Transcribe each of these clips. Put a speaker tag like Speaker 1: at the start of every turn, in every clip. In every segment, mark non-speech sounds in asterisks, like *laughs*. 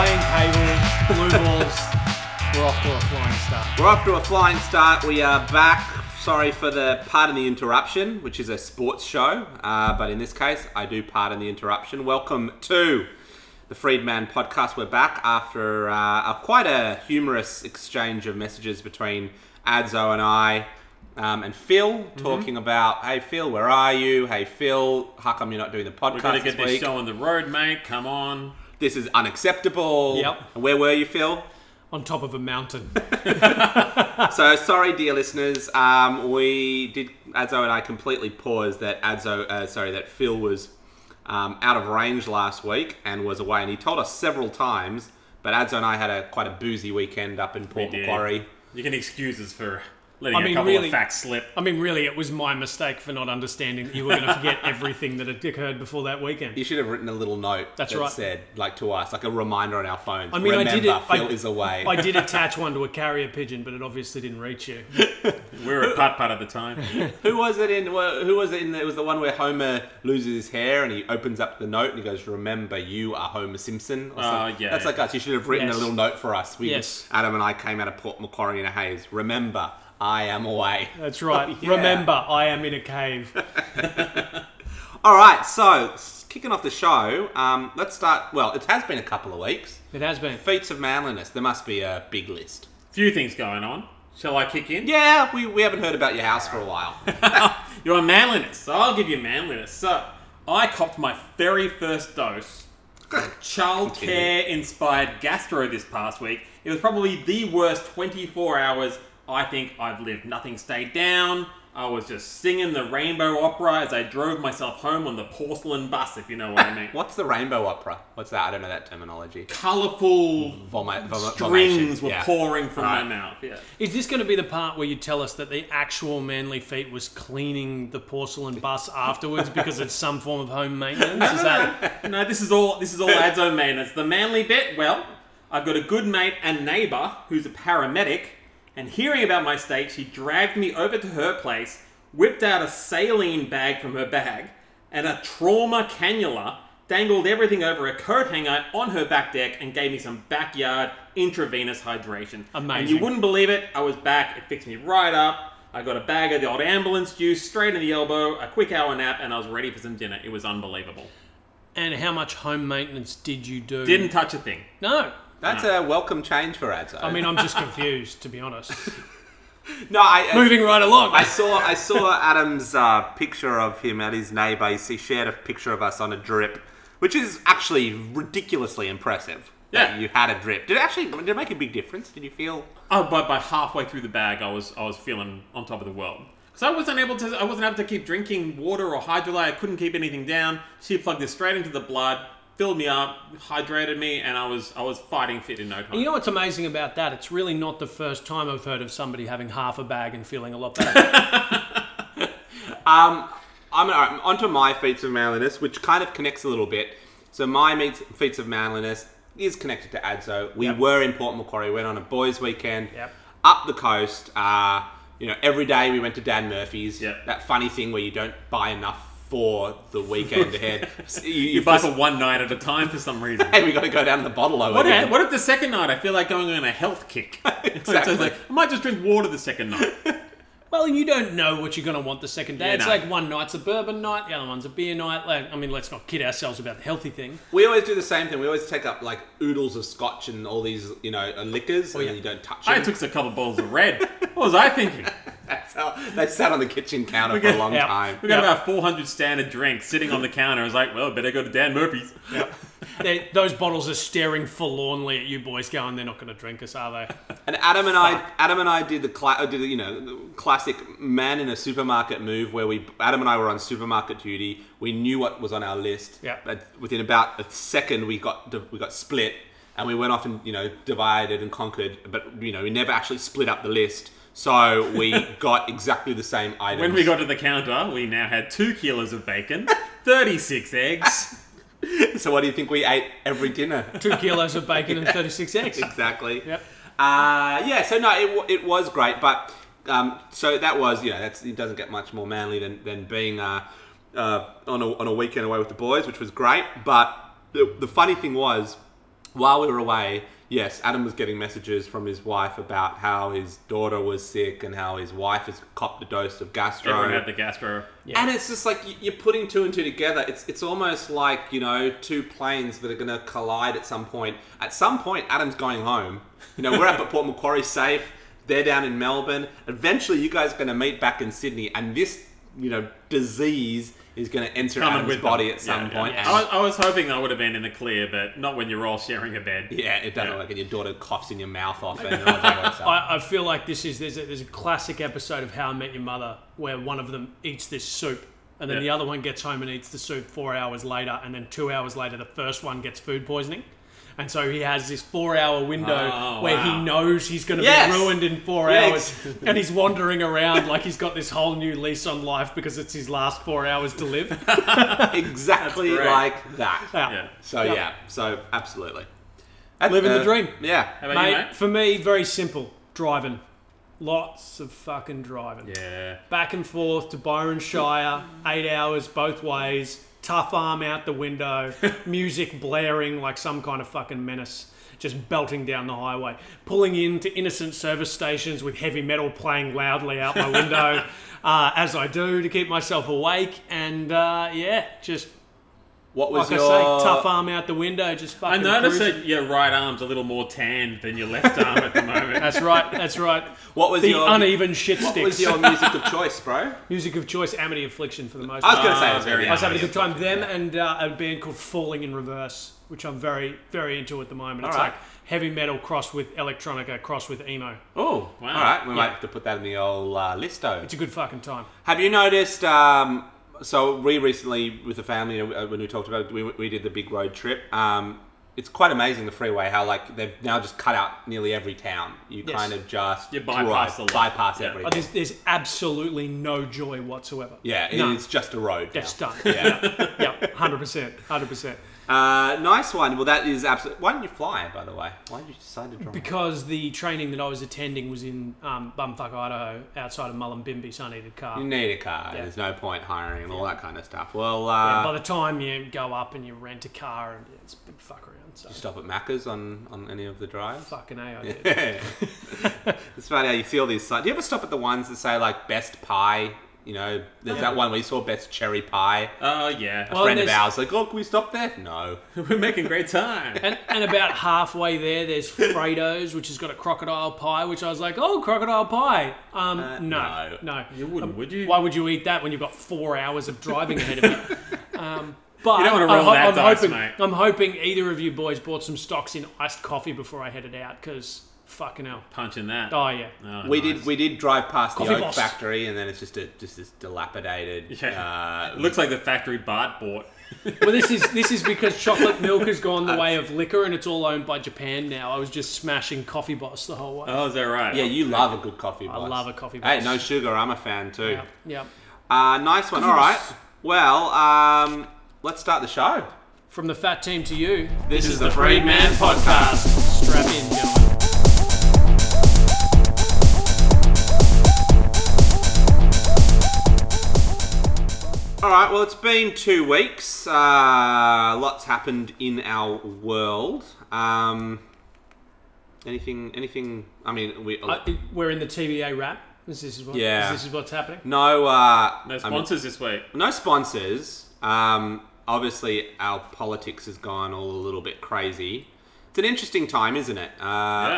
Speaker 1: *laughs* We're off to a flying start. We are back. Sorry for the pardon the interruption, which is a sports show, uh, but in this case, I do pardon the interruption. Welcome to the Freedman Podcast. We're back after uh, a, quite a humorous exchange of messages between Adzo and I. Um, and Phil
Speaker 2: Mm-hmm.
Speaker 1: talking about, hey Phil, where are you? Hey Phil, how come you're not doing the
Speaker 2: We're gonna
Speaker 1: podcast
Speaker 2: get
Speaker 1: this
Speaker 2: this
Speaker 1: week?
Speaker 2: show on the road, mate. Come on.
Speaker 1: This is unacceptable.
Speaker 3: Yep.
Speaker 1: And where were you, Phil?
Speaker 3: on top of a
Speaker 1: *laughs*
Speaker 3: mountain.
Speaker 1: So sorry, dear listeners. Um, we did Adzo and I completely paused that Adzo. Uh, sorry, that Phil was um, out of range last week and was away, and he told us several times. But Adzo and I had a quite a boozy weekend up in Port
Speaker 2: did.
Speaker 1: Macquarie.
Speaker 2: You can excuse us for letting
Speaker 3: I mean,
Speaker 2: a couple
Speaker 3: really-
Speaker 2: of facts slip.
Speaker 3: I mean, really, it was my mistake for not understanding that you were going to
Speaker 1: *laughs*
Speaker 3: forget everything that had occurred before that weekend.
Speaker 1: You should have written a little note
Speaker 3: That's
Speaker 1: that
Speaker 3: right.
Speaker 1: said, like to us, like a reminder on our phones.
Speaker 3: I mean, I
Speaker 1: Remember,
Speaker 3: did it-
Speaker 1: Phil
Speaker 3: I-
Speaker 1: is away.
Speaker 3: I did attach one to a carrier pigeon, but it obviously didn't reach you.
Speaker 2: We were at putt putt at the
Speaker 3: *laughs*
Speaker 2: time.
Speaker 1: who was it in? wh- Who was it in? It was the one where Homer loses his hair and he opens up the note and he goes, "Remember, you are Homer Simpson." Or
Speaker 2: Oh,
Speaker 1: something.
Speaker 2: yeah.
Speaker 1: That's like us. You should have written
Speaker 3: Yes.
Speaker 1: a little note for us. We,
Speaker 3: Yes.
Speaker 1: Adam and I came out of Port Macquarie in a haze. Remember, I am away.
Speaker 3: That's right.
Speaker 1: *laughs* yeah.
Speaker 3: Remember, I am in a cave.
Speaker 1: All right, so s- kicking off the show, um, let's start. Well, it has been a couple of weeks.
Speaker 3: It has been.
Speaker 1: Feats of manliness. There must be a big list.
Speaker 2: Few things going on. Shall I kick in?
Speaker 1: Yeah, we, we haven't heard about your house for
Speaker 2: *laughs*
Speaker 1: a while.
Speaker 2: You're a manliness, so I'll give you manliness. So I copped my very first dose of childcare inspired gastro this past week. It was probably the worst 24 hours I think I've lived. Nothing stayed down. I was just singing the rainbow opera as I drove myself home on the porcelain bus, if you know what I
Speaker 1: *laughs*
Speaker 2: mean.
Speaker 1: What's the rainbow opera? What's that? I don't know that terminology.
Speaker 2: Colourful
Speaker 1: Vomit, vomit,
Speaker 2: strings
Speaker 1: vomation.
Speaker 2: were
Speaker 1: Mm-hmm. Yeah.
Speaker 2: pouring from
Speaker 1: Right.
Speaker 2: my mouth. Yeah.
Speaker 3: Is this going to be the part where you tell us that the actual manly feat was cleaning the porcelain bus afterwards because it's some form of home maintenance? Is that
Speaker 1: *laughs*
Speaker 2: no, this is all this is all Adzo maintenance. The manly bit, well, I've got a good mate and neighbour who's a paramedic, and hearing about my state, she dragged me over to her place, whipped out a saline bag from her bag, and a trauma cannula, dangled everything over a coat hanger on her back deck, and gave me some backyard intravenous hydration. And you
Speaker 3: Amazing.
Speaker 2: wouldn't believe it, I was back, it fixed me right up. I got a bag of the old ambulance juice straight in the elbow, a quick hour nap, and I was ready for some dinner. It was unbelievable.
Speaker 3: and how much home maintenance did you do?
Speaker 2: Didn't touch a thing.
Speaker 3: No.
Speaker 1: That's a welcome change for Adzo.
Speaker 3: I mean, I'm just confused, to be honest.
Speaker 1: no, I, I-
Speaker 3: Moving right along.
Speaker 1: I saw I saw Adam's uh, picture of him at his neighbour. He he shared a picture of us on a drip, which is actually ridiculously impressive. that
Speaker 2: Yeah.
Speaker 1: you had a drip. Did it actually did it make a big difference? Did you feel?
Speaker 2: Oh, but by halfway through the bag, I was I was feeling on top of the world because I wasn't able to I wasn't able to keep drinking water or hydrolyte. I couldn't keep anything down. She plugged it straight into the blood, filled me up, hydrated me, and I was I was fighting fit in no time.
Speaker 3: You know what's amazing about that? It's really not the first time I've heard of somebody having half a bag and feeling a lot
Speaker 2: *laughs*
Speaker 3: better.
Speaker 1: Um, I'm all right, onto my feats of manliness, which kind of connects a little bit. So my meets, feats of manliness is connected to Adzo. We were in Port Macquarie. Went on a boys' weekend
Speaker 3: Yep.
Speaker 1: up the coast. Uh, you know, every day we went to Dan Murphy's.
Speaker 2: Yep.
Speaker 1: That funny thing where you don't buy enough for the weekend ahead.
Speaker 2: *laughs*
Speaker 1: *laughs* So you,
Speaker 2: you buy for one night at a time for some reason.
Speaker 1: hey, *laughs* we got to go down the bottle over
Speaker 2: What
Speaker 1: again.
Speaker 2: if, what if the second night I feel like going on a health kick? *laughs*
Speaker 1: Exactly.
Speaker 2: So it's like, I might just drink water the second night.
Speaker 3: well, you don't know what you're going to want the second day.
Speaker 2: Yeah,
Speaker 3: it's
Speaker 2: no.
Speaker 3: like one night's a bourbon night, the other one's a beer night. Like, I mean, let's not kid ourselves about the healthy thing.
Speaker 1: We always do the same thing. We always take up like oodles of scotch and all these, you know, uh, liquors, and then you don't touch
Speaker 2: Oh, I
Speaker 1: them.
Speaker 2: took a couple bottles of red. What was I thinking?
Speaker 1: *laughs* That's how they sat on the kitchen counter for a
Speaker 2: got-
Speaker 1: long
Speaker 3: yeah.
Speaker 1: time.
Speaker 2: We got
Speaker 3: Yeah.
Speaker 2: about 400 standard drinks sitting on the counter. I was like, well, better go to Dan Murphy's.
Speaker 3: They, those bottles are staring forlornly at you boys, going, "They're not going to drink us, are they?"
Speaker 2: *laughs*
Speaker 1: And Adam and I, Adam and I did the cla- uh, did the, you know the classic man in a supermarket move where we Adam and I were on supermarket duty. We knew what was on our list,
Speaker 3: Yeah.
Speaker 1: but within about a second we got di- we got split, and we went off and you know divided and conquered. But you know we never actually split up the list, so
Speaker 2: *laughs*
Speaker 1: we got exactly the same items.
Speaker 2: When we got to the counter, we now had two kilos of
Speaker 1: *laughs*
Speaker 2: bacon, 36 eggs.
Speaker 1: so what do you think we ate every dinner?
Speaker 3: Two kilos of bacon and 36 eggs.
Speaker 2: *laughs*
Speaker 1: exactly.
Speaker 3: Yep.
Speaker 1: Uh, yeah. So no, it, wa- it was great, but um, so that was you know that's it doesn't get much more manly than than being uh, uh, on a on a weekend away with the boys, which was great. But the, the funny thing was, while we were away, Yes, Adam was getting messages from his wife about how his daughter was sick and how his wife has copped a dose of gastro.
Speaker 2: Everyone had the gastro.
Speaker 4: Yeah.
Speaker 1: And it's just like y- you're putting two and two together. It's it's almost like you know two planes that are going to collide at some point. At some point, Adam's going home. You know, we're up at Port Macquarie safe. They're down in Melbourne. Eventually, you guys are going to meet back in Sydney, and this you know disease is going to enter
Speaker 2: Coming
Speaker 1: Adam's
Speaker 2: with
Speaker 1: body
Speaker 2: them.
Speaker 1: at some
Speaker 2: Yeah, Oh, yeah.
Speaker 1: point.
Speaker 2: I,
Speaker 1: And-
Speaker 2: was, I was hoping that I would have been in the clear, but not when you're all sharing a bed.
Speaker 1: yeah, it doesn't
Speaker 2: Yeah.
Speaker 1: work, and your daughter coughs in your mouth off, and no idea what's up.
Speaker 4: I, I feel like this is there's a, there's a classic episode of How I Met Your Mother where one of them eats this soup and then
Speaker 2: Yeah.
Speaker 4: the other one gets home and eats the soup four hours later and then two hours later the first one gets food poisoning. And so he has this four-hour window
Speaker 2: Oh,
Speaker 4: where
Speaker 2: wow.
Speaker 4: he knows he's going to
Speaker 1: Yes.
Speaker 4: be ruined in four
Speaker 1: Yeah,
Speaker 4: hours, and he's wandering around like he's got this whole new lease on life because it's his last four hours
Speaker 2: *laughs*
Speaker 4: to live.
Speaker 1: exactly
Speaker 2: great.
Speaker 1: like that.
Speaker 2: Yeah.
Speaker 1: So
Speaker 4: Yeah.
Speaker 1: yeah, so absolutely
Speaker 4: Living the
Speaker 1: Uh,
Speaker 4: dream.
Speaker 1: Yeah,
Speaker 2: How about you,
Speaker 4: Mate, for me, very simple. Driving. Lots of fucking driving.
Speaker 2: mate? Yeah.
Speaker 4: Back and forth to Byron Shire, eight hours both ways, tough arm out
Speaker 1: *laughs*
Speaker 4: the window, music blaring like some kind of fucking menace, just belting down the highway, pulling into innocent service stations with heavy metal playing loudly out
Speaker 1: *laughs*
Speaker 4: my window, uh, as I do to keep myself awake, and uh, yeah, just
Speaker 1: What was
Speaker 4: like
Speaker 1: your
Speaker 4: I say, tough arm out the window, just
Speaker 2: I
Speaker 4: fucking.
Speaker 2: noticed
Speaker 4: cruising.
Speaker 2: that your right arm's a little more tanned than your left arm at the
Speaker 1: *laughs*
Speaker 2: moment.
Speaker 4: *laughs* That's right. That's right.
Speaker 1: What was
Speaker 4: the
Speaker 1: your
Speaker 4: uneven shit
Speaker 1: What
Speaker 4: sticks.
Speaker 1: was your music of choice, bro?
Speaker 4: Music of choice, Amity Affliction for the most
Speaker 1: I
Speaker 4: part.
Speaker 1: was going to say
Speaker 2: Ah,
Speaker 1: it was very.
Speaker 2: very
Speaker 4: I was having a
Speaker 1: nice.
Speaker 4: good time. Them and uh, a band called Falling in Reverse, which I'm very, very into at the moment. It's
Speaker 1: Alright.
Speaker 4: like heavy metal crossed with electronica crossed with emo.
Speaker 1: Oh,
Speaker 2: wow.
Speaker 1: All right, we might have to put that in the old uh, listo.
Speaker 4: It's a good fucking time.
Speaker 1: Have you noticed? Um, so we recently, with the family, uh, when we talked about, it, we, we did the big road trip. Um, it's quite amazing the freeway how like they've now just cut out nearly every town. You
Speaker 4: Yes.
Speaker 1: kind of just
Speaker 2: You bypass
Speaker 1: drive,
Speaker 2: a lot.
Speaker 1: bypass
Speaker 2: Yeah.
Speaker 1: everything.
Speaker 4: Oh, there's, there's absolutely no joy whatsoever.
Speaker 1: yeah, it-
Speaker 4: no,
Speaker 1: it's just a road.
Speaker 4: that's
Speaker 1: now.
Speaker 4: done. *laughs* Yeah, yeah, hundred percent, hundred percent.
Speaker 1: Uh, nice one. Well, that is absolutely. Why didn't you fly? By the way, why did you decide to drive?
Speaker 4: Because the training that I was attending was in um, bumfuck Idaho, outside of Mullumbimby, so I needed a car.
Speaker 1: you need a car.
Speaker 4: Yeah.
Speaker 1: There's no point hiring and all that kind of stuff. Well,
Speaker 4: Yeah,
Speaker 1: uh,
Speaker 4: by the time you go up and you rent a car, and yeah, it's a big fuck around. So
Speaker 1: stop at Macca's on, on any of the drives.
Speaker 4: fucking a, I did.
Speaker 1: *laughs* it's funny how you feel these sites. Do you ever stop at the ones that say like best pie? You know, there's that one we saw best cherry pie.
Speaker 2: Oh, yeah.
Speaker 4: Well,
Speaker 1: Friend of
Speaker 4: there's-
Speaker 1: ours like, oh, can we stop there?
Speaker 4: *laughs*
Speaker 1: No.
Speaker 2: *laughs* We're making great time.
Speaker 4: And, and about halfway there, there's Fredo's, which has got a crocodile pie, which I was like, oh, crocodile pie. Um,
Speaker 1: Uh,
Speaker 4: no, no,
Speaker 2: You
Speaker 1: um,
Speaker 2: wouldn't, would you?
Speaker 4: Why would you eat that when you've got four hours of driving ahead of you?
Speaker 2: *laughs*
Speaker 4: Um, but
Speaker 2: You don't wanna
Speaker 4: I
Speaker 2: roll
Speaker 4: ho-
Speaker 2: that
Speaker 4: I'm
Speaker 2: dice,
Speaker 4: hoping,
Speaker 2: mate.
Speaker 4: I'm hoping either of you boys bought some stocks in iced coffee before I headed out, because fucking hell.
Speaker 2: Punching that.
Speaker 4: Oh, yeah.
Speaker 2: Oh,
Speaker 1: We
Speaker 2: nice.
Speaker 1: did we did drive past
Speaker 4: Coffee
Speaker 1: the oak
Speaker 4: Boss.
Speaker 1: factory and then it's just a just this dilapidated.
Speaker 2: Yeah.
Speaker 1: Uh,
Speaker 2: Looks like the factory Bart bought.
Speaker 4: Well, this is this is because
Speaker 2: *laughs*
Speaker 4: chocolate milk has gone the way of liquor, and it's all owned by Japan now. I was just smashing Coffee Boss the whole way.
Speaker 2: Oh, is that right?
Speaker 1: yeah, you love a good coffee.
Speaker 4: I love a coffee.
Speaker 1: Hey,
Speaker 4: Boss.
Speaker 1: no sugar. I'm a fan too.
Speaker 4: Yeah, yeah.
Speaker 1: Uh, nice one. All right. Well, um, let's start the show.
Speaker 4: From the fat team to you.
Speaker 1: This, is, the Freedman Podcast.
Speaker 4: Strap in, gentlemen.
Speaker 1: All right. Well, it's been two weeks. Uh, lots happened in our world. Um, anything? Anything? I mean, we.
Speaker 4: I, we're in the TBA wrap. This, this is what,
Speaker 1: Yeah.
Speaker 4: This is what's happening. *laughs*
Speaker 1: no. Uh,
Speaker 2: No
Speaker 1: I mean,
Speaker 2: sponsors this week.
Speaker 1: no sponsors. Um, obviously, our politics has gone all a little bit crazy. It's an interesting time, isn't it? Uh,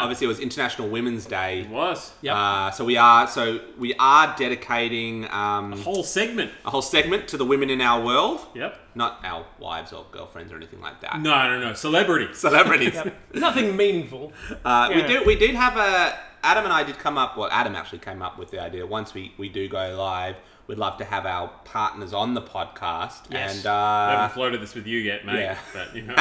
Speaker 1: Obviously, it was International Women's Day.
Speaker 2: It was.
Speaker 4: Yep.
Speaker 1: Uh, so we are. So we are dedicating um,
Speaker 2: Whole segment.
Speaker 1: a whole segment to the women in our world.
Speaker 2: Yep.
Speaker 1: Not our wives or girlfriends or anything like that.
Speaker 2: No, no, no. Celebrities.
Speaker 1: *laughs* Celebrities. *laughs*
Speaker 4: Nothing meaningful.
Speaker 1: Uh, we
Speaker 4: Yeah.
Speaker 1: do. We did have a. Adam and I did come up. Well, Adam actually came up with the idea. Once we we do go live, we'd love to have our partners on the podcast.
Speaker 4: Yes.
Speaker 1: And
Speaker 2: I
Speaker 1: uh,
Speaker 2: haven't floated this with you yet, mate.
Speaker 1: yeah.
Speaker 2: But,
Speaker 1: *laughs*
Speaker 2: you know,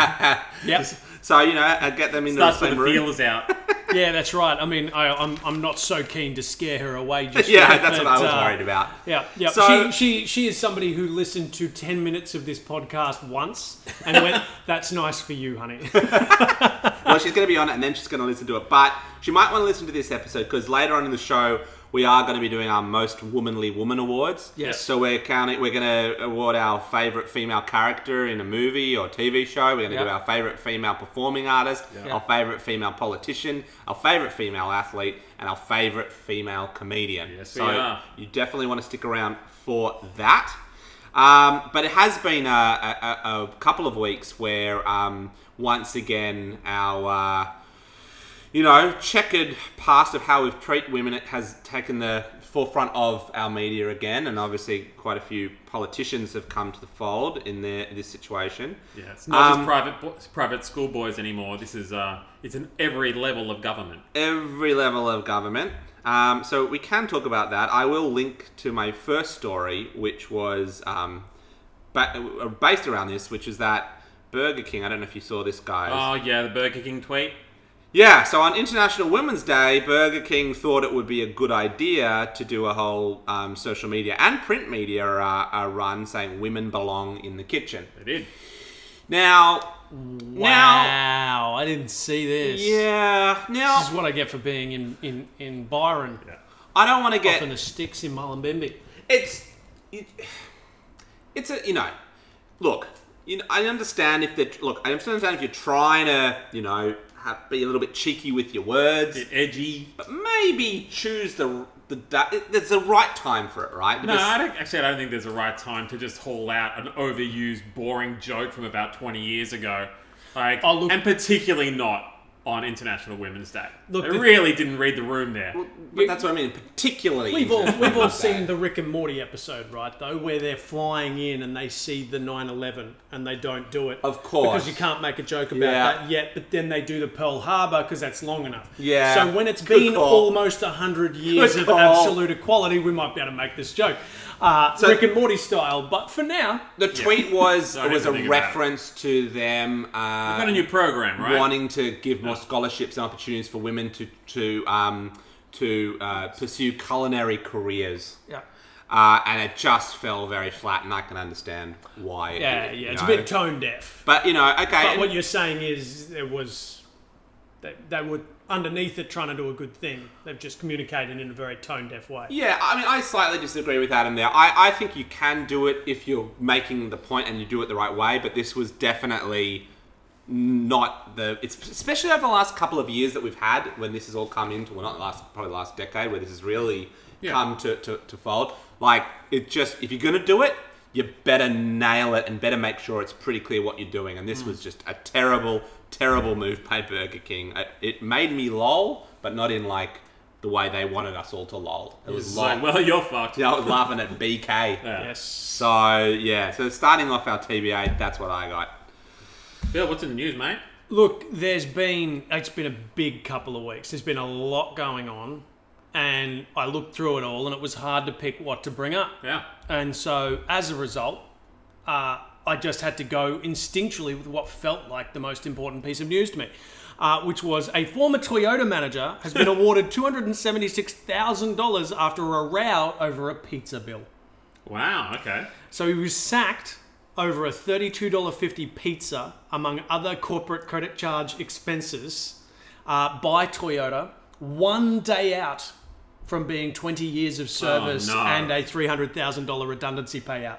Speaker 4: Yep.
Speaker 1: so you know, I get them in the
Speaker 2: starts with
Speaker 1: same
Speaker 2: the
Speaker 1: room.
Speaker 2: feelers
Speaker 1: *laughs*
Speaker 2: out.
Speaker 4: yeah, that's right. I mean, I, I'm, I'm not so keen to scare her away
Speaker 1: *laughs*
Speaker 4: just
Speaker 1: Yeah,
Speaker 4: yet,
Speaker 1: that's what I was
Speaker 4: but, uh,
Speaker 1: worried about.
Speaker 4: Yeah, yeah.
Speaker 1: So-
Speaker 4: she, she, she is somebody who listened to 10 minutes of this podcast once
Speaker 1: *laughs*
Speaker 4: and went, that's nice for you, honey.
Speaker 1: well, she's going to be on it, and then she's going to listen to it. But she might want to listen to this episode because later on in the show, we are going to be doing our most womanly woman awards.
Speaker 4: Yes.
Speaker 1: So we're counting. We're going to award our favorite female character in a movie or TV show. We're going to
Speaker 4: Yeah.
Speaker 1: do our favorite female performing artist,
Speaker 4: Yeah.
Speaker 1: our favorite female politician, our favorite female athlete, and our favorite female comedian.
Speaker 2: Yes,
Speaker 1: so
Speaker 2: we are.
Speaker 1: you definitely want to stick around for that. Um, but it has been a, a, a- a couple of weeks where um, once again our uh, you know checkered past of how we've treated women it has taken the forefront of our media again, and obviously quite a few politicians have come to the fold in their, this situation.
Speaker 2: Yeah, it's not
Speaker 1: Um,
Speaker 2: just private bo- private school boys anymore. This is uh, it's in every level of government.
Speaker 1: every level of government. Um, so we can talk about that. I will link to my first story, which was um, ba- uh, based around this, which is that Burger King. I don't know if you saw this, guys.
Speaker 2: Oh yeah, the Burger King tweet.
Speaker 1: Yeah, so on International Women's Day, Burger King thought it would be a good idea to do a whole um, social media and print media uh, uh, run saying women belong in the kitchen.
Speaker 2: They did.
Speaker 1: *laughs* Now, now,
Speaker 4: Wow, I didn't see this.
Speaker 1: yeah,
Speaker 4: This is
Speaker 1: now
Speaker 4: what I get for being in, in, in Byron.
Speaker 1: I don't want to
Speaker 4: Up
Speaker 1: get
Speaker 4: in the sticks in Mullumbimby.
Speaker 1: it's it, it's a you know look you know, i understand if they're look i understand if you're trying to you know have, be a little bit cheeky with your words
Speaker 2: Bit edgy.
Speaker 1: but maybe choose the the da- it- there's the right time for it right
Speaker 2: No,
Speaker 1: Because-
Speaker 2: I don't, actually, I don't think there's a right time to just haul out an overused, boring joke from about 20 years ago. Like,
Speaker 4: Oh, look-
Speaker 2: and particularly not on International Women's Day.
Speaker 4: Look,
Speaker 2: Look,
Speaker 4: the-
Speaker 2: they really didn't read the room there.
Speaker 1: but that's what i mean particularly
Speaker 4: We've all we've all seen
Speaker 1: the-
Speaker 4: the Rick and Morty episode, right? Though, where they're flying in and they see the 9/11 and they don't do it,
Speaker 1: Of course.
Speaker 4: because you can't make a joke about
Speaker 1: Yeah.
Speaker 4: that yet. But then they do the Pearl Harbor because that's long enough.
Speaker 1: Yeah.
Speaker 4: So when it's
Speaker 1: Good
Speaker 4: been
Speaker 1: call.
Speaker 4: almost hundred years
Speaker 1: Good
Speaker 4: of
Speaker 1: call.
Speaker 4: absolute equality, we might be able to make this joke, uh, Rick and Morty style. But for now,
Speaker 1: the tweet was
Speaker 2: Don't
Speaker 1: it was a
Speaker 2: even think about it.
Speaker 1: reference to them uh,
Speaker 2: Got a new program, right?
Speaker 1: wanting to give more scholarships and opportunities for women to to um, to uh, pursue culinary careers.
Speaker 4: yeah,
Speaker 1: Uh, and it just fell very flat, and I can understand why. it
Speaker 4: yeah,
Speaker 1: did,
Speaker 4: yeah.
Speaker 1: you
Speaker 4: It's a
Speaker 1: know.
Speaker 4: bit tone deaf.
Speaker 1: But you know, okay.
Speaker 4: But
Speaker 1: and-
Speaker 4: what you're saying is there was they, they were underneath it trying to do a good thing. They've just communicated in a very tone deaf way.
Speaker 1: yeah, I mean, I slightly disagree with Adam there. I, I think you can do it if you're making the point and you do it the right way. But this was definitely not the. It's especially over the last couple of years that we've had when this has all come into. Well, not the last, probably the last decade where this has really
Speaker 2: Yeah.
Speaker 1: come to, to to fold. Like it just, if you're gonna do it. You better nail it and better make sure it's pretty clear what you're doing. And
Speaker 2: Mm.
Speaker 1: this was just a terrible, terrible move by Burger King. It, it made me lol, but not in like the way they wanted us all to lol. It was
Speaker 2: It's
Speaker 1: lol.
Speaker 2: like, well, you're fucked.
Speaker 1: Yeah, I was laughing at BK.
Speaker 2: *laughs* Yeah.
Speaker 4: Yes.
Speaker 1: So yeah, so starting off our TBA, that's what I got.
Speaker 2: Bill, what's in the news, mate?
Speaker 4: Look, there's been it's been a big couple of weeks. There's been a lot going on, and I looked through it all, and it was hard to pick what to bring up.
Speaker 2: Yeah.
Speaker 4: And so, as a result, uh, I just had to go instinctually with what felt like the most important piece of news to me, uh, which was a former Toyota manager
Speaker 2: *laughs*
Speaker 4: has been awarded two hundred and seventy-six thousand dollars after a row over a pizza bill.
Speaker 2: Wow, okay.
Speaker 4: So he was sacked over a $32.50 pizza, among other corporate credit charge expenses, uh, by Toyota, one day out from being 20 years of service
Speaker 2: no.
Speaker 4: and a $300,000 redundancy payout.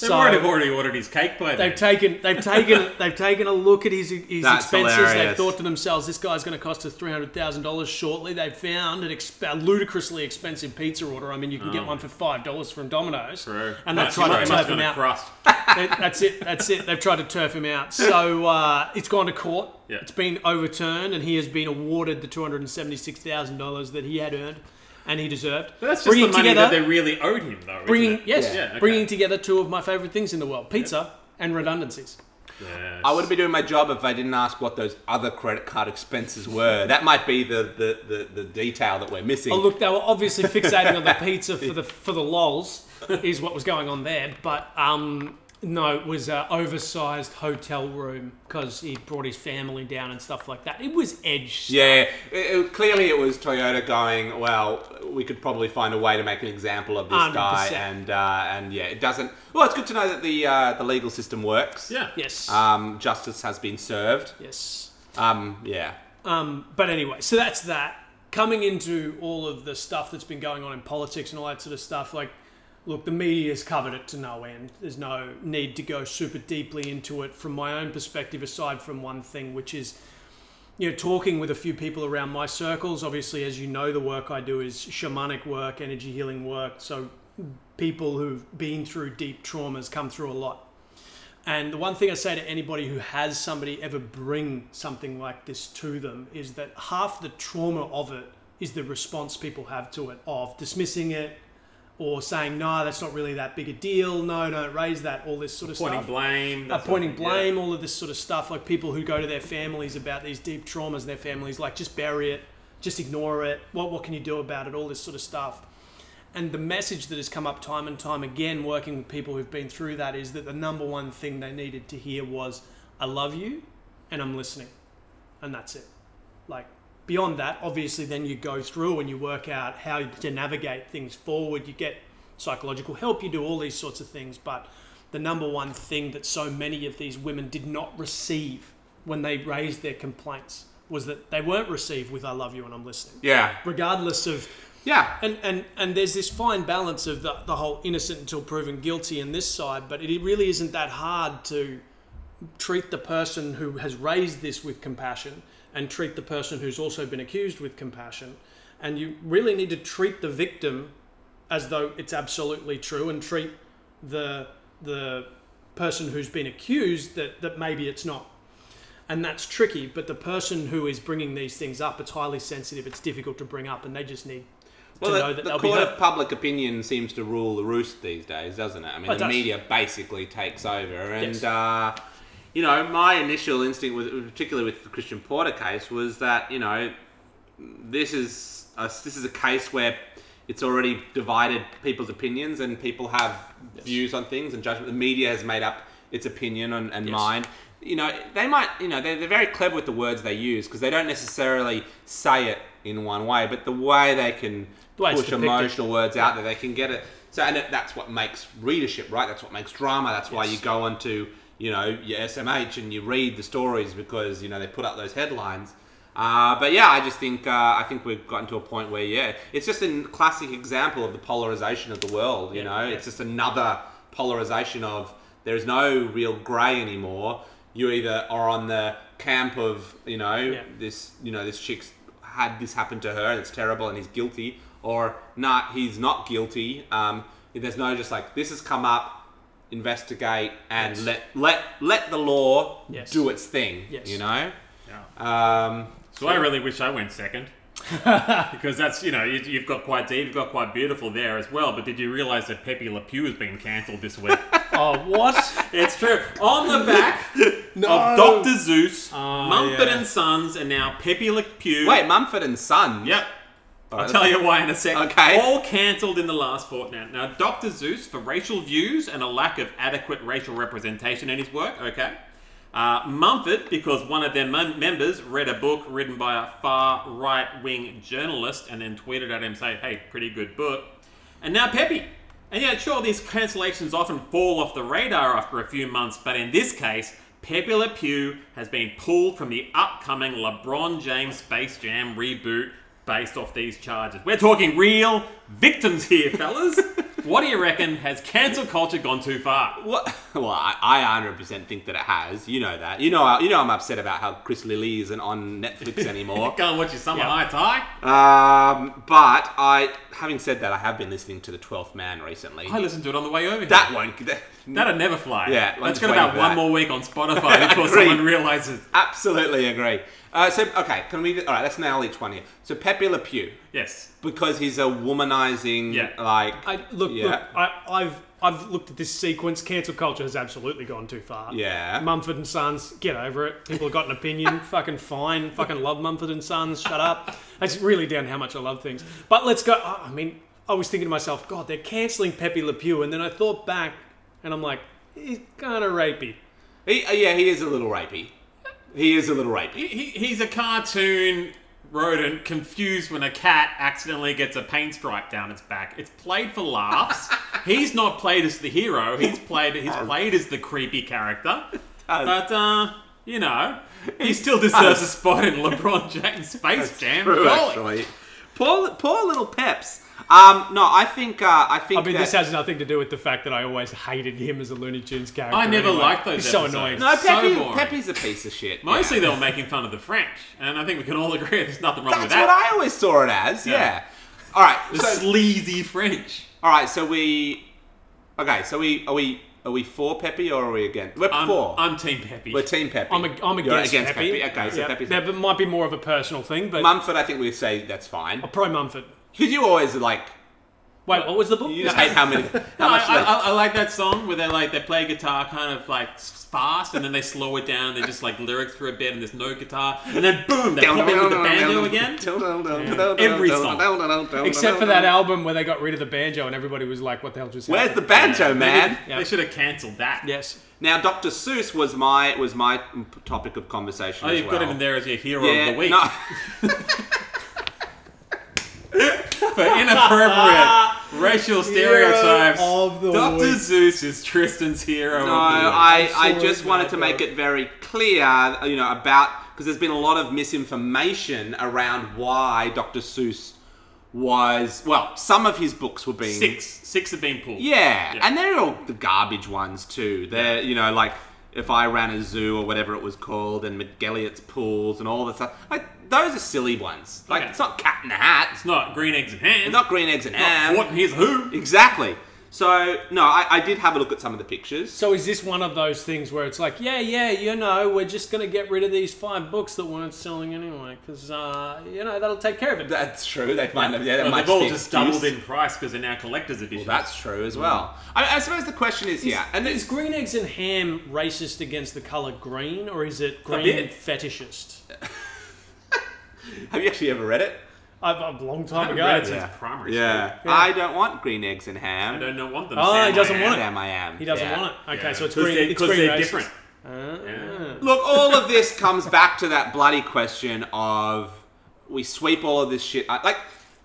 Speaker 2: They've already, already ordered his cake plate.
Speaker 4: They've taken, they've taken, they've taken a look at his, his
Speaker 1: That's
Speaker 4: expenses. They've
Speaker 1: hilarious.
Speaker 4: thought to themselves, "This guy's going to cost us three hundred thousand dollars shortly." They found an exp- a ludicrously expensive pizza order. I mean, you can get one for five dollars from Domino's,
Speaker 2: True.
Speaker 4: and
Speaker 2: Well,
Speaker 4: they
Speaker 2: you
Speaker 4: tried
Speaker 2: must
Speaker 4: to
Speaker 2: have
Speaker 4: turf
Speaker 2: been
Speaker 4: him
Speaker 2: a
Speaker 4: out.
Speaker 2: crust.
Speaker 4: They- that's it. That's it. They've tried to turf him out. So uh, it's gone to court.
Speaker 2: Yeah.
Speaker 4: It's been overturned, and he has been awarded the two hundred and seventy-six thousand dollars that he had earned and he deserved.
Speaker 2: But that's just
Speaker 4: bringing
Speaker 2: the money
Speaker 4: together,
Speaker 2: that they really owed him, though. isn't
Speaker 4: bringing
Speaker 2: it?
Speaker 4: yes,
Speaker 2: Yeah, okay.
Speaker 4: bringing together two of my favorite things in the world: pizza and redundancies.
Speaker 2: Yes.
Speaker 1: I wouldn't be doing my job if I didn't ask what those other credit card expenses were. That might be the the, the, the detail that we're missing.
Speaker 4: Oh, look, they were obviously fixating on the pizza for the for the lols, is what was going on there. But um, no, it was an oversized hotel room because he brought his family down and stuff like that. It was edge.
Speaker 1: yeah, it, it- clearly it was Toyota going. Well, we could probably find a way to make an example of this guy,
Speaker 4: 100%.
Speaker 1: and uh, and yeah, it doesn't. Well, it's good to know that the uh, the legal system works.
Speaker 2: Yeah.
Speaker 4: Yes.
Speaker 2: Ah.
Speaker 1: Um, justice has been served.
Speaker 4: yes.
Speaker 1: Um, yeah.
Speaker 4: Um, but anyway, so that's that. coming into all of the stuff that's been going on in politics and all that sort of stuff, like, look, the media's covered it to no end. There's no need to go super deeply into it from my own perspective, aside from one thing, which is, you know, talking with a few people around my circles. Obviously, as you know, the work I do is shamanic work, energy healing work. So people who've been through deep traumas come through a lot. And the one thing I say to anybody who has somebody ever bring something like this to them is that half the trauma of it is the response people have to it of dismissing it or saying, no, that's not really that big a deal. No, don't raise that. All this sort of
Speaker 2: Pointing
Speaker 4: stuff.
Speaker 2: blame. that
Speaker 4: Uh,
Speaker 2: sort of
Speaker 4: pointing
Speaker 2: thing, yeah.
Speaker 4: blame, all of this sort of stuff. Like people who go to their families about these deep traumas, and their families like just bury it, just ignore it. What what can you do about it? All this sort of stuff. And the message that has come up time and time again, working with people who've been through that, is that the number one thing they needed to hear was, "I love you, and I'm listening," and that's it. Like beyond that, obviously, then you go through and you work out how to navigate things forward. You get psychological help. You do all these sorts of things, but the number one thing that so many of these women did not receive when they raised their complaints was that they weren't received with "I love you" and "I'm listening,"
Speaker 1: Yeah.
Speaker 4: regardless of.
Speaker 1: Yeah.
Speaker 4: And, and, and there's this fine balance of the, the whole innocent until proven guilty in this side, but it really isn't that hard to treat the person who has raised this with compassion and treat the person who's also been accused with compassion. And you really need to treat the victim as though it's absolutely true and treat the the person who's been accused that, that maybe it's not. And that's tricky, but the person who is bringing these things up, it's highly sensitive, it's difficult to bring up, and they just need
Speaker 1: Well,
Speaker 4: to
Speaker 1: the,
Speaker 4: know that
Speaker 1: the
Speaker 4: they'll be
Speaker 1: court
Speaker 4: heard.
Speaker 1: of public opinion seems to rule the roost these days, doesn't it? I mean,
Speaker 4: Oh, It
Speaker 1: the
Speaker 4: does.
Speaker 1: media basically takes over, and
Speaker 4: Yes.
Speaker 1: uh, you know, my initial instinct, with, particularly with the Christian Porter case, was that you know, this is a, this is a case where it's already divided people's opinions, and people have views on things and judgment. The media has made up its opinion and, and mine. You know, they might, you know, they're, they're very clever with the words they use because they don't necessarily say it in one way, but the way they can
Speaker 4: The way it's
Speaker 1: push
Speaker 4: depicted.
Speaker 1: emotional words out there. They can get it. So, and it- that's what makes readership, right? That's what makes drama. That's why you go onto, you know, your SMH and you read the stories because you know they put up those headlines. Uh, but yeah, I just think uh, I think we've gotten to a point where yeah, it's just a classic example of the polarization of the world. You
Speaker 4: Yeah,
Speaker 1: know,
Speaker 4: yeah.
Speaker 1: it's just another polarization of there is no real grey anymore. You either are on the camp of you know this you know this chick's had this happen to her and it's terrible and he's guilty or not he's not guilty um, there's no just like this has come up investigate and
Speaker 4: Yes.
Speaker 1: let let let the law
Speaker 4: Yes.
Speaker 1: do its thing
Speaker 4: Yes.
Speaker 1: you know
Speaker 2: Yeah.
Speaker 1: um,
Speaker 2: So I really wish I went *laughs* second. because that's, you know, you, you've got quite deep, you've got quite beautiful there as well. But did you realize that Pepe Le Pew has been cancelled this *laughs* week?
Speaker 4: Oh,
Speaker 1: *laughs*
Speaker 4: what?
Speaker 2: it's true. On the back of Dr. Zeus, Mumford
Speaker 4: yeah.
Speaker 2: and Sons, and now Pepe Le Pew.
Speaker 1: wait Mumford and Son
Speaker 2: Yep.
Speaker 1: Alright,
Speaker 2: I'll tell you why in a sec.
Speaker 1: Okay.
Speaker 2: All cancelled in the last fortnight. Now, Dr. Zeus for racial views and a lack of adequate racial representation in his work. Okay. Uh, Mumford, because one of their mem- members read a book written by a far right wing journalist and then tweeted at him saying, hey, pretty good book. And now Pepe. And yeah, sure, these cancellations often fall off the radar after a few months, but in this case, Pepe Le Pew has been pulled from the upcoming LeBron James Space Jam reboot based off these charges. We're talking real victims here,
Speaker 1: *laughs*
Speaker 2: fellas. what do you reckon? Has cancel culture gone too far?
Speaker 1: What? *laughs* Well, I, I 100% think that it has. You know that. You know. You know. I'm upset about how Chris Lilly isn't on
Speaker 4: *laughs*
Speaker 1: Netflix anymore.
Speaker 2: Go and watch your summer
Speaker 4: Yeah.
Speaker 2: high tie.
Speaker 1: um, but I, having said that, I have been listening to The Twelfth Man recently.
Speaker 2: I listened to it on the way over here.
Speaker 1: that won't. That,
Speaker 2: That'd never fly.
Speaker 1: Yeah, I'm
Speaker 2: let's
Speaker 1: just
Speaker 2: get
Speaker 1: waiting
Speaker 2: about
Speaker 1: for
Speaker 2: one
Speaker 1: that.
Speaker 2: more week on
Speaker 1: *laughs*
Speaker 2: Spotify before
Speaker 1: Agreed.
Speaker 2: someone realizes.
Speaker 1: *laughs* absolutely agree. Uh, so okay, can we? All right, let's nail each one here. So Pepe Le Pew,
Speaker 2: Yes,
Speaker 1: because he's a womanizing.
Speaker 2: Yeah.
Speaker 1: Like.
Speaker 4: I, look, look
Speaker 1: Yeah.
Speaker 4: I, I've I've looked at this sequence. Cancel culture has absolutely gone too far.
Speaker 1: Yeah.
Speaker 4: Mumford and Sons, get over it. People have got
Speaker 1: *laughs*
Speaker 4: an opinion. fucking fine. Fucking love Mumford and Sons. Shut up. It's really down to how much I love things. But let's go. I I mean, I was thinking to myself, God, they're canceling Pepe Le Pew, and then I thought back, and I'm like, he's kind of rapey.
Speaker 1: he, uh, yeah, he is a little rapey. He is a little rapey.
Speaker 2: he, he, he's a cartoon rodent confused when a cat accidentally gets a paint stripe down its back. It's played for
Speaker 1: *laughs*
Speaker 2: laughs. he's not played as the hero. He's played he's played as the creepy character. But uh, you know, he still deserves a spot in LeBron James Space Jam.
Speaker 1: True,
Speaker 2: surely.
Speaker 1: actually. poor, poor little Peps. Um, no, I think uh, I think
Speaker 4: I mean,
Speaker 1: that,
Speaker 4: this has nothing to do with the fact that I always hated him as a Looney Tunes character.
Speaker 2: I never
Speaker 4: anyway.
Speaker 2: liked those
Speaker 4: He's so
Speaker 2: episodes.
Speaker 4: annoying.
Speaker 1: no
Speaker 2: so
Speaker 1: Peppy.
Speaker 2: boring.
Speaker 1: Peppy's a piece of shit.
Speaker 2: Mostly they were making fun of the French, and I think we can all agree there's nothing wrong with
Speaker 1: That's
Speaker 2: that.
Speaker 1: what I always saw it as. Yeah. All right.
Speaker 2: the
Speaker 1: So,
Speaker 2: sleazy French.
Speaker 1: all right. So we. Okay. So we are we are we for Peppy or are we against? We're
Speaker 2: I'm,
Speaker 1: for.
Speaker 2: I'm Team Peppy.
Speaker 1: We're team Peppy.
Speaker 4: I'm, a, I'm
Speaker 1: You're
Speaker 4: against, Peppy.
Speaker 1: Okay. So
Speaker 4: Yeah.
Speaker 1: Peppy's
Speaker 4: That might be more of a personal thing, but
Speaker 1: Mumford. I think we say that's
Speaker 2: Oh.
Speaker 1: fine
Speaker 4: pro Mumford.
Speaker 1: because you always like
Speaker 4: Wait, what was the book?
Speaker 1: you just hate how
Speaker 2: *laughs*
Speaker 1: many how
Speaker 2: I,
Speaker 1: much.
Speaker 2: I,
Speaker 1: like-
Speaker 2: I, I like that song where they like they play guitar kind of like s- fast and then they slow it down. They just like lyrics for a bit and there's no guitar and then boom they pop in with the banjo again.
Speaker 1: *laughs*
Speaker 2: Every song.
Speaker 4: Except for that album where they got rid of the banjo and everybody was like, "What the hell just
Speaker 1: Where's the
Speaker 4: happened?"
Speaker 1: banjo, man?
Speaker 2: They, should have cancelled that.
Speaker 4: Yes.
Speaker 1: Now, Dr. Seuss was my was my topic of conversation.
Speaker 2: Oh,
Speaker 1: as
Speaker 2: you've got
Speaker 1: well.
Speaker 2: him in there as your hero
Speaker 1: Yeah,
Speaker 2: of the week *laughs*
Speaker 1: no.
Speaker 2: for inappropriate racial stereotypes.
Speaker 4: of the
Speaker 2: Dr.
Speaker 4: week.
Speaker 2: Zeus is Tristan's hero.
Speaker 1: No,
Speaker 2: of the week.
Speaker 1: I, I
Speaker 4: I'm sorry,
Speaker 1: just wanted to
Speaker 4: Matt,
Speaker 1: make it very clear, you know, about because there's been a lot of misinformation around why Dr. Seuss was well, some of his books were being
Speaker 2: six six have been pulled.
Speaker 1: Yeah,
Speaker 2: Yeah.
Speaker 1: and they're all the garbage ones too. They're you know like if I ran a zoo or whatever it was called, and McGelliott's pools and all that stuff. Like those are silly ones. Like
Speaker 2: Okay.
Speaker 1: it's not Cat in the Hat. It's
Speaker 2: It's not green eggs and ham.
Speaker 1: not Green Eggs and Ham.
Speaker 2: what and here's who.
Speaker 1: Exactly. So no, I, I did have a look at some of the pictures.
Speaker 4: So is this one of those things where it's like, yeah, yeah, you know, we're just gonna get rid of these five books that weren't selling anyway, because uh, you know that'll take care of it.
Speaker 1: That's true. They might have. Yeah, that
Speaker 2: Well,
Speaker 1: might
Speaker 2: they've all
Speaker 1: be
Speaker 2: just
Speaker 1: an
Speaker 2: doubled
Speaker 1: excuse. Mm.
Speaker 2: in price because they're now collector's edition.
Speaker 1: Well, that's true as well. I, I suppose the question is, yeah, and
Speaker 4: is
Speaker 1: it's
Speaker 4: green eggs and ham racist against the color green, or is it green
Speaker 2: bit.
Speaker 4: fetishist?
Speaker 1: have you actually ever read it?
Speaker 4: I've, a long time
Speaker 2: haven't
Speaker 4: ago.
Speaker 2: read it
Speaker 4: it's-
Speaker 2: since- primary
Speaker 1: yeah.
Speaker 4: school. Yeah.
Speaker 1: I don't want green eggs and ham.
Speaker 2: I don't know, want them.
Speaker 4: Oh,
Speaker 2: Sam,
Speaker 4: he doesn't
Speaker 2: I am.
Speaker 4: want
Speaker 1: Damn, I am.
Speaker 4: He doesn't
Speaker 1: Yeah.
Speaker 4: want it. Okay,
Speaker 2: Yeah.
Speaker 4: so it's
Speaker 2: 'Cause
Speaker 4: green.
Speaker 2: they're-
Speaker 4: it's
Speaker 2: 'cause
Speaker 4: green
Speaker 2: they're
Speaker 4: racist.
Speaker 2: different.
Speaker 4: Ah.
Speaker 2: Yeah.
Speaker 1: Look, all of this comes back to that bloody question of we sweep all of this shit. I- Like,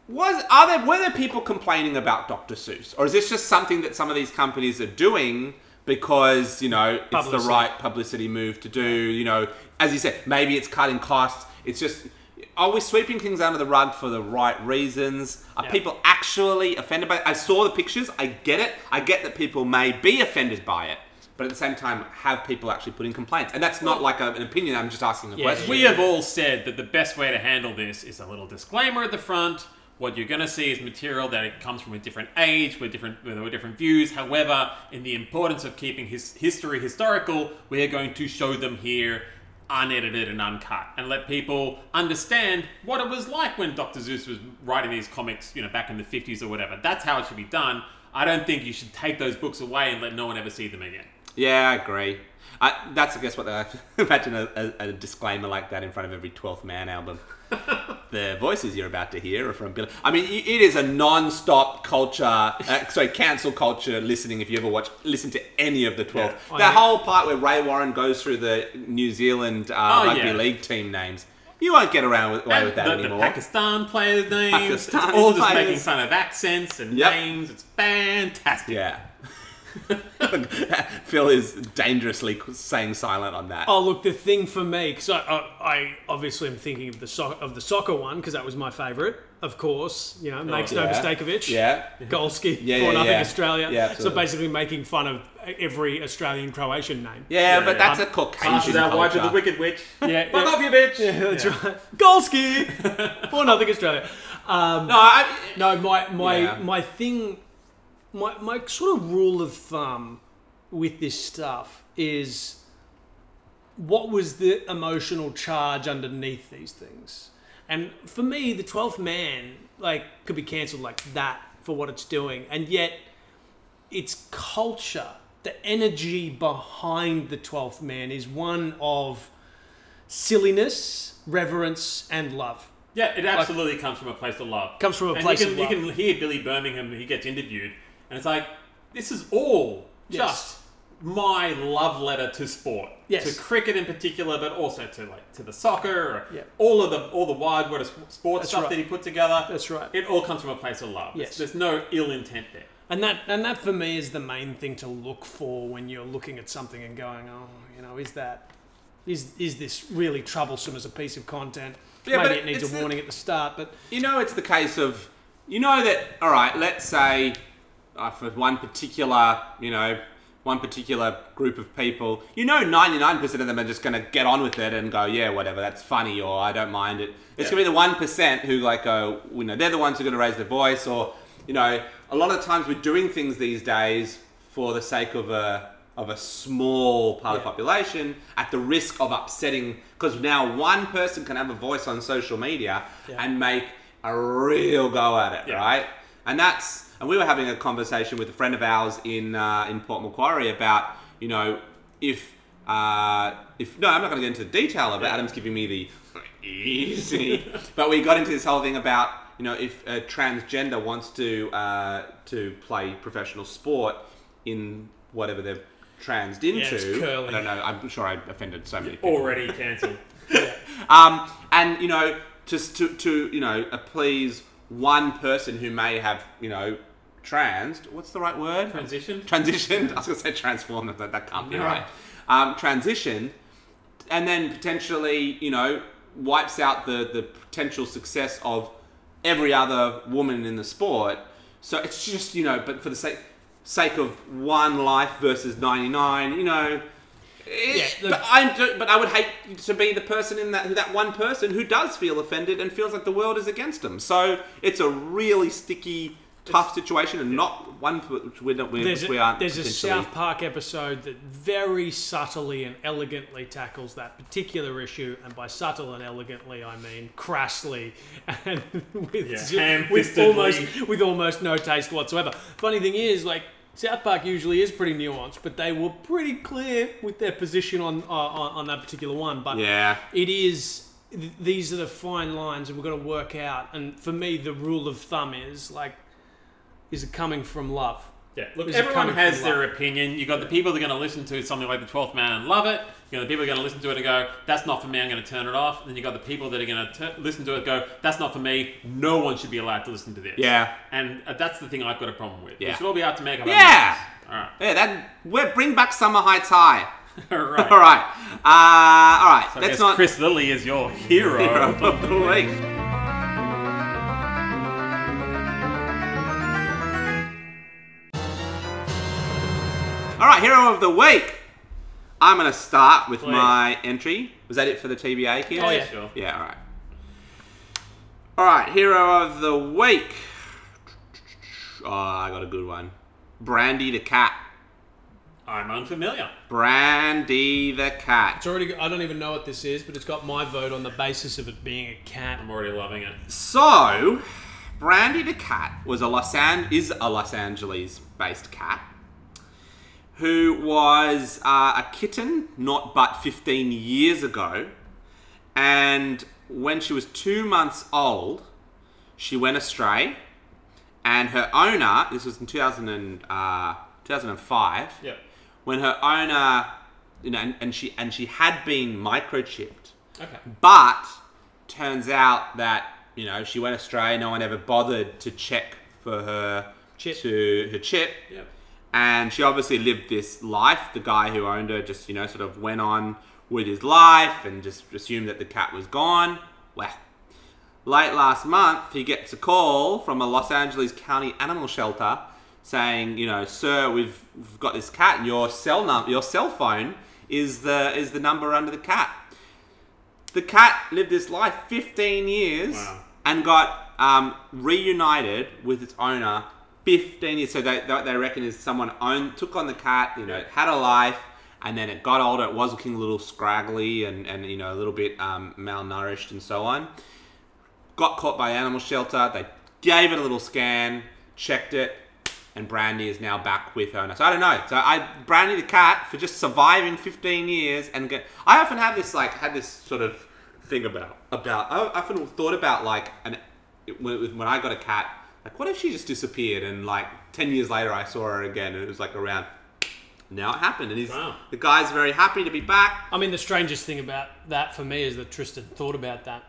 Speaker 1: was are there were there people complaining about Dr. Seuss, or is this just something that some of these companies are doing because you know it's the
Speaker 4: Publicity.
Speaker 1: right publicity move to do? You know, as you said, maybe it's cutting costs. It's just are we sweeping things under the rug for the right reasons? Are
Speaker 4: Yeah.
Speaker 1: people actually offended by it? I saw the pictures. I get it. I get that people may be offended by it. But at the same time, have people actually put in complaints? And that's not like a, an opinion. I'm just asking a
Speaker 4: Yeah,
Speaker 1: question.
Speaker 2: We have all said that the best way to handle this is a little disclaimer at the front. What you're going to see is material that it comes from a different age, with different with with different views. However, in the importance of keeping his history historical, we are going to show them here unedited and uncut and let people understand what it was like when Dr. Zeus was writing these comics, you know, back in the 50s or whatever. That's how it should be done. I don't think you should take those books away and let no one ever see them again.
Speaker 1: Yeah, I agree. I, that's, I guess, what I *laughs* imagine a, a, a disclaimer like that in front of every Twelfth
Speaker 2: *laughs*
Speaker 1: Man album. the voices you're about to hear are from Bill. I mean, it it is a non-stop culture, uh, sorry, cancel culture listening. If you ever watch, listen to any of the Twelve.
Speaker 2: Oh,
Speaker 4: I
Speaker 1: that
Speaker 4: know.
Speaker 1: whole part where Ray Warren goes through the New Zealand uh,
Speaker 2: Oh,
Speaker 1: rugby
Speaker 2: yeah.
Speaker 1: league team names, you won't get around with, away
Speaker 2: And
Speaker 1: with that
Speaker 2: the, the
Speaker 1: anymore.
Speaker 2: Pakistan players' names.
Speaker 1: Pakistan
Speaker 2: it's all just
Speaker 1: players.
Speaker 2: making fun of accents and
Speaker 1: Yep.
Speaker 2: names. It's fantastic. *laughs*
Speaker 1: yeah. *laughs* Phil is dangerously saying silent on that.
Speaker 4: Oh look, the thing for me because I, I, I obviously am thinking of the soc of the soccer one because that was my favourite. Of course, you know, makes no
Speaker 1: Oh, Yeah.
Speaker 4: mistake of it.
Speaker 1: Yeah.
Speaker 4: Golski
Speaker 1: *laughs* Yeah,
Speaker 4: for
Speaker 1: yeah,
Speaker 4: nothing
Speaker 1: yeah.
Speaker 4: Australia.
Speaker 1: Yeah,
Speaker 4: so
Speaker 1: absolutely.
Speaker 4: basically making fun of every Australian Croatian name.
Speaker 1: Yeah, Um,
Speaker 2: Yeah,
Speaker 1: but
Speaker 2: yeah.
Speaker 1: that's a
Speaker 2: Passes
Speaker 1: Caucasian
Speaker 2: out wide
Speaker 1: culture.
Speaker 2: to the wicked witch.
Speaker 4: yeah,
Speaker 2: Fuck
Speaker 4: yeah.
Speaker 2: off, you bitch.
Speaker 4: Yeah, *laughs* that's right. *laughs* Golski for nothing Australia. Um,
Speaker 1: No, I,
Speaker 4: no, my my
Speaker 1: Yeah.
Speaker 4: my thing, my my sort of rule of thumb with this stuff is what was the emotional charge underneath these things? And for me, the Twelfth Man like could be cancelled like that for what it's doing, and yet its culture, the energy behind the Twelfth Man is one of silliness, reverence, and love.
Speaker 2: Yeah, it absolutely comes from a place of love.
Speaker 4: Comes from a
Speaker 2: and
Speaker 4: place
Speaker 2: you can,
Speaker 4: of
Speaker 2: You can hear Billy Birmingham, he gets interviewed, and it's like, this is all
Speaker 4: Yes.
Speaker 2: just my love letter to sport.
Speaker 4: Yes.
Speaker 2: To cricket in particular, but also to like to the soccer, or
Speaker 4: Yeah.
Speaker 2: all of the all the wide world of sp- sports
Speaker 4: That's
Speaker 2: stuff
Speaker 4: right.
Speaker 2: that he put together.
Speaker 4: That's right.
Speaker 2: It all comes from a place of love.
Speaker 4: Yes.
Speaker 2: There's no ill intent there.
Speaker 4: And that and that for me is the main thing to look for when you're looking at something and going, oh, you know, is that
Speaker 3: is is this really troublesome as a piece of content?
Speaker 1: Yeah,
Speaker 3: Maybe
Speaker 1: but
Speaker 3: it needs
Speaker 1: it's
Speaker 3: a
Speaker 1: the-
Speaker 3: warning at the start, but
Speaker 1: You know, it's the case of, you know, that, all right, let's say uh, for one particular, you know, one particular group of people, you know, 99% of them are just going to get on with it and go, yeah, whatever, that's funny, or I don't mind it. It's going to be the 1% who, like, go, you know, they're the ones who are going to raise their voice, or, you know, a lot of times we're doing things these days for the sake of a of a small part of the population at the risk of upsetting because now one person can have a voice on social media
Speaker 3: Yeah.
Speaker 1: and make a real go at it
Speaker 2: Yeah.
Speaker 1: right and that's and we were having a conversation with a friend of ours in uh, in port macquarie about you know if uh, if no i'm not going to get into the detail of it adam's giving me the easy but we got into this whole thing about you know if a transgender wants to uh, to play professional sport in whatever they've transed into.
Speaker 3: it's curling.
Speaker 1: I don't know. I'm sure I offended so many people.
Speaker 2: Already
Speaker 4: *laughs*
Speaker 2: cancelled.
Speaker 1: Um, and you know, just to to you know appease one person who may have you know transed. What's the right word?
Speaker 2: Transitioned?
Speaker 1: Transitioned. *laughs* I was gonna say transformed. That that can't be
Speaker 2: No.
Speaker 1: right. Um, transitioned, and then potentially you know wipes out the the potential success of every other woman in the sport. So it's just you know, but for the sake sake of one life versus ninety nine, you know. Yeah,
Speaker 3: the-
Speaker 1: but I do, but I would hate to be the person in that that one person who does feel offended and feels like the world is against them. So it's a really sticky, tough situation, and not one for which we're not, we're,
Speaker 3: there's a,
Speaker 1: we aren't.
Speaker 3: there's a
Speaker 1: potentially-
Speaker 3: South Park episode that very subtly and elegantly tackles that particular issue, and by subtle and elegantly, I mean crassly *laughs* and with,
Speaker 2: Yeah,
Speaker 3: zo- with
Speaker 2: ham-fistedly.
Speaker 3: almost with almost no taste whatsoever. Funny thing is, like. South Park usually is pretty nuanced, but they were pretty clear with their position on uh, on, on that particular one. But
Speaker 1: Yeah,
Speaker 3: it is th- these are the fine lines and we've got to work out and for me the rule of thumb is like is it coming from love
Speaker 2: Yeah, look,
Speaker 3: Is it
Speaker 2: everyone
Speaker 3: coming
Speaker 2: has
Speaker 3: from
Speaker 2: their
Speaker 3: love?
Speaker 2: opinion. You've got the people that are going to listen to something like The Twelfth Man and love it. You know, the people that are going to listen to it and go, that's not for me, I'm going to turn it off. And then you've got the people that are going to listen to it and go, that's not for me, no one should be allowed to listen to this.
Speaker 1: Yeah.
Speaker 2: And uh, that's the thing I've got a problem with. We
Speaker 1: Yeah.
Speaker 2: should all be able to make up our
Speaker 1: Yeah.
Speaker 2: minds.
Speaker 1: yeah. That we're bring back Summer Heights High.
Speaker 2: *laughs* All right. all
Speaker 1: *laughs* All
Speaker 2: right.
Speaker 1: right, uh, all right.
Speaker 2: So I
Speaker 1: Let's
Speaker 2: guess
Speaker 1: not
Speaker 2: Chris Lilly is your hero.
Speaker 1: *laughs* hero *laughs* of the week. All right, hero of the week. I'm gonna start with
Speaker 2: Please.
Speaker 1: my entry. Was that it for the TBA kids?
Speaker 3: Oh, yeah.
Speaker 2: Sure.
Speaker 1: Yeah. All right. All right, hero of the week. Oh, I got a good one. Brandy the cat.
Speaker 2: I'm unfamiliar.
Speaker 1: Brandy the cat.
Speaker 3: it's already got, i don't even know what this is but it's got my vote on the basis of it being a cat
Speaker 2: I'm already loving it.
Speaker 1: So, Brandy the cat was a Los An- is a Los Angeles based cat who was uh, a kitten not but 15 years ago. And when she was two months old, she went astray. And her owner, this was in 2000 and, uh, 2005,
Speaker 2: Yeah.
Speaker 1: when her owner, you know, and, and she and she had been microchipped.
Speaker 2: Okay.
Speaker 1: But turns out that you know she went astray. No one ever bothered to check for her
Speaker 3: Chip.
Speaker 1: to her chip,
Speaker 2: Yeah.
Speaker 1: and she obviously lived this life. The guy who owned her just you know sort of went on with his life and just assumed that the cat was gone. Well, late last month he gets a call from a Los Angeles County animal shelter saying, you know, sir, we've, we've got this cat. And your cell num- your cell phone is the is the number under the cat. The cat lived this life 15 years
Speaker 2: Wow.
Speaker 1: and got um, reunited with its owner 15 years. So they, they, they reckon is someone owned, took on the cat, you know, it had a life, and then it got older. It was looking a little scraggly and, and you know, a little bit um, malnourished and so on. Got caught by animal shelter. They gave it a little scan, checked it, and Brandy is now back with her. So I don't know. So I Brandy the cat for just surviving 15 years and get, I often have this like had this sort of thing about about I often thought about like an when, when I got a cat like what if she just disappeared and like 10 years later I saw her again and it was like around now it happened and he's
Speaker 2: Wow.
Speaker 1: the guy's very happy to be back.
Speaker 3: i mean the strangest thing about that for me is that tristan thought about that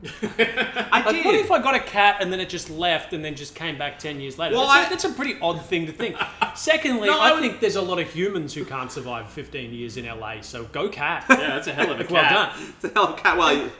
Speaker 1: I
Speaker 4: Like,
Speaker 1: did.
Speaker 4: what
Speaker 1: *laughs*
Speaker 4: if I got a cat and then it just left and then just came back 10 years later?
Speaker 1: Well,
Speaker 4: that's,
Speaker 1: I-
Speaker 4: a, that's a pretty odd thing
Speaker 1: *laughs*
Speaker 4: to think. Secondly,
Speaker 2: No, I
Speaker 4: I,
Speaker 2: would-
Speaker 4: think there's a lot of humans who can't survive 15 years in LA, so
Speaker 1: *laughs*
Speaker 4: go cat.
Speaker 2: Yeah, that's a hell of a cat.
Speaker 4: Well done.
Speaker 1: It's a hell of a cat. *laughs* Well, you-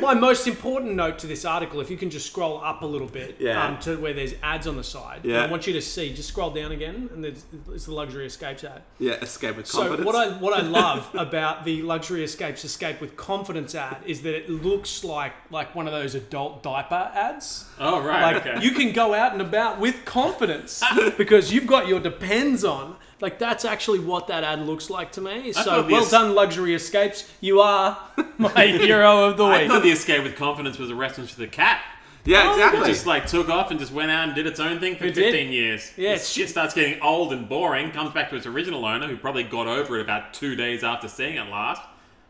Speaker 4: My most important note to this article, if you can just scroll up a little bit
Speaker 1: Yeah.
Speaker 4: um, to where there's ads on the side,
Speaker 1: Yeah.
Speaker 4: I want you to see, just scroll down again, and there's, it's the luxury escapes ad.
Speaker 1: yeah, escape with
Speaker 4: So
Speaker 1: confidence.
Speaker 4: what I what I love *laughs* about the luxury escapes escape with confidence ad is that it looks like like one of those adult diaper ads.
Speaker 2: Oh right.
Speaker 4: Like
Speaker 2: okay.
Speaker 4: you can go out and about
Speaker 2: *laughs*
Speaker 4: with confidence because you've got your depends on. Like that's actually what that ad looks like to me. so
Speaker 2: thought the
Speaker 4: well
Speaker 2: es-
Speaker 4: done, luxury escapes. You are
Speaker 2: *laughs*
Speaker 4: my hero of the
Speaker 2: I
Speaker 4: week.
Speaker 2: thought the escape with confidence was a reference to the cat.
Speaker 4: Oh,
Speaker 1: yeah, exactly.
Speaker 2: Just like took off and just went out and did its own thing for
Speaker 4: It did.
Speaker 2: 15 years.
Speaker 4: Yeah,
Speaker 2: This
Speaker 4: it's-
Speaker 2: shit starts getting old and boring. Comes back to its original owner, who probably got over it about two days after seeing it last.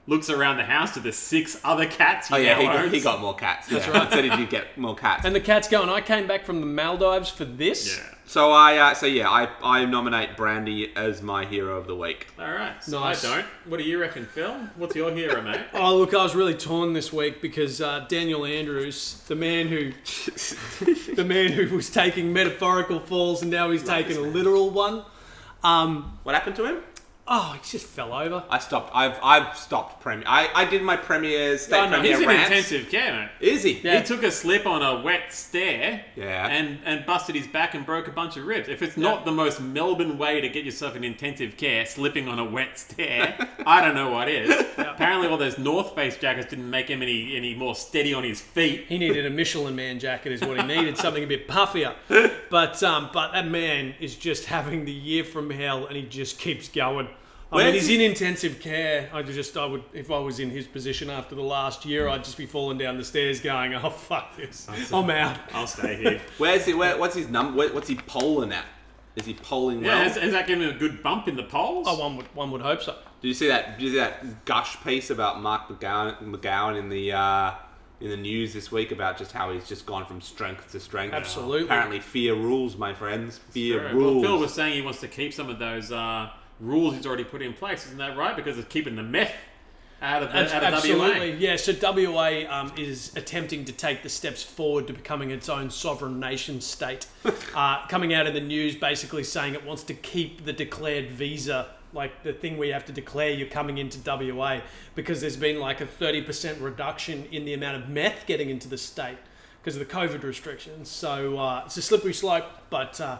Speaker 2: Looks around the house to the six other cats he
Speaker 1: oh yeah,
Speaker 2: now
Speaker 1: he got,
Speaker 2: owns.
Speaker 1: he got more cats. That's right. *laughs* So did you get more cats?
Speaker 4: And the cat's going. I came back from the Maldives for this.
Speaker 2: Yeah.
Speaker 1: so I, uh, so yeah, I, I nominate Brandy as my hero of the week. *laughs*
Speaker 2: All right. So
Speaker 4: Nice.
Speaker 2: I don't. What do you reckon, Phil? What's your hero, mate?
Speaker 4: Oh look, I was really torn this week because uh, Daniel Andrews, the man who, the man who was taking metaphorical falls, and now he's taking a literal one. Um,
Speaker 1: What happened to him?
Speaker 4: Oh, he just fell over.
Speaker 1: I stopped. I've, I've stopped premiere. I, I did my premieres. State
Speaker 4: I know,
Speaker 1: premiere
Speaker 2: He's in
Speaker 1: rants.
Speaker 2: intensive care, mate.
Speaker 1: Is he?
Speaker 4: Yeah.
Speaker 2: He took a slip on a wet stair
Speaker 1: Yeah.
Speaker 2: and, and busted his back and broke a bunch of ribs. If it's not the most Melbourne way to get yourself in intensive care, slipping on a wet stair, *laughs* I don't know what is. Apparently, all those North Face jackets didn't make him any, any more steady on his feet.
Speaker 4: He needed a Michelin Man jacket, is what he needed, something a bit puffier. But um, but that man is just having the year from hell, and he just keeps going. I mean,
Speaker 1: Where's
Speaker 4: he's
Speaker 1: his-
Speaker 4: in intensive care. I just, I would, if I was in his position after the last year, I'd just be falling down the stairs, going, "Oh fuck this, I'm out."
Speaker 2: I'll stay here.
Speaker 1: Where's he? Where, what's his number? Where, what's he polling at? Is he polling well?
Speaker 2: *laughs* yeah, has, has that given him a good bump in the polls?
Speaker 4: Oh, one would, one would hope so.
Speaker 1: Did you see that? Did you see that gush piece about Mark McGowan, McGowan in the uh, in the news this week about just how he's just gone from strength to strength?
Speaker 4: Absolutely.
Speaker 1: Apparently, fear rules, my friends. Fear
Speaker 2: Sure. Well,
Speaker 1: rules.
Speaker 2: Phil was saying he wants to keep some of those uh, rules he's already put in place. Isn't that right? Because it's keeping the meth out of, the,
Speaker 4: Abs-
Speaker 2: out of
Speaker 4: Absolutely,
Speaker 2: WA.
Speaker 4: yeah. So WA um, is attempting to take the steps forward to becoming its own sovereign nation state. uh, coming out in the news, basically saying it wants to keep the declared visa, like the thing where you have to declare you're coming into WA, because there's been like a thirty percent reduction in the amount of meth getting into the state because of the COVID restrictions. So uh, it's a slippery slope, but uh,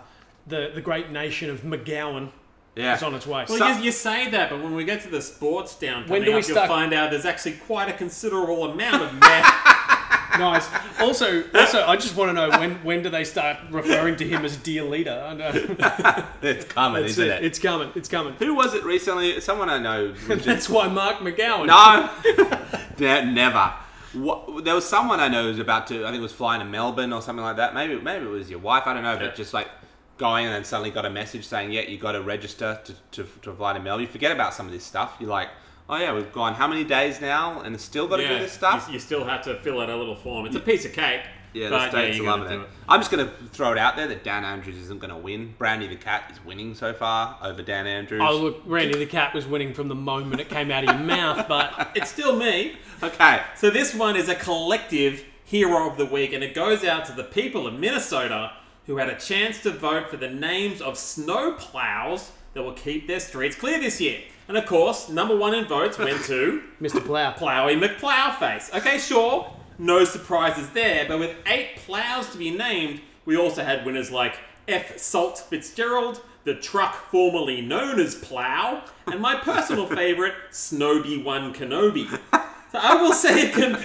Speaker 4: the the great nation of McGowan
Speaker 1: yeah.
Speaker 4: is on its way.
Speaker 2: Well,
Speaker 1: So-
Speaker 2: you, you say that, but when we get to the sports down coming
Speaker 4: When do we
Speaker 2: up, you'll
Speaker 4: start-
Speaker 2: find out there's actually quite a considerable amount of
Speaker 4: *laughs*
Speaker 2: meth.
Speaker 4: Nice. Also, also, I just want to know when when do they start referring to him as dear leader? I know.
Speaker 1: it's coming,
Speaker 4: That's
Speaker 1: isn't it?
Speaker 4: It's coming. It's coming.
Speaker 1: Who was it recently? Someone I know. was just-
Speaker 4: That's why Mark
Speaker 1: *laughs*
Speaker 4: McGowan.
Speaker 1: no, Ne- never. What, there was someone I know who was about to. I think it was flying to Melbourne or something like that. Maybe maybe it was your wife. I don't know.
Speaker 2: Yeah.
Speaker 1: But just like going and then suddenly got a message saying, "Yeah, you got to register to, to, to fly to Melbourne." You forget about some of this stuff. You're like, "Oh yeah, we've gone how many days now, and still got to do this stuff."
Speaker 2: You, you still have to fill out a little form. It's a piece of cake.
Speaker 1: yeah, the
Speaker 2: but
Speaker 1: states
Speaker 2: you're
Speaker 1: are
Speaker 2: gonna
Speaker 1: loving
Speaker 2: do
Speaker 1: it. I'm just gonna throw it out there that Dan Andrews isn't gonna win. Brandy the cat is winning so far over Dan Andrews.
Speaker 4: Oh look, Randy the cat was winning from the moment it came out of your mouth, but
Speaker 2: It's still me.
Speaker 1: Okay,
Speaker 2: So this one is a collective hero of the week, and it goes out to the people of Minnesota who had a chance to vote for the names of snow plows that will keep their streets clear this year. And of course, number one in votes went to
Speaker 4: Mr. Plough.
Speaker 2: Plowy McPlowface. Okay, sure, no surprises there, but with eight plows to be named, we also had winners like F. Salt Fitzgerald, the truck formerly known as Plow, and my personal favourite, Snowby One Kenobi. So I will say a, com-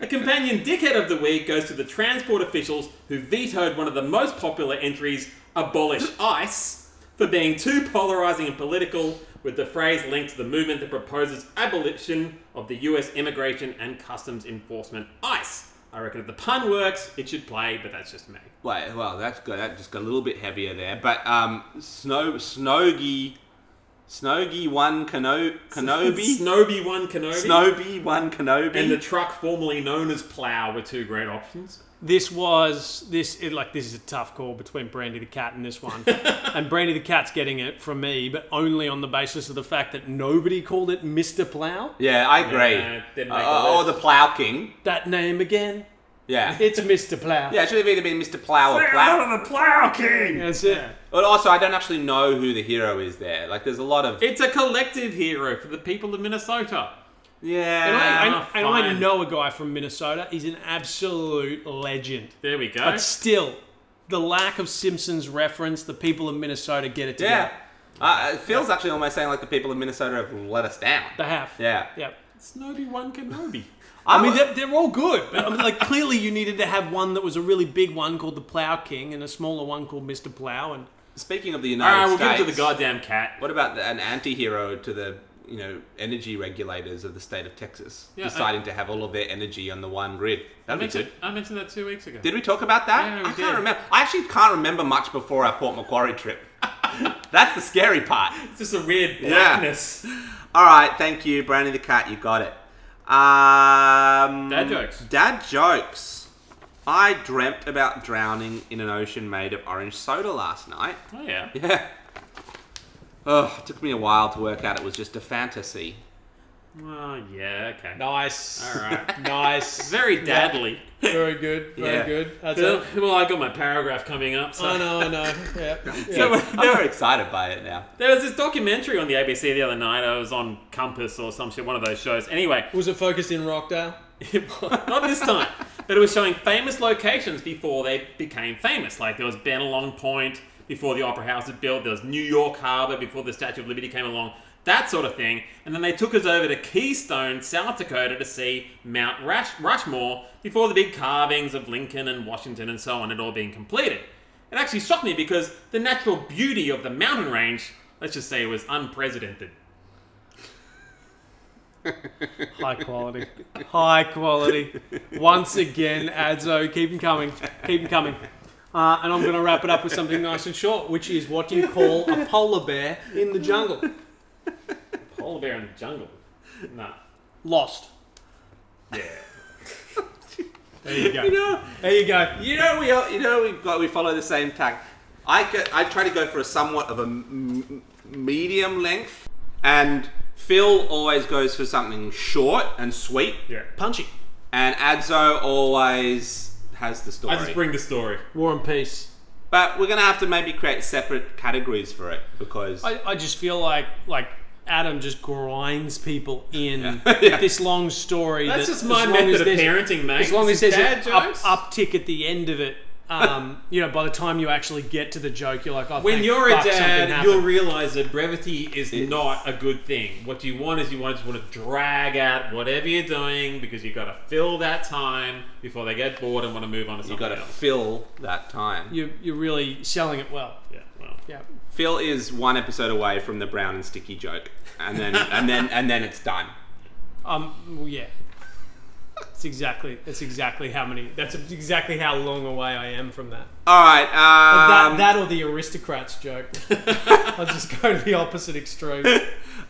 Speaker 2: a companion dickhead of the week goes to the transport officials who vetoed one of the most popular entries, Abolish ICE, for being too polarising and political, with the phrase linked to the movement that proposes abolition of the US Immigration and Customs Enforcement ICE. I reckon if the pun works, it should play, but that's just me.
Speaker 1: Wait, well, that's good. That just got a little bit heavier there. But um, Snow Snogy, Snogy one Keno,
Speaker 2: *laughs*
Speaker 1: Kenobi,
Speaker 2: Snowby one Kenobi.
Speaker 1: Snoby one Kenobi.
Speaker 2: And the truck formerly known as Plough were two great options.
Speaker 4: This was this it, like this is a tough call between Brandy the cat and
Speaker 1: *laughs*
Speaker 4: this one, and Brandy the cat's getting it from me, but only on the basis of the fact that nobody called it Mister Plow.
Speaker 1: Yeah, I agree.
Speaker 2: Yeah, didn't make
Speaker 1: Uh,
Speaker 2: the
Speaker 1: or the
Speaker 2: list.
Speaker 1: Plow King.
Speaker 4: That name again,
Speaker 2: *laughs*
Speaker 1: Yeah.
Speaker 4: it's Mister Plow.
Speaker 1: yeah, it should have either been Mr. Plow or Plow.
Speaker 2: the Plow King!
Speaker 4: that's it.
Speaker 1: But also, I don't actually know who the hero is there. Like, there's a lot of.
Speaker 2: It's a collective hero for the people of Minnesota.
Speaker 4: And, I,
Speaker 1: yeah.
Speaker 4: and-
Speaker 2: Ah,
Speaker 4: and I
Speaker 2: fine.
Speaker 4: know a guy from Minnesota. He's an absolute legend.
Speaker 2: There we go.
Speaker 4: But still, the lack of Simpsons reference, the people of Minnesota get it together.
Speaker 1: yeah. Uh, it feels actually almost saying like the people of Minnesota have let us down.
Speaker 4: They have.
Speaker 1: Yeah.
Speaker 4: Yep.
Speaker 2: It's Obi Wan *laughs* Kenobi.
Speaker 4: I mean, they're, they're all good, but I mean, like clearly you needed to have one that was a really big one called the Plow King and a smaller one called Mister Plow. And
Speaker 1: Speaking of the United
Speaker 2: Alright, Ah, we'll
Speaker 1: States.
Speaker 2: give it to the goddamn cat.
Speaker 1: What about the, an anti-hero to the you know energy regulators of the state of Texas
Speaker 2: Yeah, I-
Speaker 1: deciding to have all of their energy on the one grid?
Speaker 2: I
Speaker 1: That'd be
Speaker 2: mentioned,
Speaker 1: good.
Speaker 2: I mentioned that two weeks ago.
Speaker 1: Did we talk about that?
Speaker 2: Yeah, we
Speaker 1: I can't
Speaker 2: did.
Speaker 1: remember. I actually can't remember much before our Port Macquarie trip. *laughs* That's the scary part.
Speaker 2: it's just a weird
Speaker 1: Yeah.
Speaker 2: blackness.
Speaker 1: All right, thank you, Brandy the cat. You got it. Um,
Speaker 2: Dad jokes.
Speaker 1: Dad jokes. I dreamt about drowning in an ocean made of orange soda last night. *laughs*
Speaker 2: Oh, yeah.
Speaker 1: Yeah. Ugh, it took me a while to work out it was just a fantasy.
Speaker 2: Oh, yeah, okay.
Speaker 4: nice,
Speaker 2: Alright.
Speaker 4: *laughs* nice,
Speaker 2: Very dadly.
Speaker 4: very good, very
Speaker 1: Yeah.
Speaker 4: good. That's
Speaker 2: Well, *laughs* well, I got my paragraph coming up. So.
Speaker 4: I know, I know. Yeah. *laughs*
Speaker 1: Yeah, I'm very excited by it now.
Speaker 2: There was this documentary on the ABC the other night. I was on Compass or some shit, one of those shows. Anyway,
Speaker 4: Was it focused in Rockdale?
Speaker 2: *laughs* not this time, but it was showing famous locations before they became famous. Like there was Benelong Point before the Opera House was built. There was New York Harbor before the Statue of Liberty came along. That sort of thing. And then they took us over to Keystone, South Dakota, to see Mount Rush- Rushmore before the big carvings of Lincoln and Washington and so on had all been completed. It actually shocked me because the natural beauty of the mountain range, let's just say, was unprecedented.
Speaker 4: High quality. High quality. Once again, Adzo, keep them coming. Keep them coming. Uh, and I'm going to wrap it up with something nice and short, which is what do you call a polar bear in the jungle?
Speaker 2: Polar bear in the jungle. Nah.
Speaker 4: Lost.
Speaker 2: Yeah.
Speaker 4: There you
Speaker 1: You
Speaker 4: go.
Speaker 1: know,
Speaker 4: There you go.
Speaker 1: you know, we all, you know, we've got we follow the same tack. I go, I try to go for a somewhat of a m- m- medium length, and Phil always goes for something short and sweet,
Speaker 2: Yeah.
Speaker 4: Punchy.
Speaker 1: and Adzo always has the story.
Speaker 2: I just bring the story.
Speaker 4: War and peace.
Speaker 1: but we're gonna have to maybe create separate categories for it because
Speaker 4: I, I just feel like like Adam just grinds people in
Speaker 1: Yeah. Yeah.
Speaker 4: with this long story.
Speaker 2: That's
Speaker 4: that
Speaker 2: just my
Speaker 4: as long as
Speaker 2: method of
Speaker 4: there's-
Speaker 2: parenting, mate.
Speaker 4: As long
Speaker 2: This
Speaker 4: as
Speaker 2: is
Speaker 4: there's
Speaker 2: dad
Speaker 4: an up,
Speaker 2: jokes.
Speaker 4: uptick at the end of it, um, you know, by the time you actually get to the joke, you're like, oh,
Speaker 2: when
Speaker 4: thank
Speaker 2: you're a
Speaker 4: fuck, something
Speaker 2: dad,
Speaker 4: happened.
Speaker 2: you'll realize that brevity is not a good thing. What you want is you want just want to drag out whatever you're doing because you've got to fill that time before they get bored and want to move on to
Speaker 1: you
Speaker 2: something
Speaker 1: got to
Speaker 2: else.
Speaker 1: fill that time.
Speaker 4: you're, you're really selling it well.
Speaker 2: yeah, well,
Speaker 4: Yeah.
Speaker 1: Phil is one episode away from the brown and sticky joke, and then and then and then it's done.
Speaker 4: Um. well, yeah. That's exactly. That's exactly how many. That's exactly how long away I am from that.
Speaker 1: All right. Um,
Speaker 4: that, that or the aristocrats
Speaker 1: *laughs*
Speaker 4: joke. I'll just go to the opposite extreme.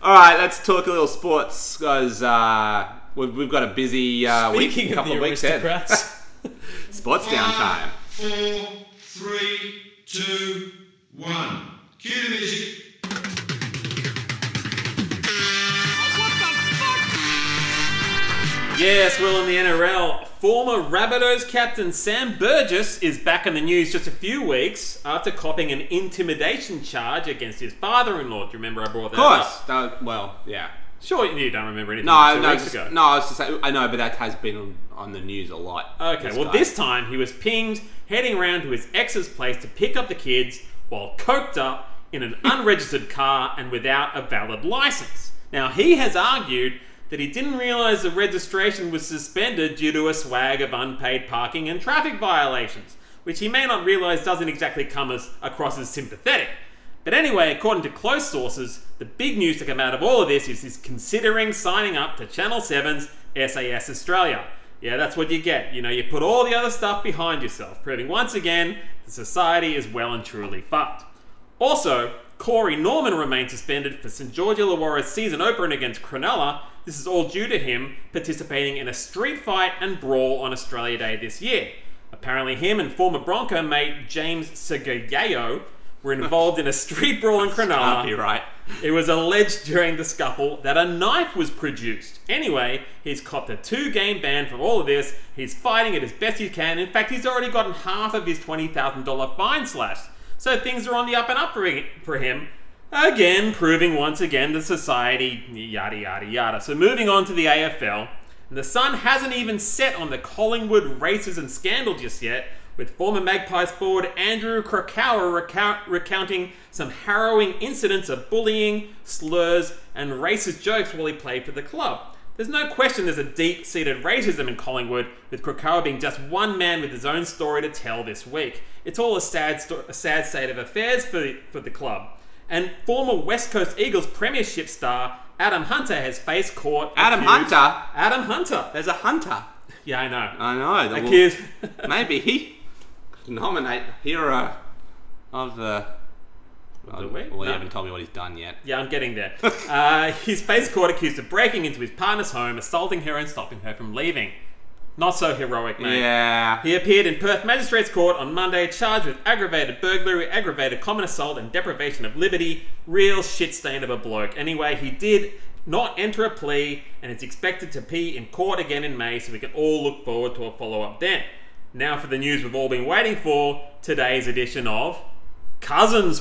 Speaker 1: All right, let's talk a little sports, guys. Uh, we've, we've got a busy uh, week,
Speaker 4: Speaking of
Speaker 1: couple
Speaker 4: the
Speaker 1: of weeks ahead. *laughs*
Speaker 4: aristocrats.
Speaker 1: Sports downtime.
Speaker 5: four, three, two, one. Cue the music.
Speaker 2: Yes, well, in the NRL, former Rabbitohs captain Sam Burgess is back in the news just a few weeks after copping an intimidation charge against his father-in-law. Do you remember I brought that
Speaker 1: Of course.
Speaker 2: up?
Speaker 1: That- well, yeah.
Speaker 2: Sure, you don't remember anything.
Speaker 1: No,
Speaker 2: from
Speaker 1: I-
Speaker 2: two
Speaker 1: no,
Speaker 2: weeks
Speaker 1: just-
Speaker 2: ago.
Speaker 1: no. I was just saying, I know, but that has been on the news a lot.
Speaker 2: Okay, well,
Speaker 1: guy.
Speaker 2: this time he was pinged heading around to his ex's place to pick up the kids while coked up in an unregistered car and without a valid license. Now, he has argued that he didn't realize the registration was suspended due to a swag of unpaid parking and traffic violations, which he may not realize doesn't exactly come as, across as sympathetic. But anyway, according to close sources, the big news to come out of all of this is he's considering signing up to Channel 7's SAS Australia. Yeah, that's what you get. You know, you put all the other stuff behind yourself, proving once again that society is well and truly fucked. Also, Corey Norman remains suspended for St. George Illawarra's season opener against Cronulla. This is all due to him participating in a street fight and brawl on Australia Day this year. Apparently, him and former Bronco mate James Segayo were involved in a street brawl in Cronulla.
Speaker 1: Can't be right.
Speaker 2: It was alleged during the scuffle that a knife was produced. Anyway, he's copped a two game ban for all of this. He's fighting it as best he can. In fact, he's already gotten half of his $20,000 fine slashed. So things are on the up and up for him- for him. Again, proving once again that society, yada, yada, yada. So moving on to the AFL. And the sun hasn't even set on the Collingwood racism scandal just yet, with former Magpies forward Andrew Krakauer recount- recounting some harrowing incidents of bullying, slurs, and racist jokes while he played for the club. There's no question there's a deep seated racism in Collingwood, with Krakauer being just one man with his own story to tell this week. It's all a sad, sto- a sad state of affairs for, for the club. And former West Coast Eagles Premiership star Adam Hunter has faced court.
Speaker 1: Adam
Speaker 2: accused-
Speaker 1: Hunter?
Speaker 2: Adam Hunter.
Speaker 1: There's a hunter.
Speaker 2: Yeah, I know. *laughs*
Speaker 1: I know. the-
Speaker 2: A kid.
Speaker 1: *laughs* Maybe he could nominate hero of the.
Speaker 2: the week?
Speaker 1: Well, you
Speaker 2: No.
Speaker 1: haven't told me what he's done yet.
Speaker 2: yeah, I'm getting there. Uh, his face court accused of breaking into his partner's home, assaulting her, and stopping her from leaving. Not so heroic, mate.
Speaker 1: Yeah.
Speaker 2: He appeared in Perth Magistrates Court on Monday, charged with aggravated burglary, aggravated common assault, and deprivation of liberty. Real shit stain of a bloke. Anyway, he did not enter a plea and is expected to be in court again in May, so we can all look forward to a follow up then. Now for the news we've all been waiting for today's edition of Cousins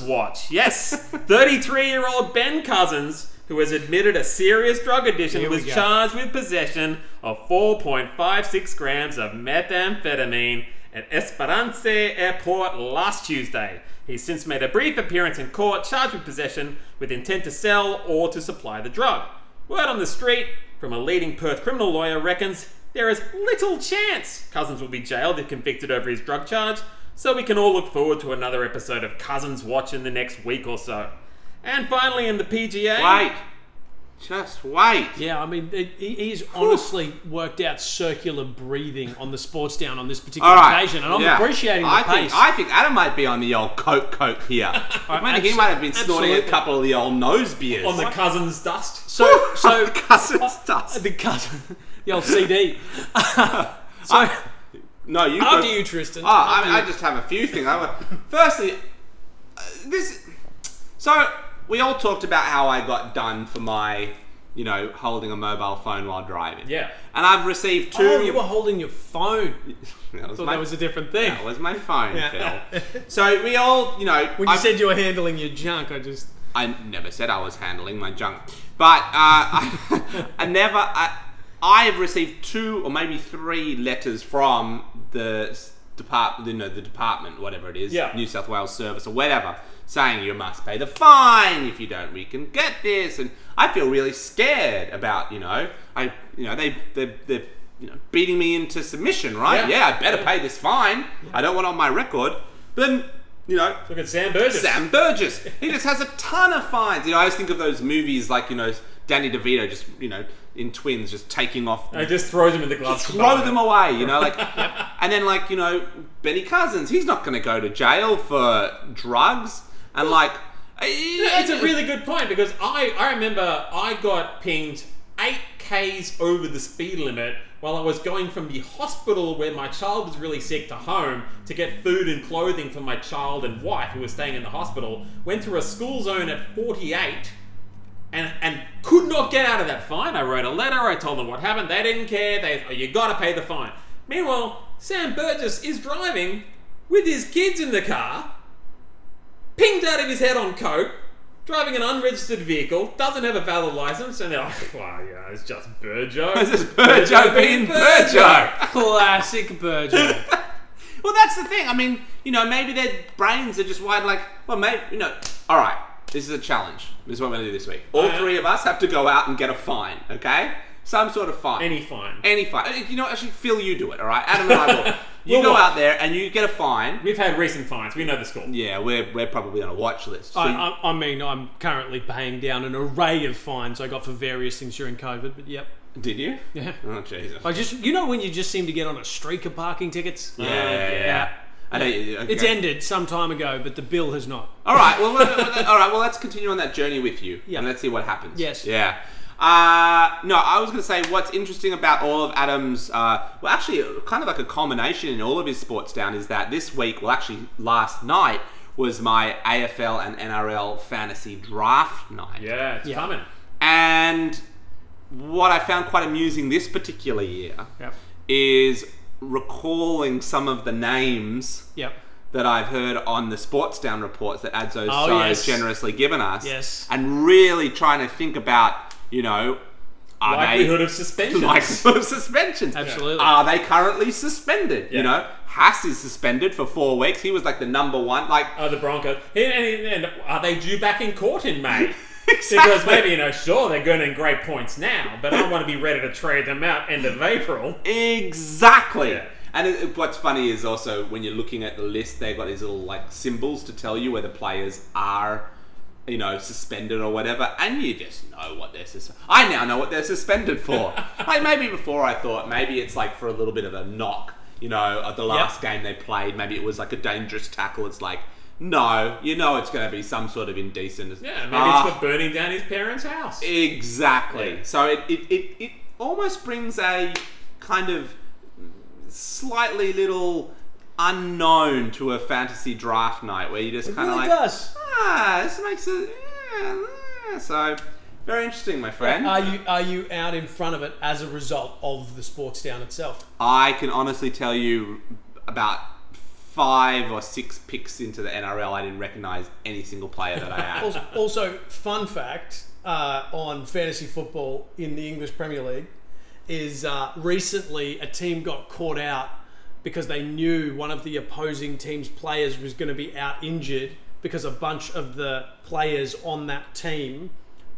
Speaker 3: *laughs*
Speaker 2: Watch. Yes, 33 year old Ben Cousins, who has admitted a serious drug addiction,
Speaker 3: Here we
Speaker 2: was
Speaker 3: go.
Speaker 2: charged charged with possession of 4.56 grams of methamphetamine at Esperance Airport last Tuesday. He's since made a brief appearance in court charged with possession with intent to sell or to supply the drug. Word on the street from a leading Perth criminal lawyer reckons there is little chance Cousins will be jailed if convicted over his drug charge, so we can all look forward to another episode of Cousins Watch in the next week or so. And finally, in the PGA.
Speaker 1: Wait. Just wait.
Speaker 3: Yeah, I mean, it, he- he's honestly worked out circular breathing on the sports down on this particular
Speaker 1: All right.
Speaker 3: occasion, and I'm
Speaker 1: Yeah.
Speaker 3: appreciating the
Speaker 1: I
Speaker 3: pace.
Speaker 1: Think, I think Adam might be on the old coke coke
Speaker 3: *laughs*
Speaker 1: here. I mean, he
Speaker 3: abso-
Speaker 1: might have been snorting a
Speaker 3: absolutely.
Speaker 1: couple of the old nose beers.
Speaker 2: On the Cousins dust.
Speaker 1: *laughs*
Speaker 3: so, *laughs* so uh,
Speaker 1: Cousins dust.
Speaker 3: the
Speaker 4: *laughs*
Speaker 3: cousin, the old
Speaker 1: *laughs*
Speaker 3: CD. so
Speaker 1: No, you.
Speaker 3: after
Speaker 1: go-
Speaker 3: you, Tristan.
Speaker 1: Oh,
Speaker 3: after
Speaker 1: I, I
Speaker 3: you.
Speaker 1: just have a few things. I want, firstly, uh, this. So we all talked about how I got done for my, you know, holding a mobile phone while driving.
Speaker 2: Yeah.
Speaker 1: And I've received two.
Speaker 3: Oh, you were holding your phone.
Speaker 1: *laughs* that, was
Speaker 3: Thought
Speaker 1: my,
Speaker 3: that was a different thing.
Speaker 1: that was my phone,
Speaker 3: Yeah. *laughs*
Speaker 1: Phil. So we all, you know,
Speaker 3: when you
Speaker 1: I've-
Speaker 3: said you were handling your junk, I just
Speaker 1: I never said I was handling my junk, but uh, I, *laughs* I never. I, I have received two or maybe three letters from the s- depart, you know, the department, whatever it is,
Speaker 2: Yeah.
Speaker 1: New South Wales Service or whatever, saying you must pay the fine if you don't. We can get this, and I feel really scared about you know, I you know they they they're you know, beating me into submission, right?
Speaker 2: Yeah.
Speaker 1: Yeah, I better pay this fine. I don't want it on my record. But then you know,
Speaker 2: Look at Sam Burgess.
Speaker 1: Sam Burgess. He just has a ton of fines. You know, I just think of those movies like, you know, Danny DeVito just, you know, in Twins, just taking off,
Speaker 2: I just throws him in the glass.
Speaker 1: *laughs* throw them away, you know, like, and then like, you know, Benny Cousins, he's not going to go to jail for drugs. And like,
Speaker 2: It's a really good point because I, I remember I got pinged eight k's over the speed limit while I was going from the hospital where my child was really sick to home to get food and clothing for my child and wife who were staying in the hospital. Went through a school zone at 48. and and could not get out of that fine. I wrote a letter. I told them what happened. They didn't care. They oh, you got to pay the fine. Meanwhile, Sam Burgess is driving with his kids in the car, pinged out of his head on coke, driving an unregistered vehicle, doesn't have a valid license, and they're like, "Well, yeah, it's just Burjo. *laughs*
Speaker 1: This is Burjo being Burjo.
Speaker 3: classic Virgin.
Speaker 1: *laughs* Well, that's the thing. I mean, you know, maybe their brains are just wide. Like, well, maybe you know. All right, this is a challenge. This is what we're gonna do this week. All
Speaker 3: Uh,
Speaker 2: Alright.
Speaker 1: three of us have to go out and get a fine. Okay, some sort of
Speaker 2: *laughs*
Speaker 1: fine.
Speaker 2: Any fine.
Speaker 1: Any fine. Uh, You know, what, actually, Phil, you do it. All right, Adam and I
Speaker 3: *laughs*
Speaker 1: will. You
Speaker 2: We'll
Speaker 1: go
Speaker 2: watch.
Speaker 1: out there and you get a fine.
Speaker 2: We've had recent fines. We know the score.
Speaker 1: Yeah, we're we're probably on a watch list. So
Speaker 3: I, I, I mean, I'm currently paying down an array of fines I got for various things during COVID. But yep,
Speaker 1: did you?
Speaker 3: yeah.
Speaker 1: Oh Jesus.
Speaker 3: I just, you know, when you just seem to get on a streak of parking tickets.
Speaker 1: yeah, yeah, yeah.
Speaker 3: yeah.
Speaker 1: I know. okay.
Speaker 3: It's ended some time ago, but the bill has not.
Speaker 1: All right. Well, let- let- all right. Well, let's continue on that journey with you.
Speaker 3: Yeah.
Speaker 1: And let's see what happens.
Speaker 3: Yes.
Speaker 1: Yeah. Uh, no, I was going to say what's interesting about all of Adam's, uh, well, actually, kind of like a culmination in all of his sports down is that this week, well, actually, last night was my AFL and NRL fantasy draft night.
Speaker 2: Yeah, it's coming.
Speaker 1: And what I found quite amusing this particular year
Speaker 3: Yep.
Speaker 1: is recalling some of the names
Speaker 3: Yep.
Speaker 1: that I've heard on the sports down reports that Adzo's
Speaker 3: Oh,
Speaker 1: so
Speaker 3: yes.
Speaker 1: generously given us.
Speaker 3: Yes.
Speaker 1: And really trying to think about, you know, are
Speaker 2: Likelihood
Speaker 1: they
Speaker 2: of suspension.
Speaker 1: *laughs* likelihood of suspensions?
Speaker 3: Absolutely.
Speaker 1: Are they currently suspended?
Speaker 2: Yeah.
Speaker 1: You know, Haas is suspended for four weeks. He was like the number one. Like,
Speaker 2: Oh, the Broncos. And, and, and are they due back in court in
Speaker 4: *laughs*
Speaker 2: May? Because
Speaker 1: Exactly.
Speaker 2: maybe, you know, sure, they're going in great points now, but I want to be ready to trade them out end of April.
Speaker 4: *laughs*
Speaker 1: Exactly.
Speaker 2: Yeah.
Speaker 1: And it, it- what's funny is also when you're looking at the list, they've got these little like symbols to tell you where the players are, you know, suspended or whatever, and you just know what they're suspended. I now know what they're
Speaker 2: *laughs*
Speaker 1: suspended for. like maybe before I thought maybe it's like for a little bit of a knock, you know, at the last game they played, maybe it was like a dangerous tackle. It's like no, you know, it's going to be some sort of indecent.
Speaker 2: Yeah, maybe
Speaker 1: Ah,
Speaker 2: it's for burning down his parents' house.
Speaker 1: Exactly.
Speaker 2: Yeah.
Speaker 1: So it, it, it, it almost brings a kind of slightly little unknown to a fantasy draft night where you just kind of
Speaker 3: really
Speaker 1: like,
Speaker 3: does.
Speaker 1: ah, this makes it, yeah, yeah." So very interesting, my friend.
Speaker 4: Are you are you out in front of it as a result of the sports down itself?
Speaker 1: I can honestly tell you about five or six picks into the NRL. I didn't recognize any single player that I
Speaker 4: *laughs*
Speaker 2: *laughs*
Speaker 1: had.
Speaker 4: Also, also fun fact uh, on fantasy football in the English Premier League is uh, recently a team got caught out because they knew one of the opposing team's players was going to be out injured because a bunch of the players on that team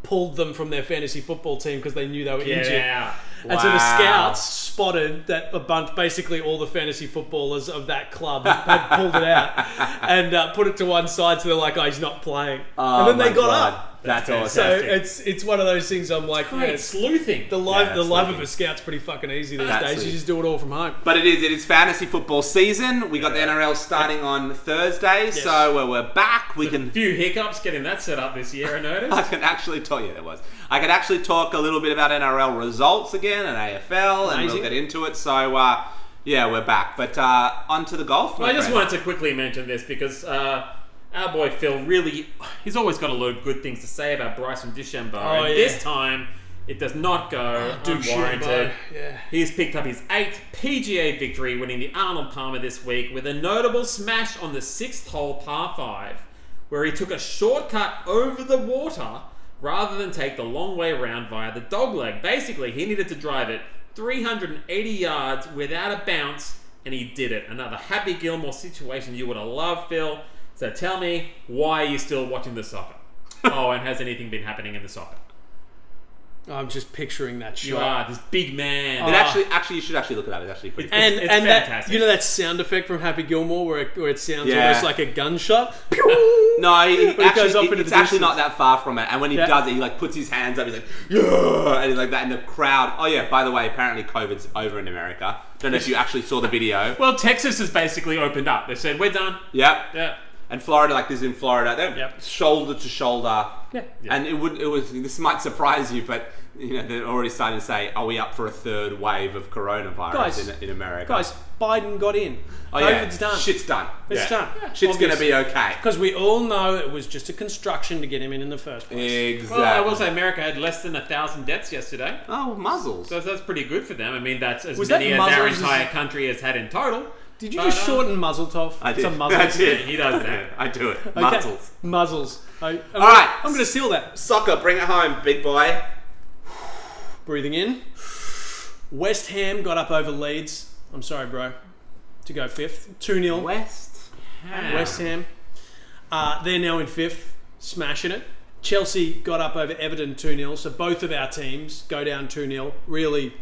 Speaker 4: pulled them from their fantasy football team because they knew they were
Speaker 2: Get
Speaker 4: injured.
Speaker 2: out.
Speaker 4: And so the
Speaker 1: Wow.
Speaker 4: scouts spotted that a bunch, basically all the fantasy footballers of that club had pulled
Speaker 1: *laughs*
Speaker 4: it out and uh, put it to one side. So they're like, "Oh, he's not playing,"
Speaker 1: Oh
Speaker 4: and then they
Speaker 1: my
Speaker 4: got
Speaker 1: God.
Speaker 4: up.
Speaker 1: That's,
Speaker 2: That's
Speaker 1: awesome.
Speaker 4: So
Speaker 2: Fantastic.
Speaker 4: it's it's one of those things. I'm like, yeah,
Speaker 2: Great
Speaker 4: it's-
Speaker 2: sleuthing.
Speaker 4: the life
Speaker 1: Yeah,
Speaker 4: the
Speaker 1: that's
Speaker 4: life
Speaker 1: lovely.
Speaker 4: of a scout's pretty fucking easy these
Speaker 1: That's
Speaker 4: days.
Speaker 1: it.
Speaker 4: You just do it all from home.
Speaker 1: But it is it is fantasy football season. We got the NRL starting on Thursday, so uh, we're back. We can
Speaker 2: few hiccups getting that set up this year, I
Speaker 1: *laughs* I
Speaker 4: *laughs*
Speaker 2: noticed.
Speaker 1: can actually tell you there was. I can actually talk a little bit about NRL results again and AFL, and
Speaker 4: Amazing.
Speaker 1: we'll get into it. So uh, yeah, we're back. But uh, on to the golf. my
Speaker 2: I just
Speaker 1: friend.
Speaker 2: wanted to quickly mention this because uh, our boy Phil really, he's always got a load of good things to say about Bryson DeChambeau. and
Speaker 4: Oh, yeah.
Speaker 2: this time, it does not go unwarranted.
Speaker 4: Yeah.
Speaker 2: He's picked up his eighth PGA victory, winning the Arnold Palmer this week with a notable smash on the sixth hole par five, where he took a shortcut over the water rather than take the long way round via the dogleg. Basically, he needed to drive it 380 yards without a bounce, and he did it. Another Happy Gilmore situation you would have loved, Phil. So tell me, why are you still watching the soccer? oh, and has anything been happening in the soccer?
Speaker 4: I'm just picturing that
Speaker 2: You
Speaker 4: shot.
Speaker 2: are this big man.
Speaker 1: It actually, actually, you should actually look it up. It's actually pretty.
Speaker 2: It's-
Speaker 4: And
Speaker 2: it's
Speaker 4: and that
Speaker 2: fantastic.
Speaker 4: you know that sound effect from Happy Gilmore where it, where it sounds
Speaker 1: Yeah.
Speaker 4: almost like
Speaker 1: *laughs*
Speaker 4: a gunshot.
Speaker 1: No, he, he
Speaker 4: But *laughs* it
Speaker 1: actually,
Speaker 4: goes up
Speaker 1: it-
Speaker 4: into
Speaker 1: it's
Speaker 4: the
Speaker 1: actually
Speaker 4: distance.
Speaker 1: not that far from it. And when he
Speaker 4: Yeah.
Speaker 1: does it, he like puts his hands up. He's like, yeah, and he's like that. And the crowd. Oh yeah. By the way, apparently COVID's over in America. Don't know if you actually saw the
Speaker 4: *laughs*
Speaker 1: video.
Speaker 2: Well, Texas has basically opened up. They said we're done.
Speaker 1: Yep.
Speaker 2: Yeah.
Speaker 1: And Florida, like this is in Florida, they're
Speaker 4: Yep.
Speaker 1: shoulder to shoulder.
Speaker 4: Yeah.
Speaker 1: And it would, it was. This might surprise you, but you know they're already starting to say, "Are we up for a third wave of coronavirus
Speaker 4: Guys.
Speaker 1: in, in America?"
Speaker 4: Guys, Biden got in.
Speaker 1: oh, yeah.
Speaker 4: COVID's done.
Speaker 1: Shit's done.
Speaker 4: It's *laughs*
Speaker 1: Yeah.
Speaker 4: done.
Speaker 1: Shit's gonna be okay.
Speaker 4: Because we all know it was just a construction to get him in in the first place.
Speaker 1: Exactly.
Speaker 2: Well, I will say America had less than a thousand deaths yesterday,
Speaker 1: oh, muzzles.
Speaker 2: so that's pretty good for them. I mean, that's as
Speaker 4: Was
Speaker 2: many
Speaker 4: that
Speaker 2: as our
Speaker 4: muzzles?
Speaker 2: entire country has had in total.
Speaker 4: Did you
Speaker 2: But,
Speaker 4: just
Speaker 2: uh,
Speaker 4: shorten Muzzletov?
Speaker 1: I
Speaker 4: It's
Speaker 1: did.
Speaker 4: a
Speaker 1: *laughs*
Speaker 4: muzzle.
Speaker 1: I did.
Speaker 2: He does
Speaker 1: Yeah,
Speaker 2: that.
Speaker 1: *laughs* I do it. Muzzles.
Speaker 4: Muzzles. I, am
Speaker 1: All right.
Speaker 4: I'm going to seal that.
Speaker 1: Soccer, bring it home, big boy.
Speaker 4: Breathing in. West Ham got up over Leeds. I'm sorry, bro. To go fifth. 2 0.
Speaker 1: West.
Speaker 2: Wow.
Speaker 4: West Ham. Uh, they're now in fifth, smashing it. Chelsea got up over Everton 2 0. So both of our teams go down 2 0. Really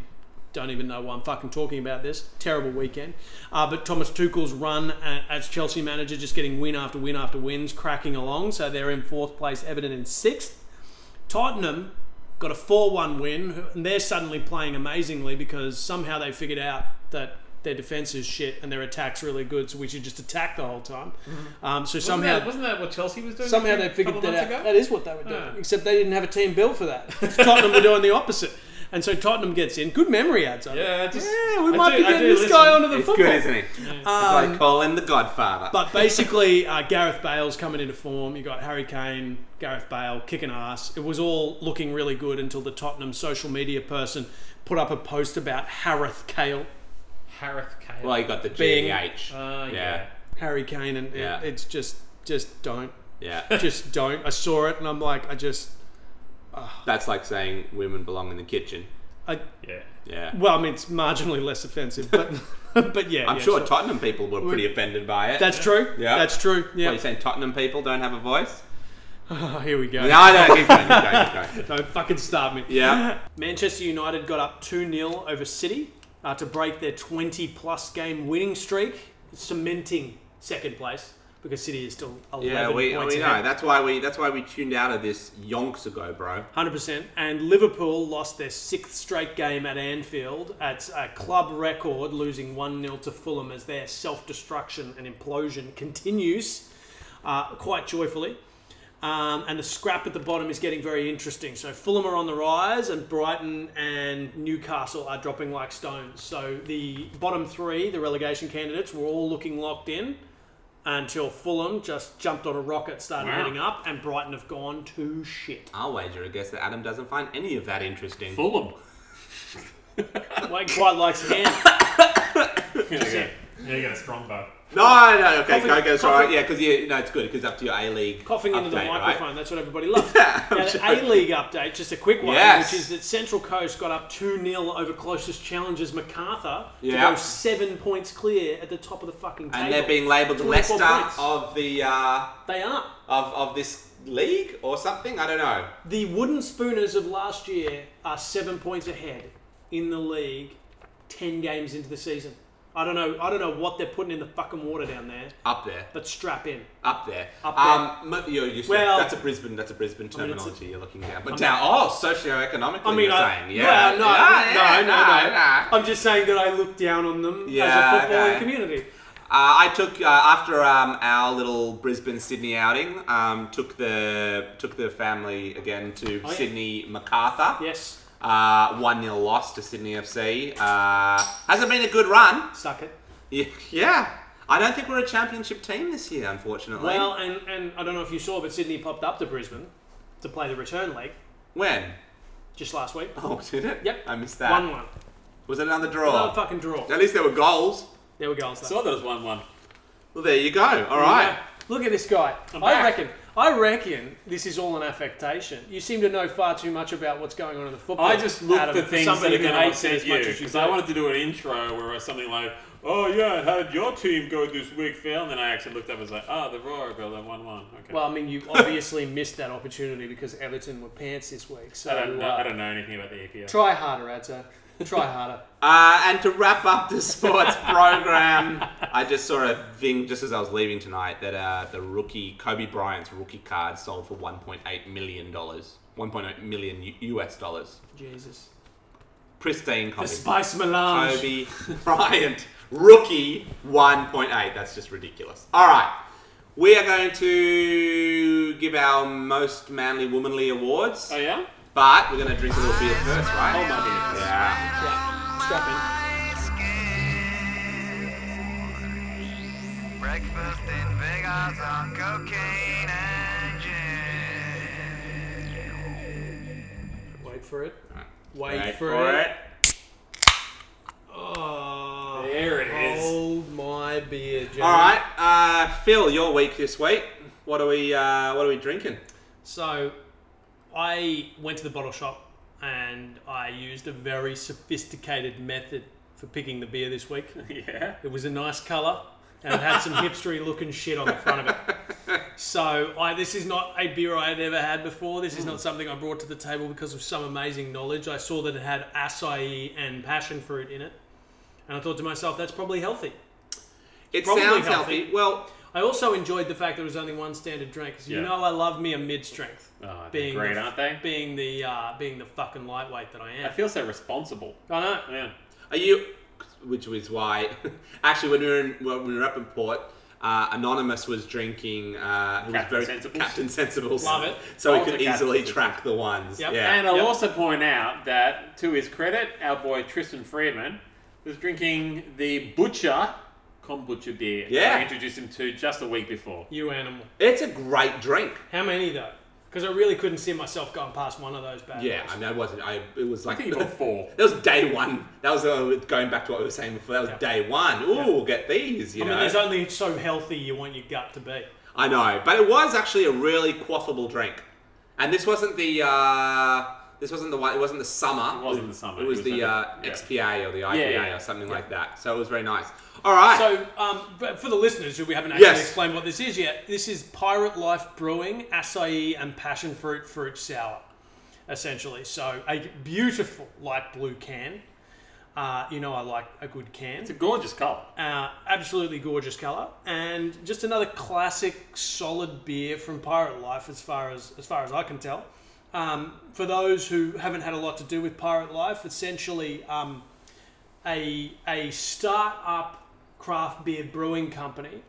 Speaker 4: don't even know why I'm fucking talking about this. Terrible weekend. Uh, but Thomas Tuchel's run a- as Chelsea manager, just getting win after win after wins, cracking along. So they're in fourth place, Everton in sixth. Tottenham got a 4 1 win, and they're suddenly playing amazingly because somehow they figured out that their defense is shit and their attack's really good, so we should just attack the whole time. Um,
Speaker 6: Mm-hmm.
Speaker 4: so
Speaker 6: Wasn't
Speaker 4: somehow
Speaker 6: that, wasn't that what Chelsea was doing?
Speaker 4: somehow
Speaker 6: a
Speaker 4: they
Speaker 6: few-
Speaker 4: figured
Speaker 6: couple
Speaker 4: that
Speaker 6: of
Speaker 4: out.
Speaker 6: months ago?
Speaker 4: That is what they were doing,
Speaker 6: Ah.
Speaker 4: except they didn't have a team built
Speaker 6: *laughs*
Speaker 4: for that. Tottenham were doing the opposite, and so Tottenham gets in. Good memory ads. I
Speaker 6: Yeah, I just,
Speaker 4: yeah, we
Speaker 6: I
Speaker 4: might
Speaker 6: do-
Speaker 4: be
Speaker 6: I
Speaker 4: getting
Speaker 6: do
Speaker 4: this guy
Speaker 6: listen.
Speaker 4: onto the
Speaker 1: It's
Speaker 4: football.
Speaker 1: good, isn't it? It's like Colin the Godfather.
Speaker 4: But basically, uh, Gareth Bale's coming into form. You got Harry Kane, Gareth Bale kicking ass. It was all looking really good until the Tottenham social media person put up a post about Harith Kale,
Speaker 6: Harith Kane.
Speaker 1: well, you got the
Speaker 4: Being-
Speaker 1: GH.
Speaker 6: Uh,
Speaker 1: yeah.
Speaker 4: Harry Kane, and it-
Speaker 1: Yeah.
Speaker 4: it's just, just don't,
Speaker 1: Yeah.
Speaker 4: just *laughs* don't. I saw it and I'm like, I just,
Speaker 1: That's like saying women belong in the kitchen.
Speaker 4: I
Speaker 6: yeah.
Speaker 1: Yeah.
Speaker 4: well, I mean, it's marginally less offensive, but, *laughs* but yeah,
Speaker 1: I'm
Speaker 4: yeah,
Speaker 1: sure Tottenham people were pretty offended by it.
Speaker 4: That's true.
Speaker 1: Yeah.
Speaker 4: that's true.
Speaker 1: What,
Speaker 4: Yeah.
Speaker 1: you saying Tottenham people don't have a *laughs* voice?
Speaker 4: Oh, here we go.
Speaker 1: No, no, keep going, keep going, keep going.
Speaker 4: *laughs* Don't fucking start me.
Speaker 1: Yeah.
Speaker 4: Manchester United got up 2 0 over City uh, to break their 20 plus game winning streak, cementing second place because City is still 11
Speaker 1: *laughs* Yeah, we,
Speaker 4: points
Speaker 1: we know.
Speaker 4: ahead.
Speaker 1: That's why we that's why we tuned out of this yonks ago, bro.
Speaker 4: 100%. And Liverpool lost their sixth straight game at Anfield at a club record, losing 1 0 to Fulham as their self destruction and implosion continues uh, quite joyfully. Um, and the scrap at the bottom is getting very interesting. So Fulham are on the rise, and Brighton and Newcastle are dropping like stones. So the bottom three, the relegation candidates, were all looking locked in until Fulham just jumped on a rocket, started
Speaker 2: Wow.
Speaker 4: heading up, and Brighton have gone to shit.
Speaker 1: I'll wager a guess that Adam doesn't find any of that interesting.
Speaker 2: Fulham.
Speaker 4: Wait, quite likes again.
Speaker 1: *laughs*
Speaker 6: Yeah, you got a strong bar.
Speaker 1: No, no, okay,
Speaker 4: Coughing-
Speaker 1: go, go, it's all right.
Speaker 4: coughing-
Speaker 1: Yeah, because yeah, no, it's good because up to your A League
Speaker 4: Coughing into the microphone, that's what
Speaker 1: *laughs*
Speaker 4: everybody loves.
Speaker 1: I'm
Speaker 4: now, the
Speaker 1: joking.
Speaker 4: A League update, just a quick one,
Speaker 1: Yes.
Speaker 4: which is that Central Coast got up 2 0 over closest challengers MacArthur
Speaker 1: Yeah.
Speaker 4: to go seven points clear at the top of the fucking table.
Speaker 1: And they're being labelled
Speaker 4: 24
Speaker 1: Leicester
Speaker 4: points.
Speaker 1: of the uh,
Speaker 4: They are.
Speaker 1: of of this league or something. I don't know.
Speaker 4: The Wooden Spooners of last year are seven points ahead in the league, 10 games into the season. I don't know. I don't know what they're putting in the fucking water down there,
Speaker 1: Up there,
Speaker 4: but strap in.
Speaker 1: up there,
Speaker 4: Up
Speaker 1: Um, m- you you
Speaker 4: Well-
Speaker 1: that's a Brisbane. That's a Brisbane
Speaker 4: I mean, it's a-
Speaker 1: terminology you're looking at. But down, oh, socioeconomically,
Speaker 4: I mean,
Speaker 1: you're
Speaker 4: I,
Speaker 1: saying, yeah,
Speaker 4: no, no,
Speaker 1: yeah, yeah,
Speaker 4: no, no, no,
Speaker 1: nah.
Speaker 4: I'm just saying that I look down on them
Speaker 1: Yeah,
Speaker 4: as a footballing
Speaker 1: okay.
Speaker 4: community.
Speaker 1: Uh, I took uh, after um, our little Brisbane Sydney outing. Um, took the took the family again to
Speaker 4: Oh, yeah.
Speaker 1: Sydney Macarthur.
Speaker 4: Yes,
Speaker 1: Uh, one 0 loss to Sydney FC. Uh, hasn't been a good run. *laughs*
Speaker 4: suck it.
Speaker 1: Yeah, yeah. I don't think we're a championship team this year, unfortunately.
Speaker 4: Well, and, and I don't know if you saw, but Sydney popped up to Brisbane to play the return leg
Speaker 1: when?
Speaker 4: just last week.
Speaker 1: Oh, did it?
Speaker 4: Yep.
Speaker 1: I missed that. Oh.
Speaker 4: One one.
Speaker 1: Was it another
Speaker 4: Another
Speaker 1: draw?
Speaker 4: fucking draw.
Speaker 1: At least there were goals.
Speaker 4: There we go. So,
Speaker 2: Saw that as 1 1.
Speaker 1: Well, there you go. All right.
Speaker 4: Look at this guy. i
Speaker 2: back.
Speaker 4: reckon. I reckon this is all an affectation. You seem to know far too much about what's going on in the football.
Speaker 2: I just looked
Speaker 4: Adam,
Speaker 2: for
Speaker 4: for
Speaker 2: things that
Speaker 4: somebody
Speaker 2: are
Speaker 4: who
Speaker 2: going to
Speaker 4: knows
Speaker 2: upset
Speaker 4: as much
Speaker 2: you
Speaker 4: as you
Speaker 2: because I
Speaker 4: do.
Speaker 2: wanted to do an intro where I was something like, "Oh yeah, how did your team go this week, Phil?" And then I actually looked up and was like, "Oh, the Roar girl, that one-one." Okay.
Speaker 4: Well, I mean, you obviously *laughs* missed that opportunity because Everton were pants this week. So
Speaker 2: I don't know.
Speaker 4: uh,
Speaker 2: I don't know anything about the E EPL.
Speaker 4: Try harder, Adza. Try harder. *laughs*
Speaker 1: Uh, and to wrap up the sports program, I just saw a thing just as I was leaving tonight that uh, the rookie Kobe Bryant's rookie card sold for 1.8 million dollars, 1.8 million U- US dollars.
Speaker 4: Jesus.
Speaker 1: Pristine copy.
Speaker 4: Spice melange.
Speaker 1: Kobe Bryant, rookie 1.8. That's just ridiculous. All right. We are going to give our most manly womanly awards,
Speaker 2: Oh yeah.
Speaker 1: but we're going to drink a little beer first, right? Oh, my beer. Yeah.
Speaker 4: Yeah. Strap in.
Speaker 7: Breakfast in Vegas on cocaine and gin.
Speaker 4: Wait for it. Wait,
Speaker 1: Wait
Speaker 4: for,
Speaker 1: for
Speaker 4: it.
Speaker 1: it.
Speaker 4: Oh,
Speaker 2: There it is.
Speaker 4: Hold my beer, Joe.
Speaker 1: All right, uh, Phil, your week this week. What are we? Uh, what are we drinking?
Speaker 4: So, I went to the bottle shop and I used a very sophisticated method for picking the beer this week.
Speaker 2: *laughs* Yeah.
Speaker 4: It was a nice colour and it had some hipstery looking shit on the front of it. So I, this is not a beer I had ever had before. This is not something I brought to the table because of some amazing knowledge. I saw that it had acai and passion fruit in it. And I thought to myself, that's probably healthy.
Speaker 1: It
Speaker 4: Probably
Speaker 1: sounds healthy.
Speaker 4: healthy.
Speaker 1: Well,
Speaker 4: I also enjoyed the fact that it was only one standard drink. 'cause
Speaker 2: Yeah.
Speaker 4: You know I love me a mid-strength.
Speaker 2: Oh, they're
Speaker 4: Being
Speaker 2: great,
Speaker 4: the,
Speaker 2: aren't they?
Speaker 4: Being the, uh, being the fucking lightweight that I
Speaker 2: I
Speaker 4: am.
Speaker 2: feel so responsible.
Speaker 4: I know.
Speaker 2: Yeah.
Speaker 1: are you? which was why. *laughs* actually, when we were in, when we were up in Port. Uh, Anonymous was drinking. Uh, who
Speaker 2: Captain
Speaker 1: was very,
Speaker 2: Sensibles.
Speaker 1: Captain Sensibles.
Speaker 2: Love it.
Speaker 1: *laughs* So we
Speaker 2: Love the
Speaker 1: could
Speaker 2: Captain
Speaker 1: easily
Speaker 2: Sensibles.
Speaker 1: track the ones.
Speaker 4: Yep.
Speaker 1: Yeah.
Speaker 2: And I'll also point out that, to his credit, our boy Tristan Freeman was drinking the Butcher Kombucha beer. that
Speaker 1: Yeah.
Speaker 2: I introduced him to just a week before.
Speaker 4: You animal.
Speaker 1: it's a great drink.
Speaker 4: How many though? Because I really couldn't see myself going past one of those bad
Speaker 1: Yeah,
Speaker 4: boys.
Speaker 1: I mean, I wasn't. I it was like
Speaker 2: think you
Speaker 1: *laughs*
Speaker 2: got four.
Speaker 1: That was day one. That was uh, going back to what we were saying before. That was day one. Ooh, we'll get these. You
Speaker 4: I
Speaker 1: know,
Speaker 4: mean, there's only so healthy you want your gut to be.
Speaker 1: I know, but it was actually a really quaffable drink, and this wasn't the. Uh, this wasn't the one. It wasn't the summer.
Speaker 2: It wasn't the summer.
Speaker 1: It was,
Speaker 2: It was
Speaker 1: the
Speaker 2: the-
Speaker 1: uh,
Speaker 2: yeah.
Speaker 1: XPA or the IPA
Speaker 2: yeah.
Speaker 1: or something like that. So it was very nice. All right.
Speaker 4: So, um, but for the listeners who we haven't actually
Speaker 1: Yes.
Speaker 4: explained what this is yet, this is Pirate Life Brewing acai and passion fruit fruit sour, essentially. So a beautiful light blue can. Uh, you know I like a good can.
Speaker 2: It's a gorgeous colour.
Speaker 4: Uh, absolutely gorgeous color, and just another classic solid beer from Pirate Life, as far as as far as I can tell. Um, for those who haven't had a lot to do with Pirate Life, essentially um, a a start-up craft beer brewing company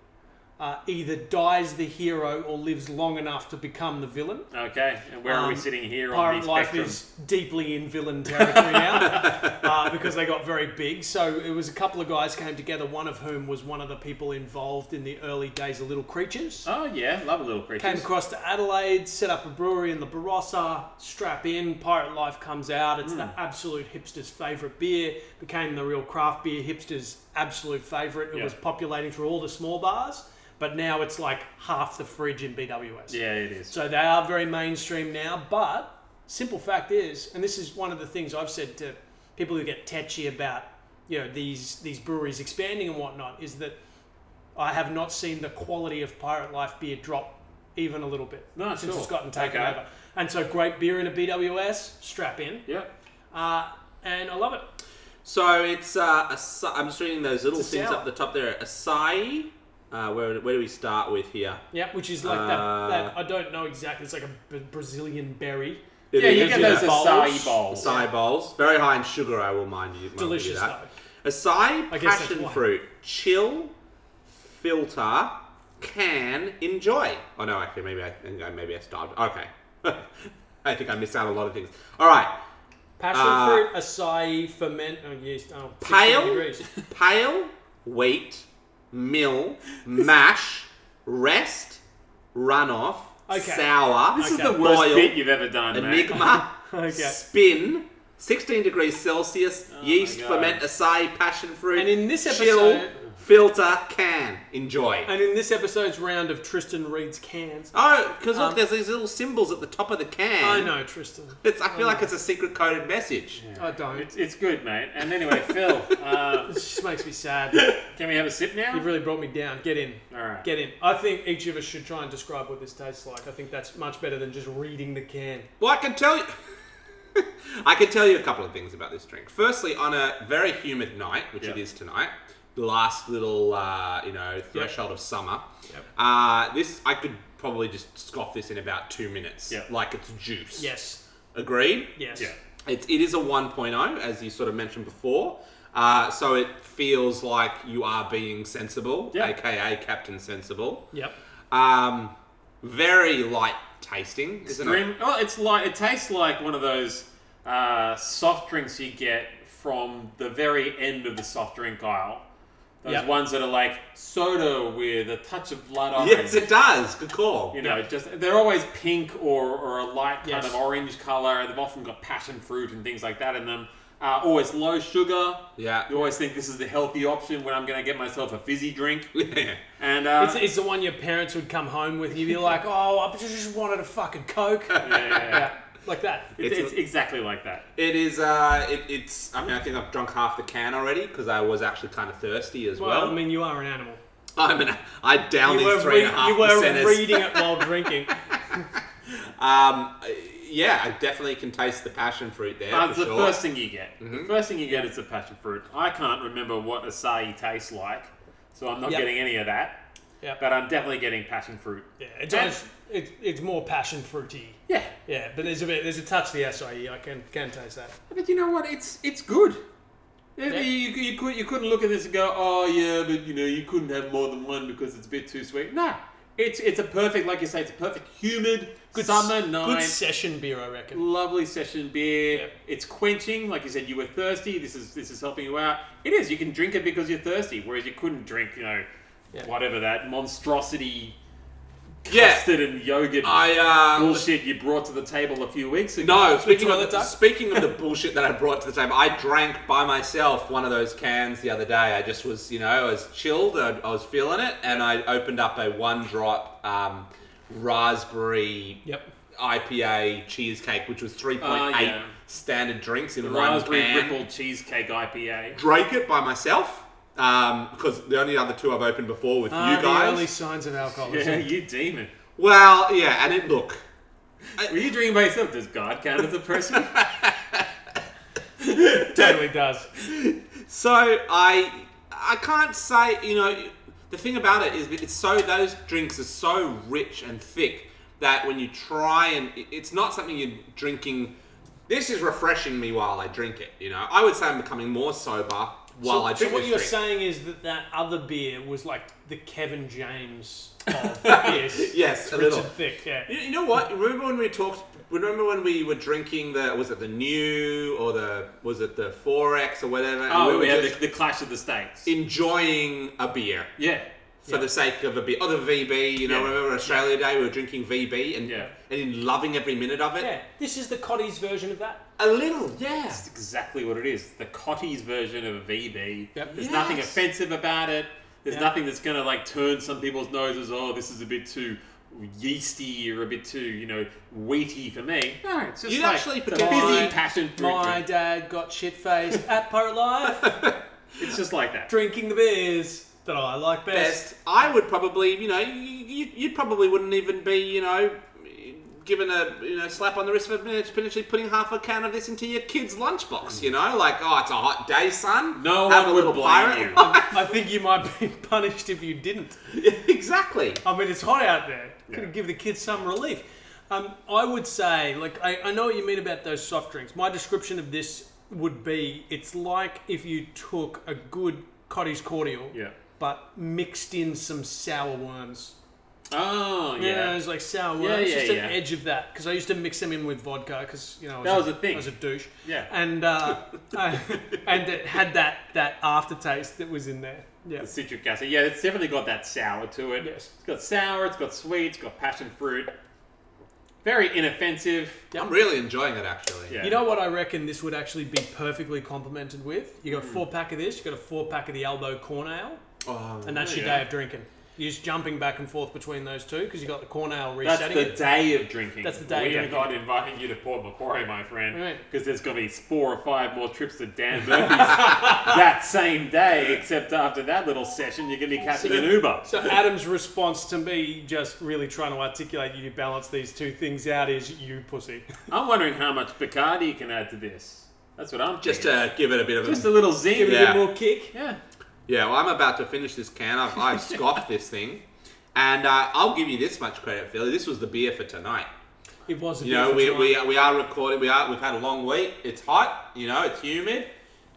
Speaker 4: uh, either dies the hero or lives long enough to become the villain.
Speaker 2: Okay, and where are we
Speaker 4: Um,
Speaker 2: sitting here on the
Speaker 4: Pirate Life
Speaker 2: spectrum?
Speaker 4: is deeply in villain territory now *laughs* uh, because they got very big. So it was a couple of guys came together, one of whom was one of the people involved in the early days of Little Creatures.
Speaker 2: Oh yeah, love a little creature.
Speaker 4: Came across to Adelaide, set up a brewery in the Barossa, strap in, Pirate Life comes out. It's
Speaker 2: Hmm.
Speaker 4: the absolute hipster's favourite beer, became the real craft beer hipster's absolute favourite. It
Speaker 2: Yeah.
Speaker 4: was populating through all the small bars, but now it's like half the fridge in BWS.
Speaker 2: Yeah, it is.
Speaker 4: So they are very mainstream now, but simple fact is, and this is one of the things I've said to people who get tetchy about, you know, these these breweries expanding and whatnot, is that I have not seen the quality of Pirate Life beer drop even a little bit
Speaker 2: No,
Speaker 4: since
Speaker 2: sure.
Speaker 4: it's gotten taken
Speaker 2: Okay.
Speaker 4: over. And so great beer in a BWS, strap in.
Speaker 2: yeah.
Speaker 4: Uh, and I love it.
Speaker 1: So it's uh, acai- I'm just reading those little
Speaker 4: It's a
Speaker 1: things
Speaker 4: sour.
Speaker 1: up the top there. Acai. Uh, where where do we start with here?
Speaker 4: Yeah, which is like
Speaker 1: Uh,
Speaker 4: that, that. I don't know exactly. It's like a B- Brazilian berry.
Speaker 1: It
Speaker 2: Yeah, you
Speaker 1: is,
Speaker 2: get
Speaker 1: yeah.
Speaker 2: those
Speaker 4: Bowls.
Speaker 2: acai bowls.
Speaker 1: Acai bowls, very high in sugar. I will mind you. mind you
Speaker 4: Delicious,
Speaker 1: that. Acai,
Speaker 4: I guess that's
Speaker 1: passion
Speaker 4: why.
Speaker 1: fruit, chill, filter, can enjoy. Oh no, actually, maybe I think I maybe I starved. Okay, *laughs* I think I missed out on a lot of things. All right,
Speaker 4: Passion
Speaker 1: Uh,
Speaker 4: fruit, acai, ferment, oh, yeast, oh, 16
Speaker 1: Pale?
Speaker 4: degrees.
Speaker 1: pale, wait, mill, mash, rest, runoff,
Speaker 4: Okay.
Speaker 1: sour.
Speaker 2: This
Speaker 4: Okay.
Speaker 2: is the worst
Speaker 1: Boil.
Speaker 2: bit you've ever done, mate.
Speaker 1: Enigma,
Speaker 4: *laughs* Okay. Oh
Speaker 1: spin, 16 degrees Celsius, yeast,
Speaker 2: God.
Speaker 1: ferment, acai, passion fruit.
Speaker 4: And in this
Speaker 1: chill,
Speaker 4: episode-
Speaker 1: filter, can enjoy.
Speaker 4: And in this episode's round of Tristan reads cans,
Speaker 1: Oh, because look,
Speaker 4: Um,
Speaker 1: there's these little symbols at the top of the can.
Speaker 4: I know Oh Tristan.
Speaker 1: It's, I feel like it's a secret coded message.
Speaker 4: I don't.
Speaker 2: It's, it's good, mate. And anyway, Phil, uh,
Speaker 4: It just makes me sad.
Speaker 2: can we have a sip now?
Speaker 4: You've really brought me down. Get in.
Speaker 2: All right.
Speaker 4: Get in. I think each of us should try and describe what this tastes like. I think that's much better than just reading the can.
Speaker 1: Well, I can tell you. *laughs* I can tell you a couple of things about this drink. Firstly, on a very humid night, which
Speaker 2: Yeah.
Speaker 1: it is tonight, the last little uh, you know threshold of summer, uh, this I could probably just scoff this in about two minutes,
Speaker 2: Yeah.
Speaker 1: like it's juice.
Speaker 4: Yes.
Speaker 1: Agreed.
Speaker 4: Yes.
Speaker 2: Yeah.
Speaker 1: It's, it is a 1.0, as you sort of mentioned before. Uh, so it feels like you are being sensible,
Speaker 2: Yeah.
Speaker 1: aka Captain Sensible.
Speaker 4: Yep.
Speaker 1: Um, very light tasting, isn't it?
Speaker 2: Grim, oh, it's like it tastes like one of those uh, soft drinks you get from the very end of the soft drink aisle. Those
Speaker 4: Yep.
Speaker 2: ones that are like soda with a touch of blood orange.
Speaker 1: Yes, it does. Good call.
Speaker 2: You know, just they're always pink or, or a light kind
Speaker 4: Yes.
Speaker 2: of orange color. They've often got passion fruit and things like that in them. Uh, always low sugar.
Speaker 1: Yeah.
Speaker 2: You always think this is the healthy option when I'm going to get myself a fizzy drink.
Speaker 1: *laughs* Yeah.
Speaker 2: And uh,
Speaker 4: It's, it's the one your parents would come home with and you'd be like, oh, I just- just wanted a fucking Coke.
Speaker 2: yeah, yeah, yeah.
Speaker 4: yeah. Like that.
Speaker 2: It's,
Speaker 1: It's-
Speaker 2: it's exactly like that.
Speaker 1: It is. Uh, it, it's. I mean, I think I've drunk half the can already because I was actually kind of thirsty as well.
Speaker 4: Well, I mean, you are an animal.
Speaker 1: I'm an. I down
Speaker 4: You
Speaker 1: these
Speaker 4: were,
Speaker 1: three
Speaker 4: re-
Speaker 1: and a half
Speaker 4: you were
Speaker 1: percenters.
Speaker 4: reading it while drinking.
Speaker 1: Um, yeah, I definitely can taste the passion fruit there.
Speaker 4: Uh,
Speaker 2: That's
Speaker 1: for
Speaker 2: Uh, the
Speaker 1: sure.
Speaker 2: first thing you get. The first thing you get is the passion fruit. I can't remember what acai tastes like, so I'm not
Speaker 4: Yep.
Speaker 2: getting any of that.
Speaker 4: Yep.
Speaker 2: But I'm definitely getting passion fruit.
Speaker 4: Yeah, it's, almost, it's, it's more passion fruity.
Speaker 2: Yeah.
Speaker 4: E, Yeah, but there's a bit, there's a touch of the SIE. I can can taste that.
Speaker 2: But you know what? It's it's good. Yeah, You, you, could, you couldn't look at this and go, oh yeah, but you know you couldn't have more than one because it's a bit too sweet. No, it's it's a perfect like you say, it's a perfect humid summer
Speaker 4: Good
Speaker 2: night,
Speaker 4: session beer, I reckon.
Speaker 2: lovely session beer.
Speaker 4: Yeah.
Speaker 2: It's quenching, like you said, you were thirsty. This is this is helping you out. It is. You can drink it because you're thirsty, whereas you couldn't drink, you know,
Speaker 4: Yeah.
Speaker 2: whatever that monstrosity
Speaker 1: Yeah,
Speaker 2: custard and yogurt
Speaker 1: I um,
Speaker 2: bullshit you brought to the table a few weeks ago.
Speaker 1: No, speaking
Speaker 4: Which
Speaker 1: of,
Speaker 4: one,
Speaker 1: the,
Speaker 4: Doug?
Speaker 1: speaking of the bullshit that I brought to the table, I drank by myself one of those cans the other day. I just was, you know, I was chilled, I, I was feeling it, and I opened up a one drop um, raspberry
Speaker 4: Yep.
Speaker 1: IPA cheesecake, which was 3.8
Speaker 2: yeah.
Speaker 1: standard drinks in one
Speaker 2: raspberry
Speaker 1: can.
Speaker 2: ripple cheesecake IPA.
Speaker 1: Drank it by myself because the only other two I've opened before with
Speaker 4: Ah,
Speaker 1: you
Speaker 4: The
Speaker 1: guys.
Speaker 4: early signs of
Speaker 2: *laughs*
Speaker 4: alcoholism.
Speaker 2: Yeah, you demon.
Speaker 1: Well, yeah, and it look.
Speaker 2: Were you drinking by yourself? Does God count as a *laughs* person?
Speaker 4: totally does.
Speaker 1: So I I can't say you know the thing about it is that it's so those drinks are so rich and thick that when you try and it- it's not something you're drinking. This is refreshing me while I drink it. You know, I would say I'm becoming more sober while
Speaker 4: so,
Speaker 1: I drink
Speaker 4: so what
Speaker 1: this
Speaker 4: you're
Speaker 1: drink.
Speaker 4: saying is that that other beer was like the Kevin *laughs* James
Speaker 2: *laughs*
Speaker 4: of beers.
Speaker 1: Yes,
Speaker 4: It's
Speaker 1: a
Speaker 4: Richard
Speaker 1: little.
Speaker 4: Thick. Yeah.
Speaker 1: You, you know what? Remember when we talked? Remember when we were drinking the was it the new or the was it the forex or whatever?
Speaker 2: *laughs*
Speaker 1: and
Speaker 2: oh,
Speaker 1: were
Speaker 2: we had
Speaker 1: just
Speaker 2: the, the Clash of the States.
Speaker 1: enjoying a beer.
Speaker 2: yeah.
Speaker 1: for the sake of a beer. Oh, the VB, you know,
Speaker 2: Yeah.
Speaker 1: remember Australia Day, we were drinking VB and
Speaker 2: Yeah.
Speaker 1: and loving every minute of it.
Speaker 4: Yeah. This is the Cotties version of that.
Speaker 1: A little, yeah.
Speaker 2: That's exactly what it is. The Cotties version of VB.
Speaker 4: Yep.
Speaker 2: There's nothing
Speaker 1: Yes.
Speaker 2: offensive about it. There's
Speaker 4: Yeah.
Speaker 2: nothing that's going to like turn some people's noses. Oh, this is a bit too yeasty or a bit too, you know, wheaty for me. No, it's just
Speaker 1: You'd
Speaker 2: like
Speaker 1: actually
Speaker 2: the
Speaker 1: potentially-
Speaker 2: busy passion fruit
Speaker 4: My
Speaker 2: drink.
Speaker 4: dad got shit faced at
Speaker 2: *laughs*
Speaker 4: Pirate Life
Speaker 2: It's just like that.
Speaker 4: drinking the beers that I like best.
Speaker 1: Best. I would probably, you know, you, you, you probably wouldn't even be, you know, given a you know slap on the wrist for potentially putting half a can of this into your kid's lunchbox. You know, like oh, it's a hot day, son.
Speaker 2: No
Speaker 1: Have
Speaker 2: one
Speaker 1: a
Speaker 2: would
Speaker 1: little
Speaker 2: blame
Speaker 1: pirate
Speaker 2: you.
Speaker 1: life."
Speaker 4: I think you might be *laughs* punished if you didn't.
Speaker 1: *laughs* exactly.
Speaker 4: I mean, it's hot out there. Could
Speaker 2: Yeah.
Speaker 4: give the kids some relief. Um, I would say, like, I, I know what you mean about those soft drinks. My description of this would be it's like if you took a good Cotty's cordial,
Speaker 2: *laughs* Yeah.
Speaker 4: but mixed in some sour worms.
Speaker 2: Oh,
Speaker 4: You know,
Speaker 2: yeah.
Speaker 4: it's like sour worms.
Speaker 2: Yeah,
Speaker 4: It's
Speaker 2: yeah,
Speaker 4: just an
Speaker 2: yeah.
Speaker 4: edge of that because I used to mix them in with vodka because you know I
Speaker 2: That
Speaker 4: was
Speaker 2: was a thing.
Speaker 4: I was a douche.
Speaker 2: Yeah.
Speaker 4: and uh, *laughs* I- and it had that that aftertaste that was in there. Yeah,
Speaker 2: The citric acid. Yeah, it's definitely got that sour to it.
Speaker 4: Yes.
Speaker 2: It's got sour, it's got sweet, it's got passion fruit. Very inoffensive.
Speaker 1: I'm really enjoying it actually.
Speaker 2: Yeah.
Speaker 4: You know what I reckon this would actually be perfectly complemented with? You got a four pack of this, you got a four pack of the elbow corn ale,
Speaker 1: Oh,
Speaker 4: and that's
Speaker 2: Oh,
Speaker 4: your
Speaker 2: yeah.
Speaker 4: day of drinking. You're just jumping back and forth between those two because you got the corn ale
Speaker 2: That's
Speaker 4: resetting
Speaker 2: the
Speaker 4: it.
Speaker 2: day of drinking.
Speaker 4: That's the day
Speaker 2: We
Speaker 4: of
Speaker 2: are not inviting you to Port Macquarie, my friend,
Speaker 4: Right.
Speaker 2: because there's going to be four or five more trips to Dan Murphy's *laughs* that same day. Except after that little session, you're going to be catching an Uber.
Speaker 4: So Adam's response to me, just really trying to articulate you balance these two things out, is you pussy. *laughs*
Speaker 2: I'm wondering how much Bacardi you can add to this. That's what I'm
Speaker 1: Just
Speaker 2: thinking.
Speaker 1: to give it a bit of
Speaker 2: just
Speaker 1: a
Speaker 2: a little zing.
Speaker 1: it a Yeah. bit
Speaker 4: More kick.
Speaker 2: yeah.
Speaker 1: Yeah, well, I'm about to finish this can. I've,
Speaker 4: *laughs*
Speaker 1: I've scoffed this thing. And uh, I'll give you this much credit, Philly. This was the beer for tonight.
Speaker 4: It was a
Speaker 1: You
Speaker 4: bit
Speaker 1: know,
Speaker 4: of a
Speaker 1: we,
Speaker 4: time.
Speaker 1: we, we are recording. We are, we've had a long week. It's hot. You know, it's humid.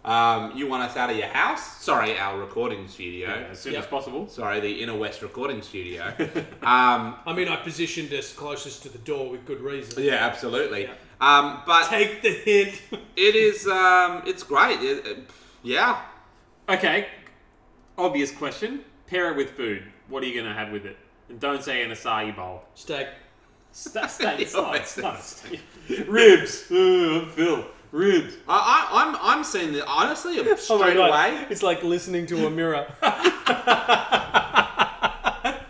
Speaker 1: Um, you want us out of your house? Sorry, our recording studio.
Speaker 2: as soon
Speaker 4: Yep.
Speaker 2: as possible.
Speaker 1: Sorry, the Inner West recording studio.
Speaker 4: *laughs*
Speaker 1: um,
Speaker 4: I mean, I positioned us closest to the door with good reason.
Speaker 1: yeah, absolutely. Um, but
Speaker 4: Take the hint. *laughs*
Speaker 1: it is, um, it's great. It- it- yeah.
Speaker 2: Okay, obvious question. Pair it with food. What are you going to have with it? And don't say an acai bowl.
Speaker 4: Steak.
Speaker 2: *laughs* St- steak,
Speaker 1: It always
Speaker 2: slice, not steak. *laughs* Ribs. Ugh, I'm Phil. Ribs.
Speaker 1: I, I, I'm, I'm seeing that, honestly,
Speaker 4: *laughs* Oh my
Speaker 1: straight
Speaker 4: God. *laughs*
Speaker 1: away,
Speaker 4: It's like listening to a mirror.
Speaker 1: a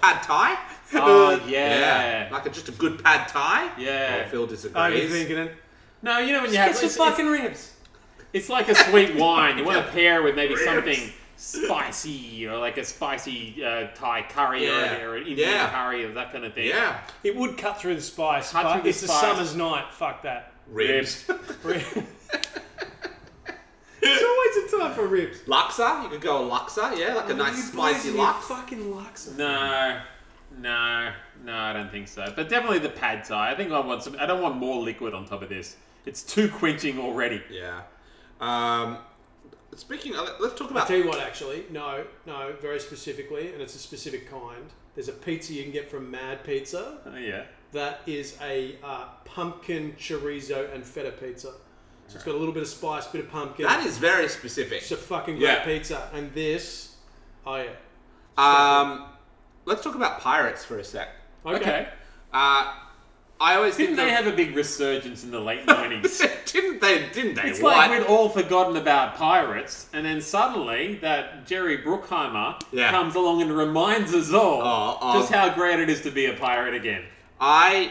Speaker 1: pad thai.
Speaker 2: Oh,
Speaker 1: *laughs* Yeah.
Speaker 2: yeah.
Speaker 1: Like a, just a good pad thai.
Speaker 2: Yeah.
Speaker 1: Well, Phil
Speaker 4: Are you
Speaker 1: disagrees.
Speaker 4: thinking it?
Speaker 2: No, you know when you have... It's, it's,
Speaker 4: ribs.
Speaker 2: it's like a *laughs* sweet wine. You want to pair with maybe something spicy or like a spicy uh, Thai curry
Speaker 1: Yeah.
Speaker 2: or, or an Indian
Speaker 1: Yeah.
Speaker 2: curry or that kind of thing.
Speaker 1: yeah.
Speaker 4: It would cut through the spice,
Speaker 2: Cut
Speaker 4: but
Speaker 2: through the
Speaker 4: it's
Speaker 2: spice.
Speaker 4: a summer's night. Fuck *laughs* that.
Speaker 2: Ribs. *laughs*
Speaker 4: There's always a time for ribs.
Speaker 1: Laksa. You could go a laksa. Yeah, like a nice spicy laks.
Speaker 4: Fucking lux.
Speaker 2: No, no, no, I don't think so. But definitely the pad thai. I think I want some. I don't want more liquid on top of this. It's too quenching already.
Speaker 1: Yeah. Um, Speaking, of, let's talk
Speaker 4: I'll
Speaker 1: about.
Speaker 4: tell you what, actually, no, no, very specifically, and it's a specific kind. There's a pizza you can get from Mad Pizza
Speaker 2: Oh, yeah.
Speaker 4: that is a uh, pumpkin chorizo and feta pizza. So it's got a little bit of spice, bit of pumpkin.
Speaker 1: That is very specific.
Speaker 4: it's a fucking great
Speaker 1: Yeah.
Speaker 4: pizza. And this, oh yeah,
Speaker 1: Um, let's talk about pirates for a sec.
Speaker 4: okay.
Speaker 2: Okay.
Speaker 1: Uh, I always
Speaker 2: Didn't
Speaker 1: think
Speaker 2: they
Speaker 1: of-
Speaker 2: have a big resurgence in the late 90s?
Speaker 1: *laughs* didn't they? Didn't they?
Speaker 2: *laughs* It's
Speaker 1: what?
Speaker 2: like we'd all forgotten about pirates, and then suddenly that Jerry Bruckheimer
Speaker 1: Yeah.
Speaker 2: comes along and reminds us all
Speaker 1: Oh, oh.
Speaker 2: just how great it is to be a pirate again.
Speaker 1: I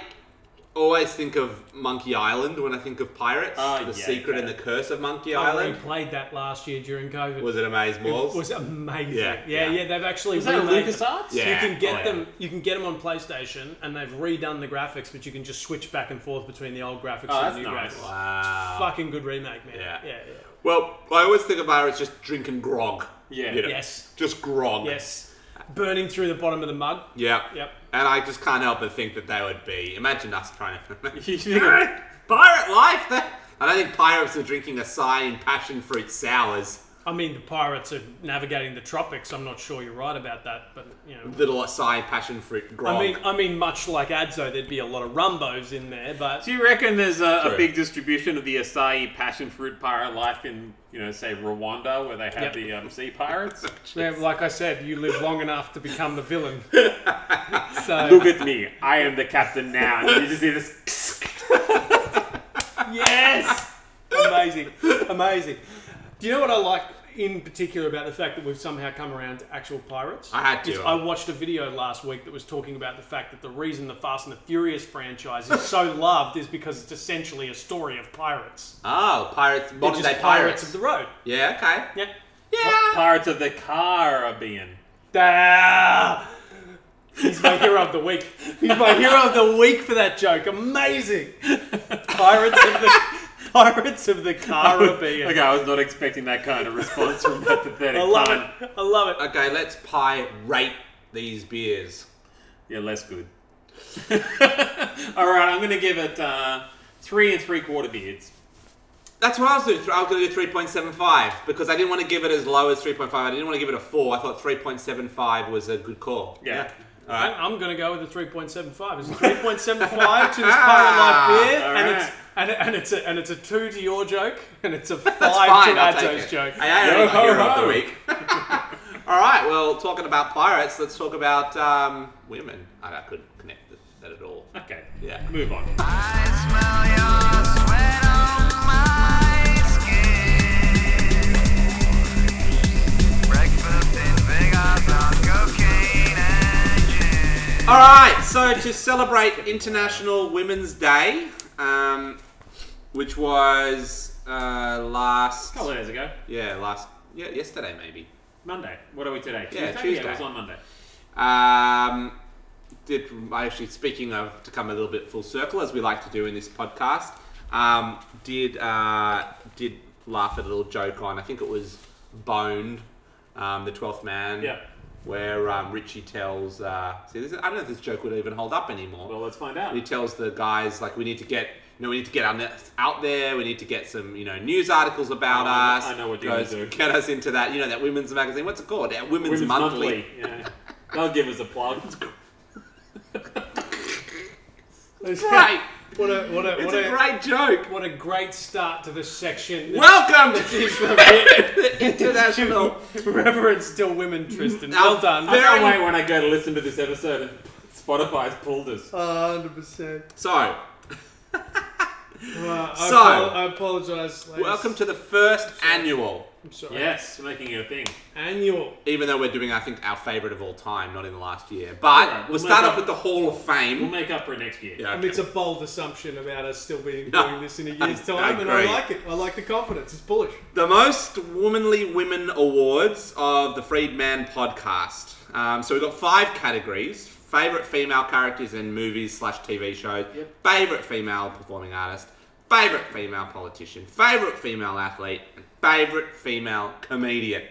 Speaker 1: always think of Monkey Island when I think of pirates.
Speaker 2: Oh,
Speaker 1: the
Speaker 2: yeah, Oh
Speaker 1: secret
Speaker 2: okay.
Speaker 1: and the curse of Monkey
Speaker 3: I
Speaker 1: Island.
Speaker 3: played that last year during COVID.
Speaker 1: Was it Amaze Malls?
Speaker 3: It was amazing.
Speaker 1: Yeah,
Speaker 3: Yeah, yeah,
Speaker 1: yeah.
Speaker 3: they've actually
Speaker 2: Is that a
Speaker 3: remade-
Speaker 2: LucasArts?
Speaker 1: Yeah.
Speaker 3: You can get
Speaker 1: Oh, yeah.
Speaker 3: them. You can get them on PlayStation, and they've redone the graphics, but you can just switch back and forth between the old graphics
Speaker 2: Oh,
Speaker 3: and
Speaker 2: that's
Speaker 3: the new
Speaker 2: nice.
Speaker 3: graphics.
Speaker 1: wow.
Speaker 3: Fucking good remake, man.
Speaker 1: Yeah.
Speaker 3: Yeah, yeah.
Speaker 1: Uh, Well, I always think of pirates just drinking grog.
Speaker 2: Yeah.
Speaker 1: You know,
Speaker 3: Yes,
Speaker 1: Just grog.
Speaker 3: yes. Burning through the bottom of the mug.
Speaker 1: Yeah.
Speaker 3: Yep.
Speaker 1: And I just can't help but think that they would be. Imagine us trying
Speaker 3: *laughs*
Speaker 1: to. *laughs*
Speaker 2: You think of-
Speaker 1: pirate life? That- I don't think pirates are drinking acai and passion fruit sours.
Speaker 3: I mean, the pirates are navigating the tropics. I'm not sure you're right about that, but you know.
Speaker 1: Little acai and passion fruit grog.
Speaker 3: I mean, I mean, much like Adzo, there'd be a lot of rumbos in there, but
Speaker 2: Do you reckon there's a,
Speaker 1: True.
Speaker 2: a big distribution of the acai passion fruit pirate life in, you know, say Rwanda, where they have
Speaker 3: Yep.
Speaker 2: the um, sea *laughs* pirates?
Speaker 3: Yeah, like I said, you live long enough to become the
Speaker 1: *laughs*
Speaker 3: villain.
Speaker 2: Look
Speaker 3: So
Speaker 2: at me, I am the captain now. And you just hear this.
Speaker 3: yes, amazing, amazing. Do you know what I like in particular about the fact that we've somehow come around to actual pirates?
Speaker 1: I had to.
Speaker 3: Is I watched a video last week that was talking about the fact that the reason the Fast and the Furious franchise is
Speaker 1: *laughs*
Speaker 3: so loved is because it's essentially a story of pirates.
Speaker 1: oh, pirates,
Speaker 3: They're
Speaker 1: modern
Speaker 3: just
Speaker 1: day
Speaker 3: pirates
Speaker 1: pirates.
Speaker 3: of the road.
Speaker 1: yeah, okay.
Speaker 3: Yeah.
Speaker 2: Pirates of the Caribbean.
Speaker 3: Ah! He's my hero of the week. He's my hero of the week for that joke. Amazing. Pirates of
Speaker 1: *laughs*
Speaker 3: the Pirates of the Caribbean.
Speaker 2: Okay, I was not expecting that kind of response from that *laughs* pathetic
Speaker 3: I love
Speaker 2: cunt.
Speaker 3: it. I love it.
Speaker 1: Okay, let's pirate these beers.
Speaker 2: Yeah, less good. *laughs* All right, I'm going to give it uh, three and three quarter beards.
Speaker 1: That's what I was doing. I was going to do 3.75 because I didn't want to give it as low as 3.5. I didn't want to give it a 4. I thought 3.75 was a good call.
Speaker 2: Yeah.
Speaker 1: All right.
Speaker 3: I'm gonna go with a 3.75. It's a 3.75 to this pirate life
Speaker 1: *laughs*
Speaker 3: beer,
Speaker 2: All
Speaker 3: and
Speaker 2: right.
Speaker 3: it's and, it- and it's a and it's a two to your joke, and it's a five
Speaker 1: That's fine.
Speaker 3: to
Speaker 1: I'll take
Speaker 3: Adzo's
Speaker 1: it.
Speaker 3: joke.
Speaker 1: I am
Speaker 2: Yo
Speaker 1: my hero
Speaker 2: ho
Speaker 1: of the
Speaker 2: ho.
Speaker 1: week. *laughs* All right. Well, talking about pirates, let's talk about um, women. I, I couldn't connect that at all.
Speaker 2: Okay,
Speaker 1: Yeah.
Speaker 2: move on.
Speaker 7: I smell your sweat on my skin. Breakfast in Vegas on cocaine and gin.
Speaker 1: All right, so to celebrate International Women's Day, um, which was uh, last,
Speaker 2: A couple of days ago,
Speaker 1: yeah, last, yeah, yesterday maybe.
Speaker 2: Monday. What are we today?
Speaker 1: Yeah,
Speaker 2: Yeah,
Speaker 1: Tuesday.
Speaker 2: it was on Monday.
Speaker 1: Um, did I actually speaking of to come a little bit full circle as we like to do in this podcast? Um, did uh, did laugh at a little joke on? I think it was Boned, um, the Twelfth Man.
Speaker 2: Yeah.
Speaker 1: Where um, Richie tells, uh, see, this is, I don't know if this joke would even hold up anymore.
Speaker 2: Well, let's find out.
Speaker 1: he tells the guys like we need to get you know we need to get our nets out there we need to get some you know news articles about
Speaker 2: Oh, I
Speaker 1: us
Speaker 2: know- I know what
Speaker 1: you
Speaker 2: you're gonna do.
Speaker 1: get us into that you know that women's magazine what's it called that women's,
Speaker 2: Women's
Speaker 1: monthly,
Speaker 2: Yeah. They'll give us a plug. *laughs*
Speaker 1: Great.
Speaker 3: What a what a
Speaker 1: it's
Speaker 3: what
Speaker 1: a
Speaker 3: a,
Speaker 1: great *laughs* joke
Speaker 3: what a great start to this section.
Speaker 1: welcome
Speaker 3: This is
Speaker 1: to
Speaker 3: the bit-
Speaker 1: the international
Speaker 3: Reverence to women, Tristan.
Speaker 1: Now,
Speaker 3: Well done.
Speaker 1: there-
Speaker 2: I can't wait when I go to listen to this episode and Spotify's pulled us.
Speaker 4: hundred percent.
Speaker 1: *laughs* so
Speaker 4: I
Speaker 1: So-
Speaker 4: apo- I apologize. ladies.
Speaker 1: welcome to the first annual
Speaker 4: I'm sorry.
Speaker 2: Yes, making it a thing.
Speaker 4: Annual.
Speaker 1: even though we're doing i think our favorite of all time not in the last year but
Speaker 2: Alright,
Speaker 1: we'll
Speaker 2: we'll
Speaker 1: start
Speaker 2: make up-
Speaker 1: off with the hall
Speaker 2: We'll
Speaker 1: of fame
Speaker 2: make up for it next year.
Speaker 1: yeah
Speaker 4: I mean, it's a bold assumption about us still being
Speaker 1: No.
Speaker 4: doing this in a
Speaker 1: *laughs*
Speaker 4: year's
Speaker 1: I
Speaker 4: time, and I
Speaker 1: agree.
Speaker 4: like it. I like the confidence. It's bullish.
Speaker 1: The most womanly women awards of the Freedman podcast. Um, so we've got five categories: favorite female characters in movies slash TV shows, favorite female performing artist, favorite female politician, favorite female athlete, and favorite female comedian.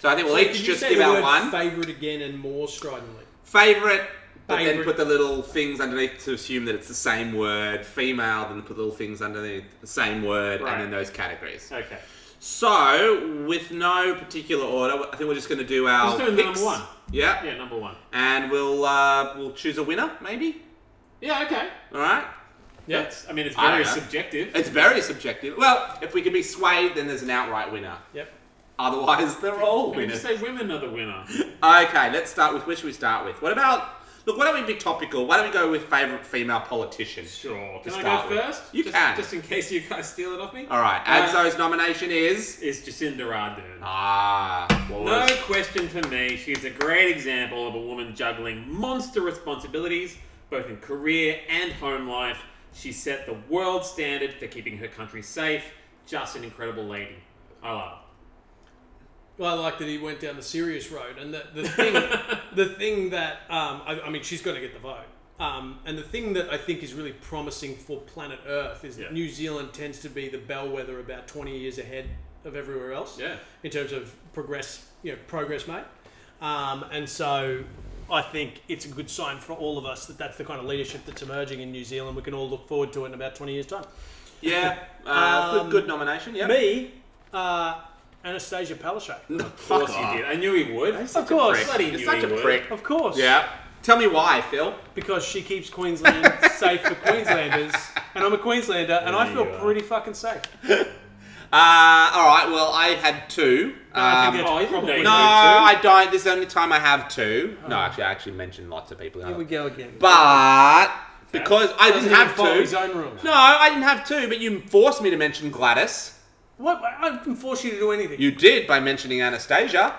Speaker 1: So I think we'll each
Speaker 4: Did you
Speaker 1: just
Speaker 4: say
Speaker 1: give
Speaker 4: the
Speaker 1: out
Speaker 4: word
Speaker 1: one
Speaker 4: Favorite again and more stridently.
Speaker 1: favorite. But then
Speaker 4: Favourite.
Speaker 1: put the little things underneath to assume that it's the same word. Female, then put little things underneath the same word,
Speaker 2: Right.
Speaker 1: and then those categories.
Speaker 2: Okay.
Speaker 1: So, with no particular order, I think we're just going to do our
Speaker 2: Let's do the
Speaker 1: picks.
Speaker 2: number one.
Speaker 1: Yeah.
Speaker 2: Yeah, number one.
Speaker 1: and we'll uh, we'll choose a winner, maybe.
Speaker 2: Yeah, okay.
Speaker 1: All right.
Speaker 2: Yeah. That's, I mean, it's
Speaker 1: I
Speaker 2: very
Speaker 1: don't know.
Speaker 2: subjective.
Speaker 1: It's very subjective. Well, if we can be swayed, then there's an outright winner.
Speaker 4: Yep.
Speaker 1: Otherwise, they're all
Speaker 2: Can we just
Speaker 1: winners.
Speaker 2: say women are the winner?
Speaker 1: Okay, let's start with which should we start with. What about look? Why don't we be topical? Why don't we go with favorite female politician?
Speaker 2: Sure.
Speaker 1: To
Speaker 2: Can I
Speaker 1: start
Speaker 2: go
Speaker 1: with.
Speaker 2: first?
Speaker 1: You
Speaker 2: just,
Speaker 1: can.
Speaker 2: Just in case you guys steal it off me.
Speaker 1: All right.
Speaker 2: Uh,
Speaker 1: Adzo's nomination is
Speaker 2: is Jacinda Ardern.
Speaker 1: ah. What
Speaker 2: No
Speaker 1: was?
Speaker 2: question for me. She's a great example of a woman juggling monster responsibilities, both in career and home life. She set the world standard for keeping her country safe. Just an incredible lady. I love her.
Speaker 4: Well, I like that he went down the serious road, and the, the thing, the thing that um, I, I mean, she's going to get the vote. Um, and the thing that I think is really promising for planet Earth is
Speaker 2: Yeah.
Speaker 4: that New Zealand tends to be the bellwether about 20 years ahead of everywhere else
Speaker 2: Yeah.
Speaker 4: in terms of progress, you know, progress, mate. Um, and so I think it's a good sign for all of us that that's the kind of leadership that's emerging in New Zealand. We can all look forward to it in about 20 years' time.
Speaker 1: Yeah.
Speaker 2: *laughs*
Speaker 1: Uh,
Speaker 2: Um,
Speaker 1: good, good nomination. Yeah.
Speaker 4: Me, uh, Anastasia Palaszczuk.
Speaker 2: Of course you did. I knew he would.
Speaker 4: Of course.
Speaker 1: prick.
Speaker 2: Bloody
Speaker 1: You're
Speaker 2: knew
Speaker 1: such
Speaker 2: he
Speaker 1: a
Speaker 2: would.
Speaker 1: prick.
Speaker 4: Of course.
Speaker 1: Yeah. Tell me why, Phil.
Speaker 4: because she keeps Queensland safe for Queenslanders, and I'm a Queenslander, and I
Speaker 2: There
Speaker 4: feel
Speaker 2: you are.
Speaker 4: pretty fucking safe.
Speaker 1: Uh, all right. Well, I had two.
Speaker 4: I
Speaker 1: Um,
Speaker 4: think
Speaker 2: Oh, you probably
Speaker 4: No,
Speaker 1: no, I don't. This is the only time I have two. No, actually, I actually mentioned lots of people.
Speaker 4: Here we go again.
Speaker 1: But because I didn't have
Speaker 4: follow
Speaker 1: two.
Speaker 4: his own rules.
Speaker 1: No, I didn't have two. But you forced me to mention Gladys.
Speaker 4: What? I didn't force you to do anything.
Speaker 1: You did by mentioning Anastasia.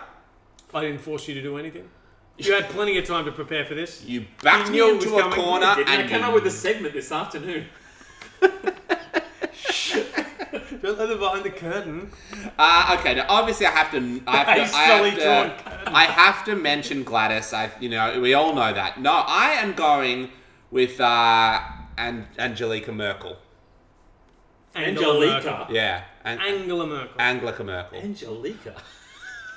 Speaker 4: I didn't force you to do anything. You had plenty of time to prepare for this.
Speaker 1: *laughs* You backed
Speaker 4: You
Speaker 1: me
Speaker 4: knew it was
Speaker 1: into a
Speaker 4: coming.
Speaker 1: corner
Speaker 2: I didn't.
Speaker 1: and
Speaker 2: I came
Speaker 1: you-
Speaker 2: up with a segment this afternoon.
Speaker 4: Don't let the behind the curtain.
Speaker 1: Uh, okay, now obviously I have to.
Speaker 2: *laughs*
Speaker 1: I have
Speaker 4: Nice
Speaker 1: to, I have
Speaker 4: silly
Speaker 1: to, I have to mention Gladys. I, you know, we all know that. No, I am going with uh, An- Angelica Merkel.
Speaker 2: Angelica.
Speaker 1: Yeah, An-
Speaker 4: Angela Merkel.
Speaker 1: Angelica Merkel.
Speaker 2: Angelica.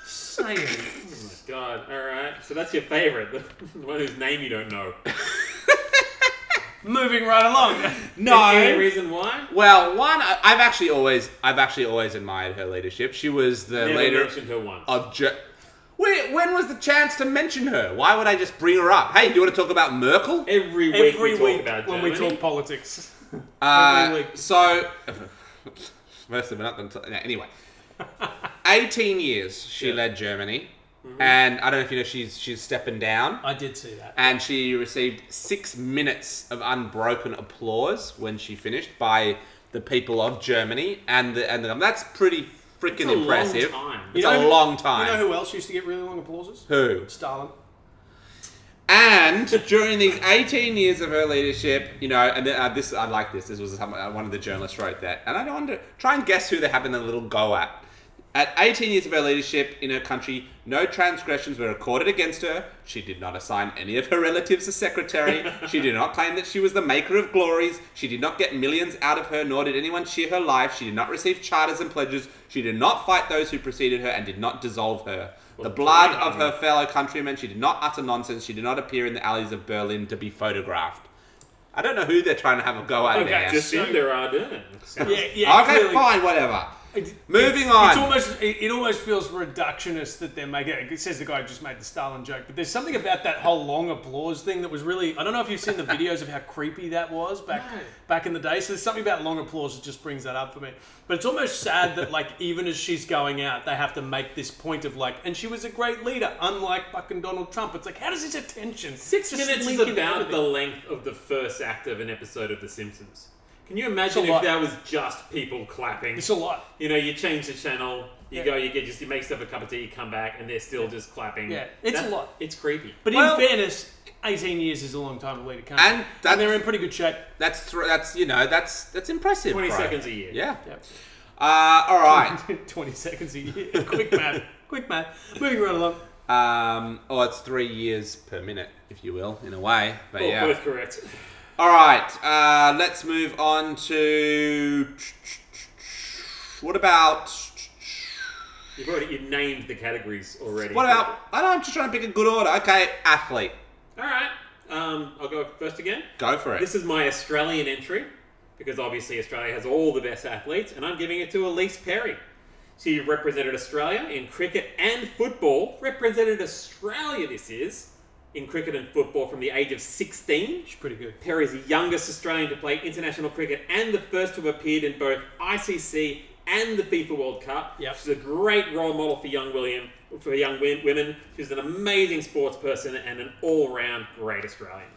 Speaker 4: Say it.
Speaker 2: Oh my god. All right. So that's your favorite. The one whose name you don't know.
Speaker 4: Moving right along.
Speaker 2: Is there any
Speaker 1: No.
Speaker 2: reason why?
Speaker 1: Well, one, I- I've actually always, I've actually always admired her leadership. She was the
Speaker 2: Never
Speaker 1: leader
Speaker 2: mentioned her once.
Speaker 1: of. Ge- Wait, when was the chance to mention her? Why would I just bring her up? Hey, do you want to talk about Merkel?
Speaker 2: Every week
Speaker 4: Every
Speaker 2: we
Speaker 4: week
Speaker 2: talk about
Speaker 4: when we
Speaker 2: Germany.
Speaker 4: talk politics.
Speaker 1: Uh,
Speaker 4: Every week.
Speaker 1: So, *laughs* most of we're not going to. No,
Speaker 4: *laughs*
Speaker 1: anyway, eighteen years she led Germany,
Speaker 4: Mm-hmm.
Speaker 1: and I don't know if you know she's she's stepping down,
Speaker 4: I did see that.
Speaker 1: and she received six minutes of unbroken applause when she finished by the people of Germany, and the, and the, that's pretty
Speaker 2: It's
Speaker 1: freaking
Speaker 2: a long
Speaker 1: impressive.
Speaker 2: time.
Speaker 1: It's
Speaker 4: You know
Speaker 1: a
Speaker 4: who-
Speaker 1: long
Speaker 4: You
Speaker 1: time.
Speaker 4: know who else used to get really long applauses?
Speaker 1: who?
Speaker 4: Stalin.
Speaker 1: And during these 18 years of her leadership, you know, and then, uh, this I like this. This was some, uh, one of the journalists wrote that, and I don't wonder. Try and guess who they're having a little go at. At 18 years of her leadership in her country, no transgressions were recorded against her. She did not assign any of her relatives a secretary. she did not claim that she was the maker of glories. She did not get millions out of her, nor did anyone cheer her life. She did not receive charters and pledges. She did not fight those who preceded her and did not dissolve her. The blood of her fellow countrymen. She did not utter nonsense. She did not appear in the alleys of Berlin to be photographed. I don't know who they're trying to have a go at
Speaker 2: Okay,
Speaker 1: there.
Speaker 2: Jacinda Ardern. Sounds-
Speaker 4: Yeah, yeah.
Speaker 1: okay,
Speaker 4: clearly.
Speaker 1: fine, whatever.
Speaker 4: It's-
Speaker 1: Moving
Speaker 4: it's-
Speaker 1: on.
Speaker 4: It's almost it, it almost feels reductionist that they're making. It says the guy who just made the Stalin joke, but there's something about that whole long applause thing that was really. I don't know if you've seen the videos of how creepy that was back back in the day. So there's something about long applause that just brings that up for me. But it's almost sad that like even as she's going out, they have to make this point of like, and she was a great leader, unlike fucking Donald Trump. It's like, how does this attention?
Speaker 2: Six
Speaker 4: just
Speaker 2: minutes is
Speaker 4: link in
Speaker 2: about the
Speaker 4: everything?
Speaker 2: length of the first act of an episode of The Simpsons. Can you imagine
Speaker 4: It's a
Speaker 2: if
Speaker 4: lot.
Speaker 2: that was just people clapping?
Speaker 4: It's a lot.
Speaker 2: You know, you change the channel, you
Speaker 4: Yeah.
Speaker 2: go, you get just you make stuff a cup of tea, you come back, and they're still just clapping.
Speaker 4: Yeah, it's a
Speaker 2: That's-
Speaker 4: lot.
Speaker 2: It's creepy.
Speaker 4: But
Speaker 1: Well-
Speaker 4: in fairness, 18 years is a long time to lead a country,
Speaker 1: And that's-
Speaker 4: and they're in pretty good shape.
Speaker 1: That's thr that's you know that's that's impressive.
Speaker 2: 20
Speaker 1: bro.
Speaker 2: seconds a year.
Speaker 1: Yeah.
Speaker 4: Yep.
Speaker 1: Uh, all right. *laughs*
Speaker 4: *laughs* 20 seconds a year. *laughs* Quick math. Quick math. Moving right along.
Speaker 1: Um, oh, it's three years per minute, if you will, in a way. But
Speaker 2: Oh,
Speaker 1: yeah.
Speaker 2: both correct.
Speaker 1: All right. Uh, let's move on to what about
Speaker 2: You've already you named the categories already.
Speaker 1: what about? I don't. I'm just trying to pick a good order. Okay, athlete.
Speaker 2: All right. Um, I'll go first again.
Speaker 1: Go for it.
Speaker 2: This is my Australian entry because obviously Australia has all the best athletes, and I'm giving it to Elise Perry. She represented Australia in cricket and football. Represented Australia, this is, in cricket and football from the age of 16.
Speaker 4: She's pretty good.
Speaker 2: Perry's the youngest Australian to play international cricket and the first to have appeared in both ICC and the FIFA World Cup.
Speaker 4: Yep.
Speaker 2: She's a great role model for young William, for young wi- women. She's an amazing sports person and an all-round great Australian.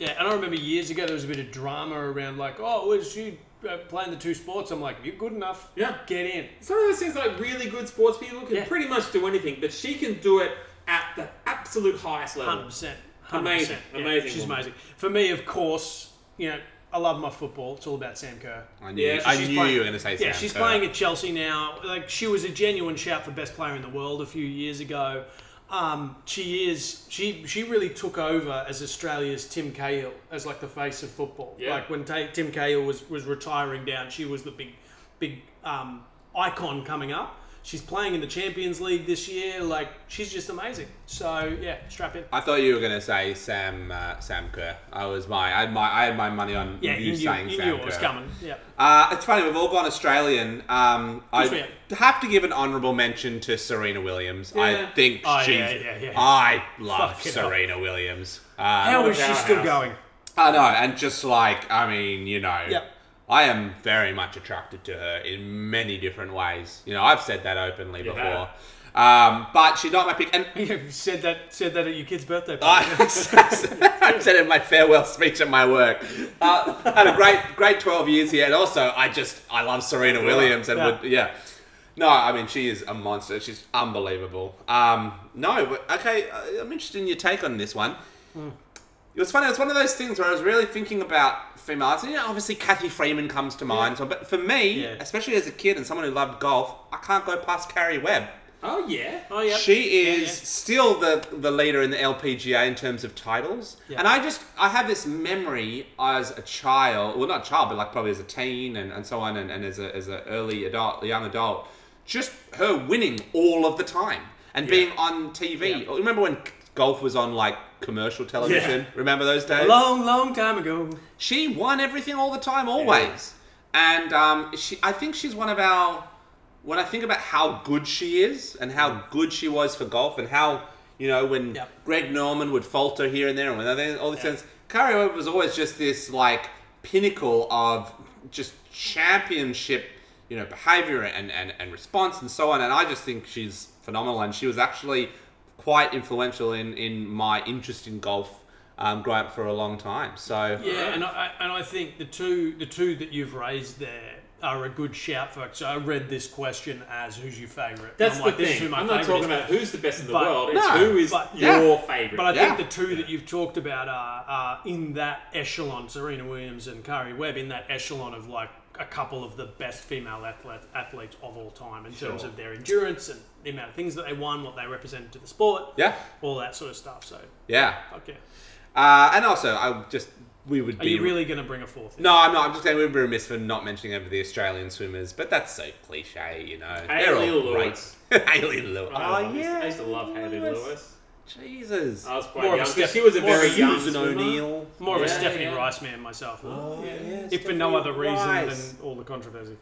Speaker 4: Yeah, and I remember years ago there was a bit of drama around like, oh, was she uh, playing the two sports? I'm like, you're good enough.
Speaker 2: Yeah.
Speaker 4: Get in.
Speaker 2: Some of those things like really good sports people can
Speaker 4: Yeah.
Speaker 2: pretty much do anything, but she can do it at the absolute highest level.
Speaker 4: Hundred percent.
Speaker 2: Amazing, amazing
Speaker 4: She's
Speaker 2: woman.
Speaker 4: amazing. For me, of course, you know, I love my football. It's all about Sam Kerr.
Speaker 1: I knew,
Speaker 2: Yeah,
Speaker 1: I
Speaker 4: she's
Speaker 1: knew
Speaker 4: playing-
Speaker 1: you were going to say
Speaker 4: Yeah,
Speaker 1: Sam
Speaker 4: she's
Speaker 1: Kerr.
Speaker 4: playing at Chelsea now. Like she was a genuine shout for best player in the world a few years ago. Um, she is. She she really took over as Australia's Tim Cahill as like the face of football.
Speaker 2: Yeah.
Speaker 4: Like when Ta Tim Cahill was was retiring down, she was the big big um, icon coming up. She's playing in the Champions League this year. Like she's just amazing. So yeah, strap in.
Speaker 1: I thought you were going to say Sam uh, Sam Kerr. I was my I had my I had my money on
Speaker 4: Yeah,
Speaker 1: you,
Speaker 4: you, knew,
Speaker 1: saying
Speaker 4: you
Speaker 1: Sam
Speaker 4: knew it was
Speaker 1: Kerr.
Speaker 4: coming. Yeah.
Speaker 1: Uh, it's funny, we've all gone Australian. Um,
Speaker 4: for
Speaker 1: I
Speaker 4: you.
Speaker 1: have to give an honourable mention to Serena Williams.
Speaker 2: Yeah.
Speaker 1: I think
Speaker 4: Oh,
Speaker 1: she's.
Speaker 4: yeah, yeah, yeah.
Speaker 1: I love
Speaker 4: Fucking
Speaker 1: Serena Williams. Um,
Speaker 4: How is she
Speaker 2: powerhouse.
Speaker 4: still going? *laughs*
Speaker 1: I know, and just like I mean, you know,
Speaker 4: Yeah.
Speaker 1: I am very much attracted to her in many different ways. You know, I've said that openly before, um, but she's not my pick. And
Speaker 4: You said that said that at your kid's birthday
Speaker 1: I,
Speaker 4: party.
Speaker 1: *laughs* I said it in my farewell speech at my work. Uh, had a great, great twelve years here, and also I just I love Serena Williams, and
Speaker 4: Yeah.
Speaker 1: would yeah. No, I mean she is a monster. She's unbelievable. Um, no, but okay, I- I'm interested in your take on this one.
Speaker 4: Hmm.
Speaker 1: It was funny. It was one of those things where I was really thinking about female artists. You know, obviously Kathy Freeman comes to mind. So, but for me,
Speaker 4: Yeah.
Speaker 1: especially as a kid and someone who loved golf, I can't go past Carrie Webb.
Speaker 2: Oh yeah.
Speaker 4: oh yeah.
Speaker 1: She
Speaker 4: Yeah,
Speaker 1: is
Speaker 4: yeah.
Speaker 1: still the, the leader in the LPGA in terms of titles. And I just, I have this memory as a child, well, not child, but like probably as a teen and, and so on, and, and as an as a early adult, young adult, just her winning all of the time and being on TV. Remember when golf was on like commercial television? Remember those days?
Speaker 4: Long, long time ago.
Speaker 1: she won everything all the time, always. And um, she, I think she's one of our. When I think about how good she is and how
Speaker 4: Mm.
Speaker 1: good she was for golf and how you know when
Speaker 4: Yep.
Speaker 1: Greg Norman would falter here and there and when other- all these things, Carrie Webb was always just this like pinnacle of just championship, you know, behavior and, and, and response and so on. And I just think she's phenomenal and she was actually quite influential in, in my interest in golf um, growing up for a long time. So
Speaker 4: Yeah, Uh, and I I- and I think the two the two that you've raised there are a good shout, folks. So I read this question as who's your favourite.
Speaker 2: That's
Speaker 4: And
Speaker 2: the
Speaker 4: I'm like, this is
Speaker 2: thing.
Speaker 4: who my
Speaker 2: I'm not
Speaker 4: favourite
Speaker 2: talking
Speaker 4: is.
Speaker 2: about who's the best in the
Speaker 4: But-
Speaker 2: world. It's
Speaker 1: No,
Speaker 2: who is
Speaker 4: but-
Speaker 2: your
Speaker 1: yeah.
Speaker 2: favorite.
Speaker 4: But I
Speaker 1: Yeah.
Speaker 4: think the two that you've talked about are, are in that echelon, Serena Williams and Kari Webb, in that echelon of like a couple of the best female athlete, athletes of all time in terms
Speaker 1: Sure.
Speaker 4: of their endurance and the amount of things that they won, what they represented to the sport,
Speaker 1: Yeah.
Speaker 4: all that sort of stuff. So,
Speaker 1: Yeah.
Speaker 4: fuck yeah.
Speaker 1: Uh, and also, I just we would
Speaker 4: Are
Speaker 1: be.
Speaker 4: you really going to bring a fourth in?
Speaker 1: no, I'm not. I'm just saying we'd be remiss for not mentioning over the Australian swimmers, but that's so cliche, you know.
Speaker 2: Hayley
Speaker 1: all great.
Speaker 2: Lewis.
Speaker 1: *laughs* Hayley Lewis.
Speaker 2: Oh, I used to- I used to
Speaker 1: Hayley
Speaker 2: love Hayley Lewis.
Speaker 1: Jesus.
Speaker 2: I was quite
Speaker 4: More of a
Speaker 2: young. 'cause
Speaker 4: Steph-
Speaker 2: she was a
Speaker 4: more of
Speaker 2: very
Speaker 4: a
Speaker 2: young
Speaker 1: Susan
Speaker 2: swimmer.
Speaker 1: O'Neill.
Speaker 4: More of a
Speaker 2: Yeah,
Speaker 4: Stephanie
Speaker 2: yeah.
Speaker 4: Rice man myself.
Speaker 1: Oh, yeah,
Speaker 4: if for no
Speaker 1: Stephanie
Speaker 4: other reason
Speaker 1: Rice.
Speaker 4: than all the controversy.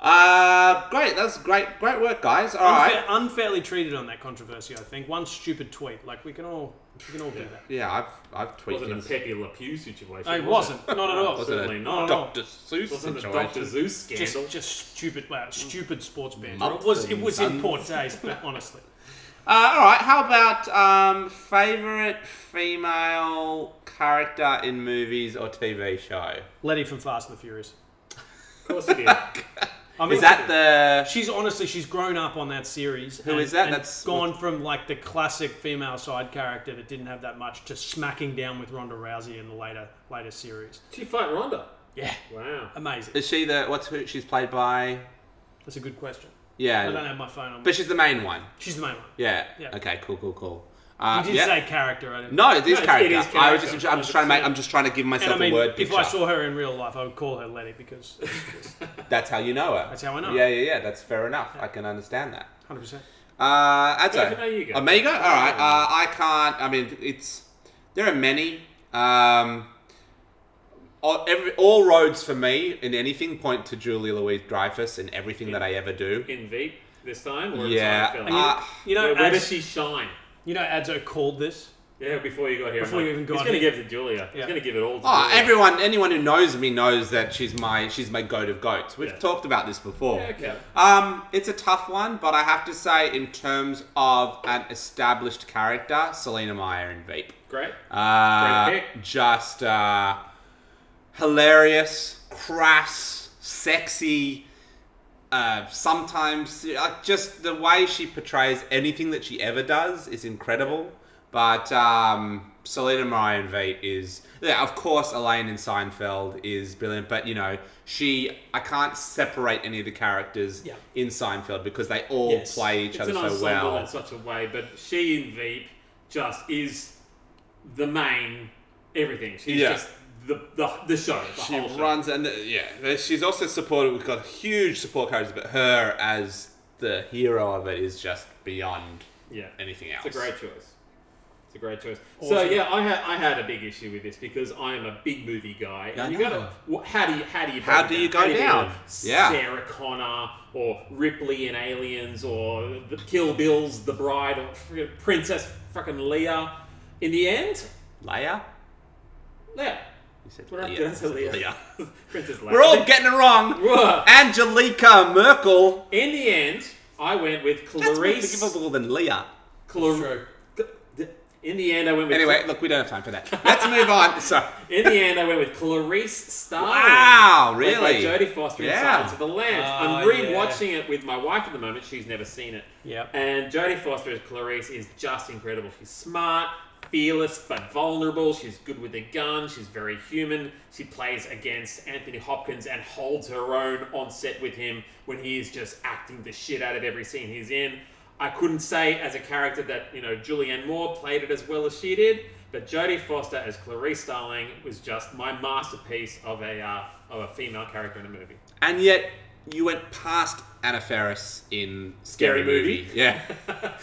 Speaker 1: Uh, great. That's great. Great work, guys. All right.
Speaker 4: Unfair, unfairly treated on that controversy, I think. One stupid tweet, like we can all, we can all do that.
Speaker 1: Yeah, I've I've tweaked
Speaker 2: Wasn't a
Speaker 1: him.
Speaker 2: Pepe Le Pew situation.
Speaker 4: It
Speaker 2: was *laughs*
Speaker 4: wasn't, not at all.
Speaker 1: Wasn't
Speaker 2: Certainly
Speaker 1: a
Speaker 2: not.
Speaker 1: Dr. Seuss
Speaker 2: Wasn't a Dr.
Speaker 1: situation.
Speaker 2: Zeus
Speaker 4: just,
Speaker 2: scandal.
Speaker 4: just stupid, wow, stupid sports ban.
Speaker 1: Mumps
Speaker 4: It was, it
Speaker 1: and
Speaker 4: was in
Speaker 1: sons.
Speaker 4: poor taste, but honestly,
Speaker 1: Uh, all right. How about um, favorite female character in movies or TV show?
Speaker 4: Letty from Fast and the Furious.
Speaker 2: of course
Speaker 4: *laughs*
Speaker 2: it did.
Speaker 4: I mean,
Speaker 1: Is that the
Speaker 4: She's honestly, she's grown up on that series. Who is
Speaker 1: is that? That's-
Speaker 4: gone from like the classic female side character that didn't have that much to smacking down with Ronda Rousey in the later later series.
Speaker 2: She fight Ronda.
Speaker 4: Yeah, *laughs*
Speaker 2: Wow. *laughs*
Speaker 4: amazing.
Speaker 1: Is she the what's who she's played by?
Speaker 4: That's a good question. I don't
Speaker 1: Yeah,
Speaker 4: have my phone on. me.
Speaker 1: but she's the main one.
Speaker 4: she's the main one.
Speaker 1: Yeah.
Speaker 4: Yeah.
Speaker 1: Okay. Cool. Cool. Cool. Uh,
Speaker 4: You did
Speaker 1: yeah.
Speaker 4: say character, I didn't.
Speaker 1: no, it is
Speaker 2: No, it
Speaker 1: character.
Speaker 2: is
Speaker 1: I was just.
Speaker 2: character.
Speaker 1: I'm just trying to make. I'm just trying to give
Speaker 4: And
Speaker 1: myself
Speaker 4: I mean,
Speaker 1: a word
Speaker 4: if
Speaker 1: picture.
Speaker 4: I saw her in real life, I would call her Letty because *laughs*
Speaker 1: That's how you know her.
Speaker 4: That's how I know
Speaker 1: Yeah.
Speaker 4: her.
Speaker 1: Yeah. Yeah. That's fair enough. I can understand that.
Speaker 4: 100. percent
Speaker 1: Uh, that's
Speaker 2: Yeah,
Speaker 1: a-
Speaker 2: no, you go.
Speaker 1: Omega. All right. Uh, I can't. I mean, it's there are many. Um, all, every, all roads for me in anything point to Julia Louise Dreyfus in everything that I ever do.
Speaker 2: in Veep this time? Or in
Speaker 1: Yeah,
Speaker 2: Seinfeld?
Speaker 1: uh,
Speaker 4: You know,
Speaker 2: where, where does
Speaker 4: Ads-
Speaker 2: she shine?
Speaker 4: you know, Adzo called this.
Speaker 2: Yeah, before you got here. I'm
Speaker 4: Before
Speaker 2: like,
Speaker 4: you even got
Speaker 2: He's going to
Speaker 4: here.
Speaker 2: give it to Julia. He's
Speaker 4: Yeah.
Speaker 2: going to give it all to
Speaker 1: Oh,
Speaker 2: Julia.
Speaker 1: everyone, anyone who knows me knows that she's my she's my goat of goats. We've
Speaker 2: Yeah.
Speaker 1: talked about this before.
Speaker 2: Yeah, okay.
Speaker 1: Um, it's a tough one, but I have to say, in terms of an established character, Selena Meyer in Veep.
Speaker 2: Great.
Speaker 1: Uh,
Speaker 2: Great pick.
Speaker 1: just uh, hilarious, crass, sexy. Uh, sometimes, uh, just the way she portrays anything that she ever does is incredible. But um, Selena Marion Veit is, yeah, of course, Elaine in Seinfeld is brilliant. But you know, she, I can't separate any of the characters
Speaker 4: Yeah.
Speaker 1: in Seinfeld because they all
Speaker 4: Yes.
Speaker 1: play each
Speaker 2: it's
Speaker 1: other
Speaker 2: an
Speaker 1: so
Speaker 2: ensemble
Speaker 1: well.
Speaker 2: in such a way, but she in Veep just is the main everything. She's
Speaker 1: Yeah.
Speaker 2: just the, the, the show. The
Speaker 1: she
Speaker 2: whole show.
Speaker 1: runs and uh, yeah there- she's also supported we've got huge support characters but her as the hero of it is just beyond
Speaker 2: Yeah.
Speaker 1: anything else
Speaker 2: It's a great choice. It's a great choice. So yeah, I had I had a big issue with this because I am a big movie guy.
Speaker 1: I
Speaker 2: and you
Speaker 1: know.
Speaker 2: gotta wh- how do you how do you
Speaker 1: How
Speaker 2: break
Speaker 1: do
Speaker 2: it
Speaker 1: you go
Speaker 2: How
Speaker 1: down?
Speaker 2: break it
Speaker 1: Yeah.
Speaker 2: Sarah Connor or Ripley in Aliens or the Kill Bill's The Bride or fr- Princess fucking Leia. In the end,
Speaker 1: Leia
Speaker 2: Leia.
Speaker 1: you said
Speaker 2: What
Speaker 1: Leia.
Speaker 2: did I say, Leia?
Speaker 1: *laughs* Leia.
Speaker 2: *laughs* Princess Leia.
Speaker 1: we're all getting it wrong
Speaker 2: Whoa.
Speaker 1: Angelica Merkel
Speaker 2: In the end, I went with
Speaker 1: that's more
Speaker 2: Clarice.
Speaker 1: forgivable than Leia
Speaker 2: Clar- in the end, I went with
Speaker 1: anyway look we don't have time for that *laughs* let's move on so
Speaker 2: In the end, I went with Clarice Starling.
Speaker 1: Wow,
Speaker 2: played by
Speaker 1: really?
Speaker 2: Jodie Foster in
Speaker 1: Yeah.
Speaker 2: Silence of the Lambs. I'm
Speaker 4: Oh,
Speaker 2: re-watching it with my wife at the moment. She's never seen it.
Speaker 4: Yep.
Speaker 2: And Jodie Foster as Clarice is just incredible. She's smart, fearless, but vulnerable. She's good with a gun. She's very human. She plays against Anthony Hopkins and holds her own on set with him when he is just acting the shit out of every scene he's in. I couldn't say as a character that, you know, Julianne Moore played it as well as she did, but Jodie Foster as Clarice Starling was just my masterpiece of a, uh, of a female character in a movie. *laughs*
Speaker 1: and yet you went past Anna Ferris in Scary,
Speaker 2: Scary Movie.
Speaker 1: yeah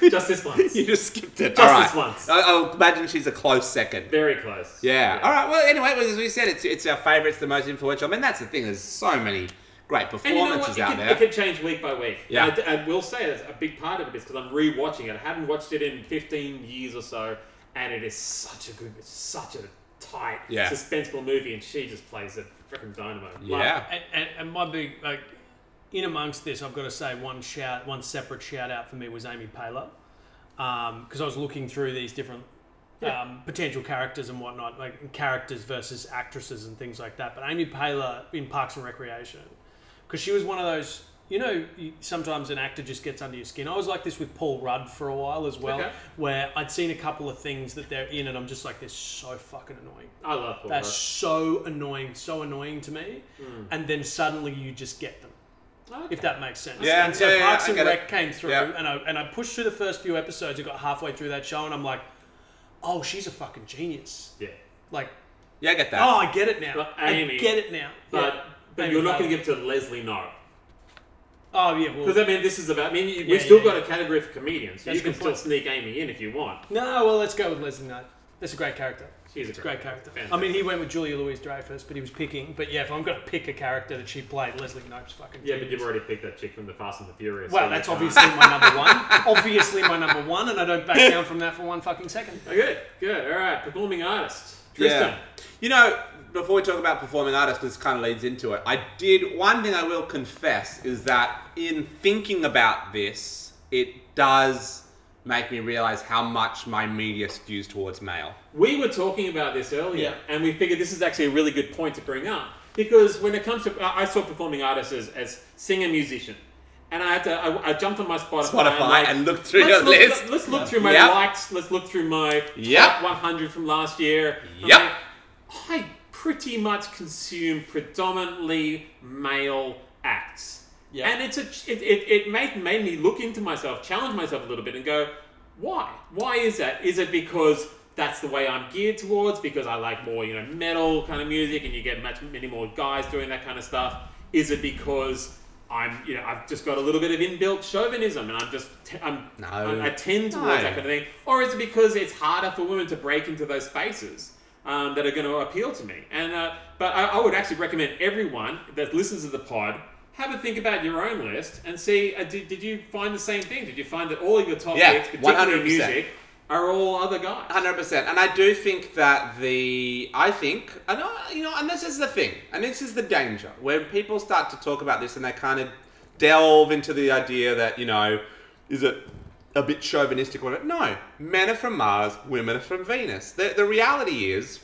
Speaker 2: just this once.
Speaker 1: *laughs* you just skipped it
Speaker 2: Just
Speaker 1: all right
Speaker 2: this once.
Speaker 1: I, I'll imagine she's a close second
Speaker 2: Very close.
Speaker 1: Yeah. All right. Well, anyway, as we said, it's it's our favourite, it's the most influential. I mean, that's the thing. There's so many great
Speaker 2: And you know what?
Speaker 1: performances
Speaker 2: It could,
Speaker 1: out
Speaker 2: it
Speaker 1: there.
Speaker 2: could change week by week.
Speaker 1: Yeah.
Speaker 2: And I, d- I will say that's a big part of it is because I'm rewatching it. I haven't watched it in 15 years or so, and it is such a good, it's such a tight,
Speaker 1: Yeah.
Speaker 2: suspenseful movie, and she just plays a freaking dynamo. Like,
Speaker 1: Yeah.
Speaker 4: And, and, and my big like in amongst this, I've got to say one shout, one separate shout out for me was Amy Paler, because I was looking through these different um, potential characters and whatnot, like characters versus actresses and things like that. But Amy Paler in Parks and Recreation, because she was one of those. You know, you- sometimes an actor just gets under your skin. I was like this with Paul Rudd for a while as well,
Speaker 2: Okay.
Speaker 4: where I'd seen a couple of things that they're in, and I'm just like, they're so fucking annoying.
Speaker 2: I love Paul Rudd.
Speaker 4: That's so annoying, so annoying to me.
Speaker 2: Hmm.
Speaker 4: And then suddenly you just get them,
Speaker 2: Okay.
Speaker 4: if that makes sense.
Speaker 1: Yeah,
Speaker 4: And so
Speaker 1: yeah, yeah,
Speaker 4: Parks
Speaker 1: I
Speaker 4: and
Speaker 1: get it.
Speaker 4: Rec came through,
Speaker 1: Yeah.
Speaker 4: and I and I pushed through the first few episodes. I got halfway through that show, and I'm like, oh, she's a fucking genius.
Speaker 2: Yeah.
Speaker 4: Like,
Speaker 1: Yeah, I get that.
Speaker 4: oh, I get it now.
Speaker 2: But
Speaker 4: I
Speaker 2: Amy-
Speaker 4: get it now.
Speaker 2: But,
Speaker 4: Yeah.
Speaker 2: but
Speaker 4: Amy
Speaker 2: you're not
Speaker 4: Poehler.
Speaker 2: going to give it to Leslie No.
Speaker 4: Oh yeah, well,
Speaker 2: Because, I mean, this is about, I mean, you- we've
Speaker 4: Yeah,
Speaker 2: still
Speaker 4: yeah,
Speaker 2: got
Speaker 4: yeah.
Speaker 2: a category for comedians, so
Speaker 4: That's
Speaker 2: you can
Speaker 4: a good
Speaker 2: still
Speaker 4: point.
Speaker 2: sneak Amy in if you want.
Speaker 4: no, well, let's go with Leslie Knight. That's a great character.
Speaker 2: She's a
Speaker 4: It's a great character. I
Speaker 2: Fantastic.
Speaker 4: mean, he went with Julia Louise Dreyfus, but he was picking. But yeah, if I'm going to pick a character that she played, Leslie Knope's fucking.
Speaker 2: Yeah, but
Speaker 4: genius.
Speaker 2: you've already picked that chick from the Fast and the Furious.
Speaker 4: Well,
Speaker 2: so
Speaker 4: that's
Speaker 2: you can't.
Speaker 4: obviously my number one. Obviously my number one, and I don't back down from that for one
Speaker 2: *laughs*
Speaker 4: fucking second.
Speaker 2: Oh, *laughs* good, good. All right, performing artist. Tristan.
Speaker 1: You know, before we talk about performing artists, this kind of leads into it. I did one thing I will confess is that in thinking about this, it does make me realize how much my media skews towards male.
Speaker 2: We were talking about this earlier,
Speaker 4: Yeah.
Speaker 2: and we figured this is actually a really good point to bring up because when it comes to, I I saw performing artists as, as singer musician, and I had to, I, I jumped on my Spotify,
Speaker 1: Spotify
Speaker 2: like,
Speaker 1: and look through your
Speaker 2: let's look,
Speaker 1: list.
Speaker 2: Let's look through my
Speaker 1: Yep.
Speaker 2: likes. Let's look through my
Speaker 1: Yep.
Speaker 2: top 100 from last year. I'm
Speaker 1: Yep.
Speaker 2: like, I pretty much consume predominantly male acts.
Speaker 4: Yeah.
Speaker 2: And it's a it, it, it made, made me look into myself, challenge myself a little bit and go, why? Why is that? Is it because that's the way I'm geared towards because I like more, you know, metal kind of music and you get much many more guys doing that kind of stuff? Is it because I'm, you know, I've just got a little bit of inbuilt chauvinism and I'm just t- I'm,
Speaker 1: No.
Speaker 2: I'm I tend towards
Speaker 1: No.
Speaker 2: that kind of thing, or is it because it's harder for women to break into those spaces? um, that are going to appeal to me. And uh, but I, I would actually recommend everyone that listens to the pod have a think about your own list and see uh, did, did you find the same thing? Did you find that all of your top
Speaker 1: Yeah,
Speaker 2: picks, particularly
Speaker 1: 100%.
Speaker 2: music, are all other guys?
Speaker 1: Hundred percent, and I do think that the I think and I- you know, and this is the thing, and this is the danger when people start to talk about this and they kind of delve into the idea that you know, is it a bit chauvinistic or whatever? No, men are from Mars, women are from Venus. The the reality is,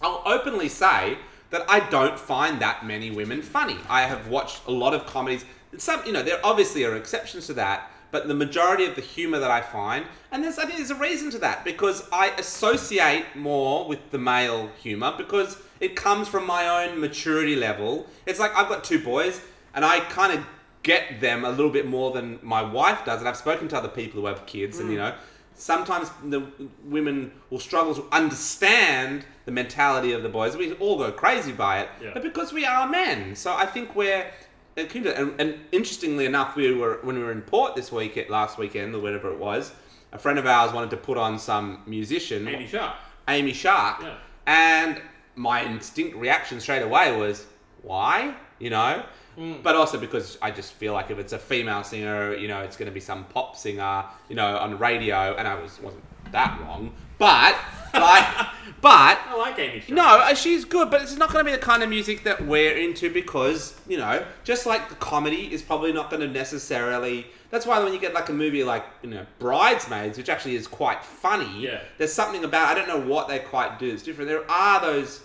Speaker 1: I'll openly say that I don't find that many women funny. I have watched a lot of comedies. Some, you know, there obviously are exceptions to that, but the majority of the humor that I find, and there's I think there's a reason to that because I associate more with the male humor because it comes from my own maturity level. It's like I've got two boys, and I kind of get them a little bit more than my wife does, and I've spoken to other people who have kids, and you know, sometimes the women will struggle to understand the mentality of the boys. We all go crazy by it,
Speaker 2: Yeah.
Speaker 1: but because we are men, so I think we're. uh, it came to- And, and interestingly enough, we were when we were in port this week, last weekend or whatever it was. A friend of ours wanted to put on some musician,
Speaker 2: Amy Sharp.
Speaker 1: Amy Shark.
Speaker 2: Yeah.
Speaker 1: And my instinct reaction straight away was, why? You know? But also because I just feel like if it's a female singer, you know, it's going to be some pop singer, you know, on radio. And I was, wasn't that wrong. But, *laughs* like, but
Speaker 2: I like Amy Sharp.
Speaker 1: no, uh, she's good, but it's not going to be the kind of music that we're into because, you know, just like the comedy is probably not going to necessarily. That's why when you get like a movie like, you know, Bridesmaids, which actually is quite funny,
Speaker 2: Yeah.
Speaker 1: there's something about, I don't know what they quite do that's different. There are those.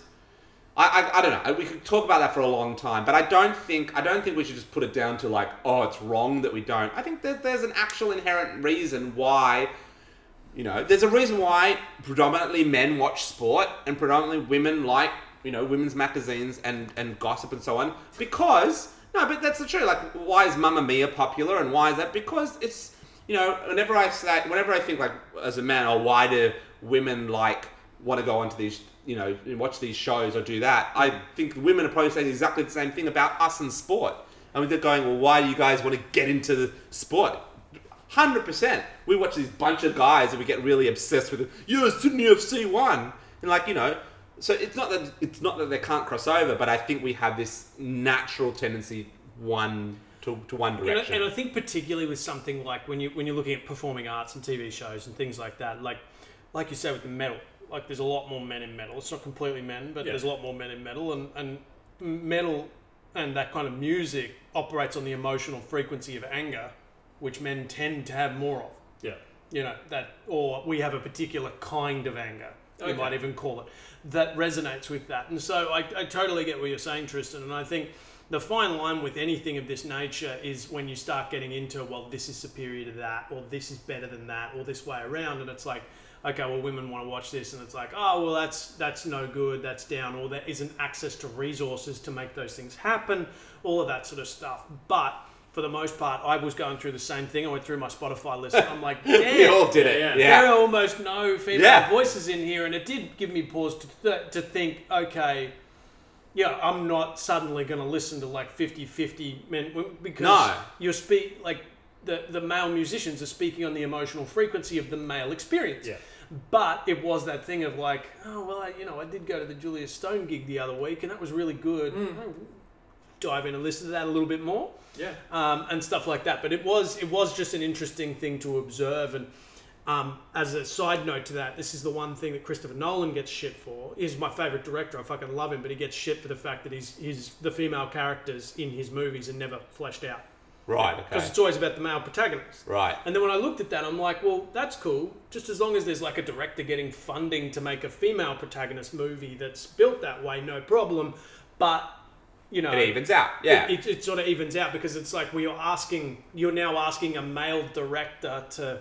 Speaker 1: I, I, I don't know. We could talk about that for a long time, but I don't think I don't think we should just put it down to like, oh, it's wrong that we don't. I think that there's an actual inherent reason why you know, there's a reason why predominantly men watch sport and predominantly women like, you know, women's magazines and, and gossip and so on. Because, no, but that's the truth. Like, why is Mamma Mia popular and why is that? Because it's, you know, whenever I say, whenever I think, like, as a man, oh, why do women like, want to go onto these, you know, and watch these shows or do that, I think women are probably saying exactly the same thing about us and sport. And they're going, well, why do you guys want to get into the sport? Hundred percent. We watch these bunch of guys and we get really obsessed with it. You're Sydney FC one, and like you know, so it's not that it's not that they can't cross over, but I think we have this natural tendency one to, to one
Speaker 4: And I,
Speaker 1: direction.
Speaker 4: *laughs* and I think particularly with something like when you when you're looking at performing arts and TV shows and things like that, like like you say with the metal, like there's a lot more men in metal. It's not completely men, but
Speaker 2: Yeah.
Speaker 4: there's a lot more men in metal, and and metal and that kind of music operates on the emotional frequency of anger, which men tend to have more of.
Speaker 2: Yeah.
Speaker 4: You know that, or we have a particular kind of anger. You
Speaker 2: Okay.
Speaker 4: might even call it that resonates with that, and so I, I totally get what you're saying, Tristan. And I think the fine line with anything of this nature is when you start getting into well, this is superior to that, or this is better than that, or this way around, and it's like, okay, well, women want to watch this, and it's like, oh, well, that's that's no good, that's down, or there isn't access to resources to make those things happen, all of that sort of stuff. But for the most part, I was going through the same thing. I went through my Spotify list. I'm like, damn,
Speaker 1: we all did it.
Speaker 2: Yeah,
Speaker 1: Yeah.
Speaker 2: yeah.
Speaker 4: there are almost no female
Speaker 1: Yeah.
Speaker 4: voices in here, and it did give me pause to, th- to think, okay, yeah, I'm not suddenly going to listen to like 50 50 men w- because
Speaker 1: No.
Speaker 4: you're speak like the, the male musicians are speaking on the emotional frequency of the male experience.
Speaker 2: Yeah.
Speaker 4: But it was that thing of like, oh, well, I, you know, I did go to the Julia Stone gig the other week, and that was really good.
Speaker 2: Mm.
Speaker 4: I'll Dive in and listen to that a little bit more
Speaker 2: Yeah.
Speaker 4: um, and stuff like that. But it was it was just an interesting thing to observe. And um, as a side note to that, this is the one thing that Christopher Nolan gets shit for. He's my favorite director. I fucking love him, but he gets shit for the fact that he's he's the female characters in his movies are never fleshed out
Speaker 1: Right.
Speaker 4: because
Speaker 1: Okay.
Speaker 4: it's always about the male protagonist.
Speaker 1: Right.
Speaker 4: And then when I looked at that, I'm like, well, that's cool. Just as long as there's like a director getting funding to make a female protagonist movie that's built that way, no problem. But you know,
Speaker 1: It evens out. Yeah.
Speaker 4: it, it sort of evens out because it's like we are asking you're now asking a male director to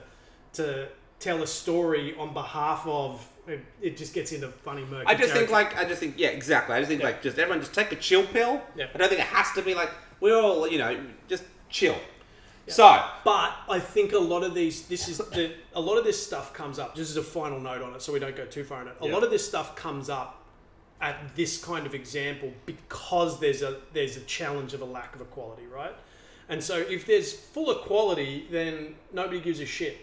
Speaker 4: to tell a story on behalf of it, it just gets into funny murky
Speaker 1: I just think
Speaker 4: territory.
Speaker 1: like I just think yeah exactly. I just think like just everyone just take a chill pill.
Speaker 4: Yeah.
Speaker 1: I don't think it has to be like we're all you know just chill. So
Speaker 4: but I think a lot of these this is the a lot of this stuff comes up just as a final note on it so we don't go too far on it a lot of this stuff comes up at this kind of example because there's a there's a challenge of a lack of equality right and so if there's full equality then nobody gives a shit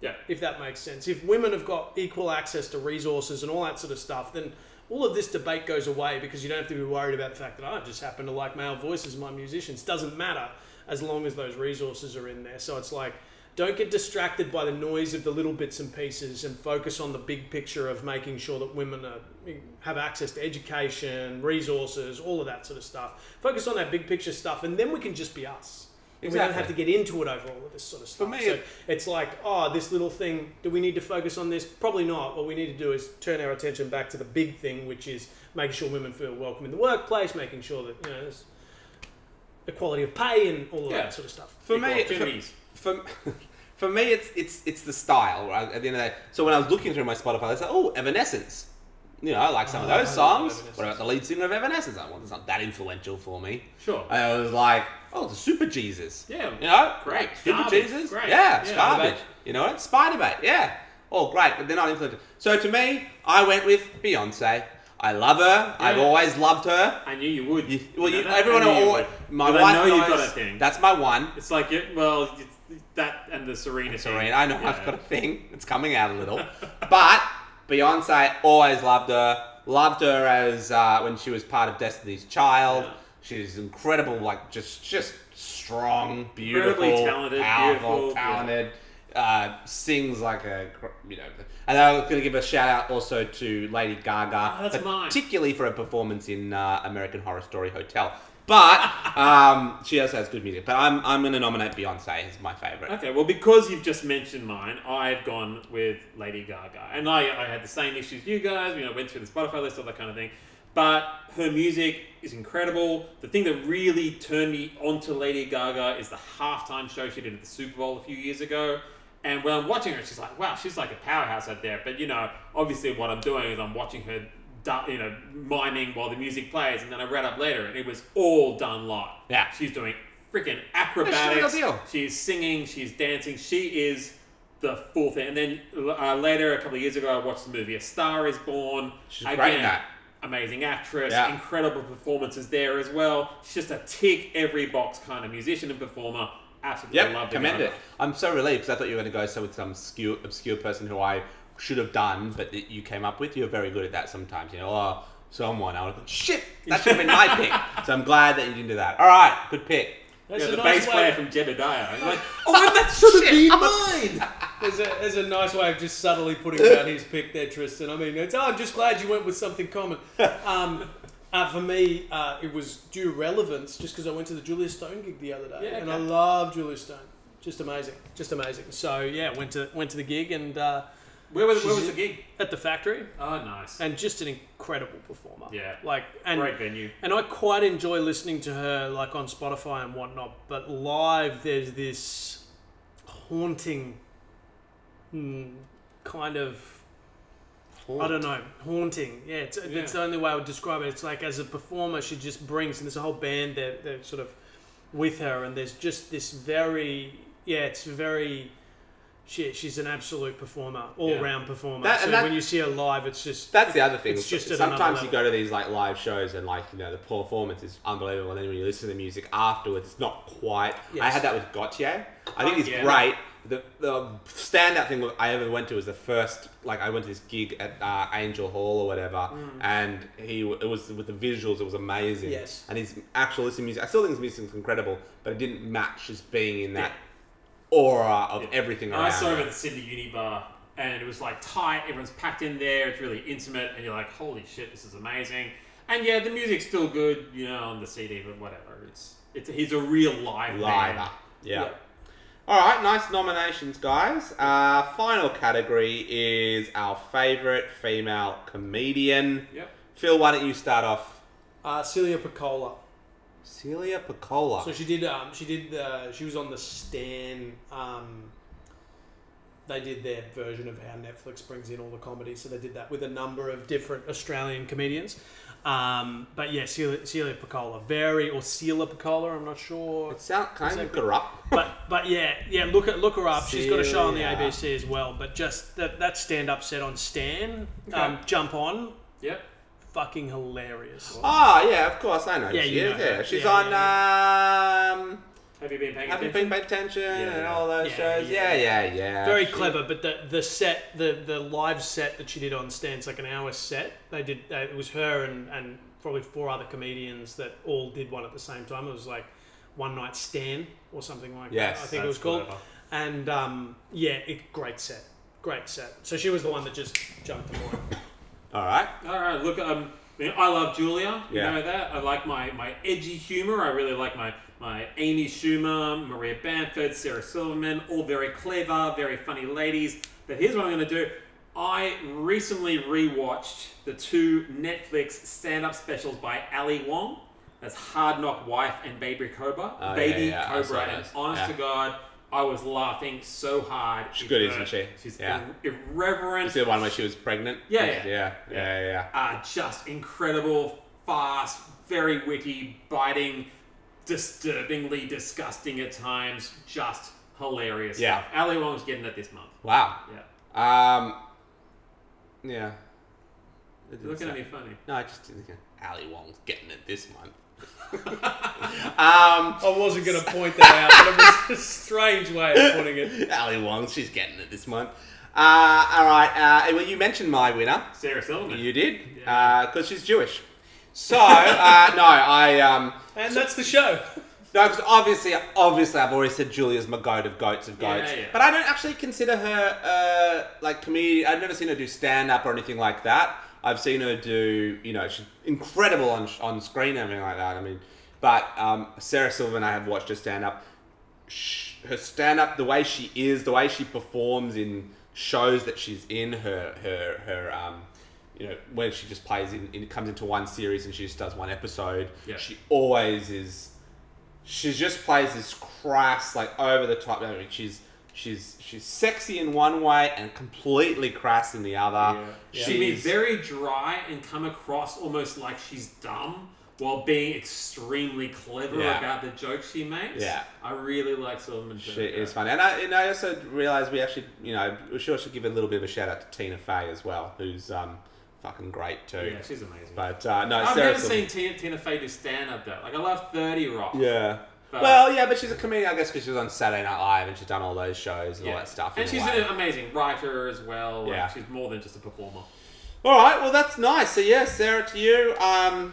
Speaker 2: Yeah.
Speaker 4: if that makes sense. If women have got equal access to resources and all that sort of stuff, then all of this debate goes away because you don't have to be worried about the fact that "Oh, I just happen to like male voices, my musicians. Doesn't matter as long as those resources are in there. So it's like, don't get distracted by the noise of the little bits and pieces and focus on the big picture of making sure that women are, have access to education, resources, all of that sort of stuff. Focus on that big picture stuff, and then we can just be us. And We don't have to get into it over all of this sort of stuff.
Speaker 1: me,
Speaker 4: So
Speaker 1: it-
Speaker 4: it's like, oh, this little thing, do we need to focus on this? Probably not. What we need to do is turn our attention back to the big thing, which is making sure women feel welcome in the workplace, making sure that, you know, there's equality of pay and all of
Speaker 1: Yeah.
Speaker 4: that sort of stuff.
Speaker 1: for me,
Speaker 2: opportunities.
Speaker 1: for, *laughs* for, for me, it's it's it's the style. Right? At the end of the day, so when I was looking through my Spotify, I said, "Oh, Evanescence." You know, I like
Speaker 2: Oh,
Speaker 1: some of those songs. What about the lead singer of Evanescence? Like, well, it's not that influential for me.
Speaker 2: Sure.
Speaker 1: I was like, "Oh, the Super Jesus."
Speaker 2: Yeah.
Speaker 1: You know,
Speaker 2: Great.
Speaker 1: like, Super
Speaker 2: Garbage.
Speaker 1: Jesus.
Speaker 2: Great.
Speaker 1: Yeah,
Speaker 2: Yeah.
Speaker 1: it's garbage. You know what? Spider Bait. Yeah. Oh, great, but they're not influential. So to me, I went with Beyonce. I love her. I've
Speaker 2: Yeah.
Speaker 1: always loved her.
Speaker 2: I knew you would.
Speaker 1: You, well,
Speaker 2: know
Speaker 1: you,
Speaker 2: that? I
Speaker 1: everyone,
Speaker 2: knew you
Speaker 1: all,
Speaker 2: would.
Speaker 1: my
Speaker 2: 'Cause
Speaker 1: wife
Speaker 2: I know
Speaker 1: knows
Speaker 2: you've got a thing.
Speaker 1: that's my one.
Speaker 2: it's like it, well, it's that and the Serena.
Speaker 1: Serena.
Speaker 2: thing.
Speaker 1: I know I've
Speaker 2: Yeah.
Speaker 1: got a thing. It's coming out a little. but Beyonce always loved her. Loved her as uh, when she was part of Destiny's Child.
Speaker 2: Yeah.
Speaker 1: She's incredible, like just just strong, beautiful,
Speaker 2: Incredibly talented,
Speaker 1: powerful,
Speaker 2: beautiful, yeah.
Speaker 1: talented. Uh, sings like a cr- you know. And I was going to give a shout out also to Lady Gaga,
Speaker 2: Oh, that's mine.
Speaker 1: particularly for a performance in uh, American Horror Story Hotel. But *laughs* um, she also has good music. But I'm I'm going to nominate Beyonce as my favorite.
Speaker 2: Okay, well, because you've just mentioned mine, I've gone with Lady Gaga. And I, I had the same issues you guys, you know, went through the Spotify list, all that kind of thing. But her music is incredible. The thing that really turned me onto Lady Gaga is the halftime show she did at the Super Bowl a few years ago. And when I'm watching her, she's like, wow, she's like a powerhouse out there. But, you know, obviously what I'm doing is I'm watching her, du- you know, miming while the music plays. And then I read up later, and it was all done live.
Speaker 1: Yeah.
Speaker 2: She's doing freaking
Speaker 1: real
Speaker 2: acrobatics.
Speaker 1: deal.
Speaker 2: She's singing, she's dancing, she is the full thing. And then uh, later, a couple of years ago, I watched the movie A Star is Born.
Speaker 1: She's great in that.
Speaker 2: Amazing actress,
Speaker 1: Yeah.
Speaker 2: incredible performances there as well. She's just a tick every box kind of musician and performer. Absolutely
Speaker 1: Yep,
Speaker 2: loved
Speaker 1: commend
Speaker 2: her.
Speaker 1: it. I'm so relieved because I thought you were going to go so with some obscure, obscure person who I should have done, but that you came up with. You're very good at that sometimes. You know, oh, someone. I would have gone, shit, that should have been my *laughs* pick. So I'm glad that you didn't do that. All right, good pick.
Speaker 4: That's
Speaker 2: Yeah, the
Speaker 4: a nice
Speaker 2: bass
Speaker 4: way-
Speaker 2: player from Jebediah.
Speaker 4: *laughs*
Speaker 2: I'm like,
Speaker 1: Oh, and that should have been mine.
Speaker 4: There's a, there's a nice way of just subtly putting down his pick there, Tristan. I mean, it's, oh, I'm just glad you went with something common. Um, uh, for me, uh, it was due relevance just because I went to the Julia Stone gig the other day,
Speaker 2: Yeah,
Speaker 4: and
Speaker 2: okay.
Speaker 4: I love Julia Stone. Just amazing, just amazing. So yeah, went to went to the gig and uh,
Speaker 2: where was, where
Speaker 4: She's
Speaker 2: was the
Speaker 4: in-
Speaker 2: gig?
Speaker 4: at the factory,
Speaker 2: Oh, nice.
Speaker 4: and just an incredible performer.
Speaker 2: Yeah.
Speaker 4: like and
Speaker 2: Great venue.
Speaker 4: and I quite enjoy listening to her, like on Spotify and whatnot. But live, there's this haunting mm, kind of. I don't know, haunting. Yeah, it's, it's the only way I would describe it. It's like as a performer, she just brings, and there's a whole band that that sort of with her, and there's just this very, yeah, it's very. She, she's an absolute performer, all round performer.
Speaker 1: That- and
Speaker 4: so
Speaker 1: that-
Speaker 4: when you see her live, it's just
Speaker 1: That's the other thing.
Speaker 4: It's just at another
Speaker 1: sometimes you
Speaker 4: level.
Speaker 1: go to these like live shows and like you know the performance is unbelievable, and then when you listen to the music afterwards, it's not quite. I
Speaker 4: Yes. Oh,
Speaker 1: had that with Gautier. I think he's
Speaker 2: yeah.
Speaker 1: great. The, the standout thing I ever went to was the first like I went to this gig at uh, Angel Hall or whatever,
Speaker 4: Mm.
Speaker 1: and he it was with the visuals it was amazing.
Speaker 4: Yes.
Speaker 1: and his actual listening music I still think his music's incredible, but it didn't match just being in that aura of everything around.
Speaker 2: I saw
Speaker 1: it.
Speaker 2: him at the Sydney Uni Bar, and it was like tight. Everyone's packed in there. It's really intimate, and you're like, "Holy shit, this is amazing!" And yeah, the music's still good, you know, on the CD, but whatever. It's it's he's a real live
Speaker 1: Live.
Speaker 2: band.
Speaker 1: Yeah. All right, nice nominations, guys. Uh, final category is our favourite female comedian.
Speaker 2: Yep.
Speaker 1: Phil, why don't you start off?
Speaker 4: uh, Celia Piccola.
Speaker 1: Celia Piccola.
Speaker 4: So she did. Um, she did. Uh, she was on the Stan. Um, they did their version of how Netflix brings in all the comedy. So they did that with a number of different Australian comedians. Um, but yeah, Celia, Celia Piccola, very or Celia Piccola. I'm not sure.
Speaker 1: it sound, can I look her up?
Speaker 4: But but yeah yeah look at look her up. She's got a show on the
Speaker 1: Celia.
Speaker 4: ABC as well. But just that that stand up set on Stan. Um,
Speaker 2: Okay.
Speaker 4: jump on,
Speaker 2: Yep.
Speaker 4: fucking hilarious.
Speaker 1: Oh, yeah, of course, I know who
Speaker 4: Yeah,
Speaker 1: she
Speaker 4: you
Speaker 1: is.
Speaker 4: know her.
Speaker 1: yeah, she's
Speaker 4: Yeah,
Speaker 1: on
Speaker 4: yeah,
Speaker 1: Um,
Speaker 2: Have Have you been paying
Speaker 1: Have you
Speaker 2: attention?
Speaker 1: been paying attention and all those
Speaker 3: Yeah,
Speaker 1: shows? Yeah, yeah, yeah.
Speaker 3: Very clever, but the, the set, the, the live set that she did on Stance, like an hour set, they did. They, it was her and, and probably four other comedians that all did one at the same time. It was like one night stand or something like
Speaker 1: Yes,
Speaker 3: that. I think it was
Speaker 6: that's
Speaker 3: called.
Speaker 6: clever.
Speaker 3: And um, yeah, it, great set, great set. So she was the one that just jumped the
Speaker 6: *laughs*
Speaker 3: line.
Speaker 1: All right.
Speaker 2: All right, look, um, I mean, I love Julia. You
Speaker 1: Yeah.
Speaker 2: know that. I like my, my edgy humor. I really like my, my Amy Schumer, Maria Bamford, Sarah Silverman, all very clever, very funny ladies. But here's what I'm going to do. I recently rewatched the two Netflix stand-up specials by Ali Wong. That's Hard Knock Wife and Baby Cobra.
Speaker 1: Oh, yeah,
Speaker 2: Baby
Speaker 1: yeah, I saw
Speaker 2: Cobra. And
Speaker 1: those.
Speaker 2: honest
Speaker 1: Yeah.
Speaker 2: to God, I was laughing so hard.
Speaker 1: She's good, isn't she?
Speaker 2: She's
Speaker 1: yeah.
Speaker 2: ir- irreverent.
Speaker 1: You see the one where she was pregnant?
Speaker 2: Yeah,
Speaker 1: yeah,
Speaker 2: yeah.
Speaker 1: yeah, yeah. yeah.
Speaker 2: uh, just incredible, fast, very witty, biting, disturbingly disgusting at times, just hilarious
Speaker 1: Yeah.
Speaker 2: stuff. Ali Wong's getting it this month.
Speaker 1: Wow.
Speaker 2: Yeah.
Speaker 1: Um. Yeah. It didn't
Speaker 2: You're looking at
Speaker 1: say-
Speaker 2: me funny.
Speaker 1: No, I just didn't. Ali Wong's getting it this month. *laughs* um,
Speaker 4: I wasn't going to point that out, but it was a strange way of putting it.
Speaker 1: Ali Wong, she's getting it this month. Uh, all right. Uh, well, you mentioned my winner.
Speaker 2: Sarah Silverman.
Speaker 1: You did,
Speaker 2: Yeah.
Speaker 1: because she's Jewish. So uh, *laughs* no, I um,
Speaker 4: And that's the show.
Speaker 1: no, 'cause obviously, obviously, I've always said Julia's my goat of goats of
Speaker 2: Yeah,
Speaker 1: goats.
Speaker 2: yeah.
Speaker 1: But I don't actually consider her uh, like comedian. I've never seen her do stand up or anything like that. I've seen her do, you know, she's incredible on on screen and everything like that. I mean, but um, Sarah Silverman, I have watched her stand up. Sh- Her stand up, the way she is, the way she performs in shows that she's in, her her her um, you know, when she just plays in, in comes into one series and she just does one episode.
Speaker 2: Yeah.
Speaker 1: She always is she just plays this crass, like over the top. I mean, she's she's she's sexy in one way and completely crass in the other.
Speaker 2: she can be very dry and come across almost like she's dumb while being extremely clever
Speaker 1: Yeah.
Speaker 2: about the jokes she makes.
Speaker 1: Yeah.
Speaker 2: I really like Silverman.
Speaker 1: she is funny, and I and I also realized we actually, you know, we should also give a little bit of a shout out to Tina Fey as well, who's um fucking great too.
Speaker 2: Yeah, she's amazing.
Speaker 1: But uh, no,
Speaker 2: I've
Speaker 1: Sarah
Speaker 2: never
Speaker 1: Silverman-
Speaker 2: seen Tina, Tina Fey do stand up though. Like I love Thirty Rock.
Speaker 1: Yeah.
Speaker 2: But-
Speaker 1: well, yeah, but she's a comedian, I guess, because she was on Saturday Night Live and she's done all those shows and all that stuff.
Speaker 2: And
Speaker 1: in a
Speaker 2: she's
Speaker 1: way.
Speaker 2: an amazing writer as well. Like,
Speaker 1: Yeah.
Speaker 2: she's more than just a performer.
Speaker 1: All right, well that's nice. So yeah, Sarah, to you, um,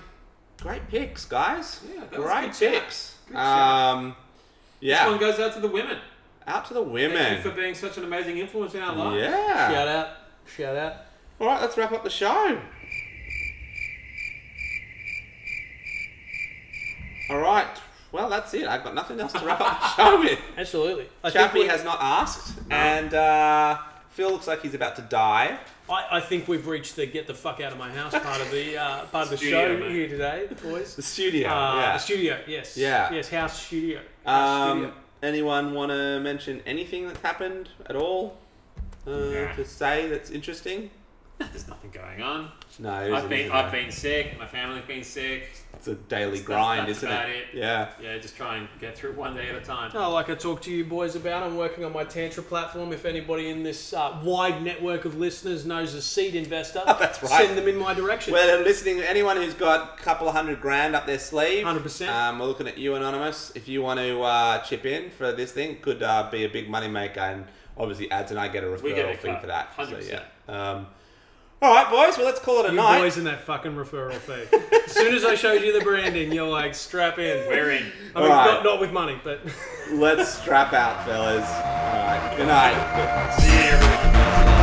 Speaker 1: great picks, guys.
Speaker 2: Yeah, that was a
Speaker 1: great
Speaker 2: good chat.
Speaker 1: picks.
Speaker 2: Good chat.
Speaker 1: um,
Speaker 2: This one
Speaker 1: yeah,
Speaker 2: goes out to the women.
Speaker 1: out to the
Speaker 2: Thank
Speaker 1: women.
Speaker 2: you for being such an amazing influence in our lives.
Speaker 1: yeah.
Speaker 4: Shout out. Shout out.
Speaker 1: All right, let's wrap up the show. All right. Well, that's it. I've got nothing else to wrap up the *laughs* show with.
Speaker 4: Absolutely. I think,
Speaker 1: Chappie
Speaker 4: we,
Speaker 1: has not asked, and uh, Phil looks like he's about to die.
Speaker 4: I, I think we've reached the get the fuck out of my house part of
Speaker 1: *laughs*
Speaker 4: the uh, part of the
Speaker 2: Studio,
Speaker 4: show
Speaker 2: mate.
Speaker 4: here today, boys.
Speaker 1: The studio.
Speaker 4: Uh,
Speaker 1: yeah.
Speaker 4: The studio, yes.
Speaker 1: Yeah.
Speaker 4: Yes, house studio. House
Speaker 1: Um,
Speaker 4: studio.
Speaker 1: anyone want to mention anything that's happened at all? Uh,
Speaker 2: Nah.
Speaker 1: To say that's interesting?
Speaker 2: There's nothing going on.
Speaker 1: No,
Speaker 2: I've
Speaker 1: isn't,
Speaker 2: been
Speaker 1: isn't
Speaker 2: I've
Speaker 1: there?
Speaker 2: been sick. My family's been sick.
Speaker 1: It's a daily
Speaker 2: that's-
Speaker 1: grind,
Speaker 2: that's
Speaker 1: isn't
Speaker 2: about
Speaker 1: it?
Speaker 2: it.
Speaker 1: Yeah.
Speaker 2: Yeah, just try and get through one day at a time.
Speaker 4: Oh, like I talked to you boys about, I'm working on my Tantra platform. If anybody in this uh, wide network of listeners knows a seed investor,
Speaker 1: *laughs* that's right.
Speaker 4: send them in my direction.
Speaker 1: Well, they're listening, anyone who's got a couple of hundred grand up their sleeve,
Speaker 4: 100%.
Speaker 1: Um, we're looking at you, Anonymous. If you want to uh, chip in for this thing, could uh, be a big moneymaker, and obviously ads and I get a referral
Speaker 2: We get a
Speaker 1: fee
Speaker 2: cut,
Speaker 1: for that. So
Speaker 2: 100%.
Speaker 1: yeah. Um, all right, boys. Well, let's call it a
Speaker 3: You
Speaker 1: night.
Speaker 3: boys in that fucking referral fee. as soon as I showed you the branding, you're like, strap in.
Speaker 2: We're
Speaker 3: I
Speaker 2: in.
Speaker 3: mean,
Speaker 1: All right.
Speaker 3: not, not with money,
Speaker 4: *laughs*
Speaker 3: but.
Speaker 1: Let's strap out, fellas. All right. Good night.
Speaker 7: See everyone.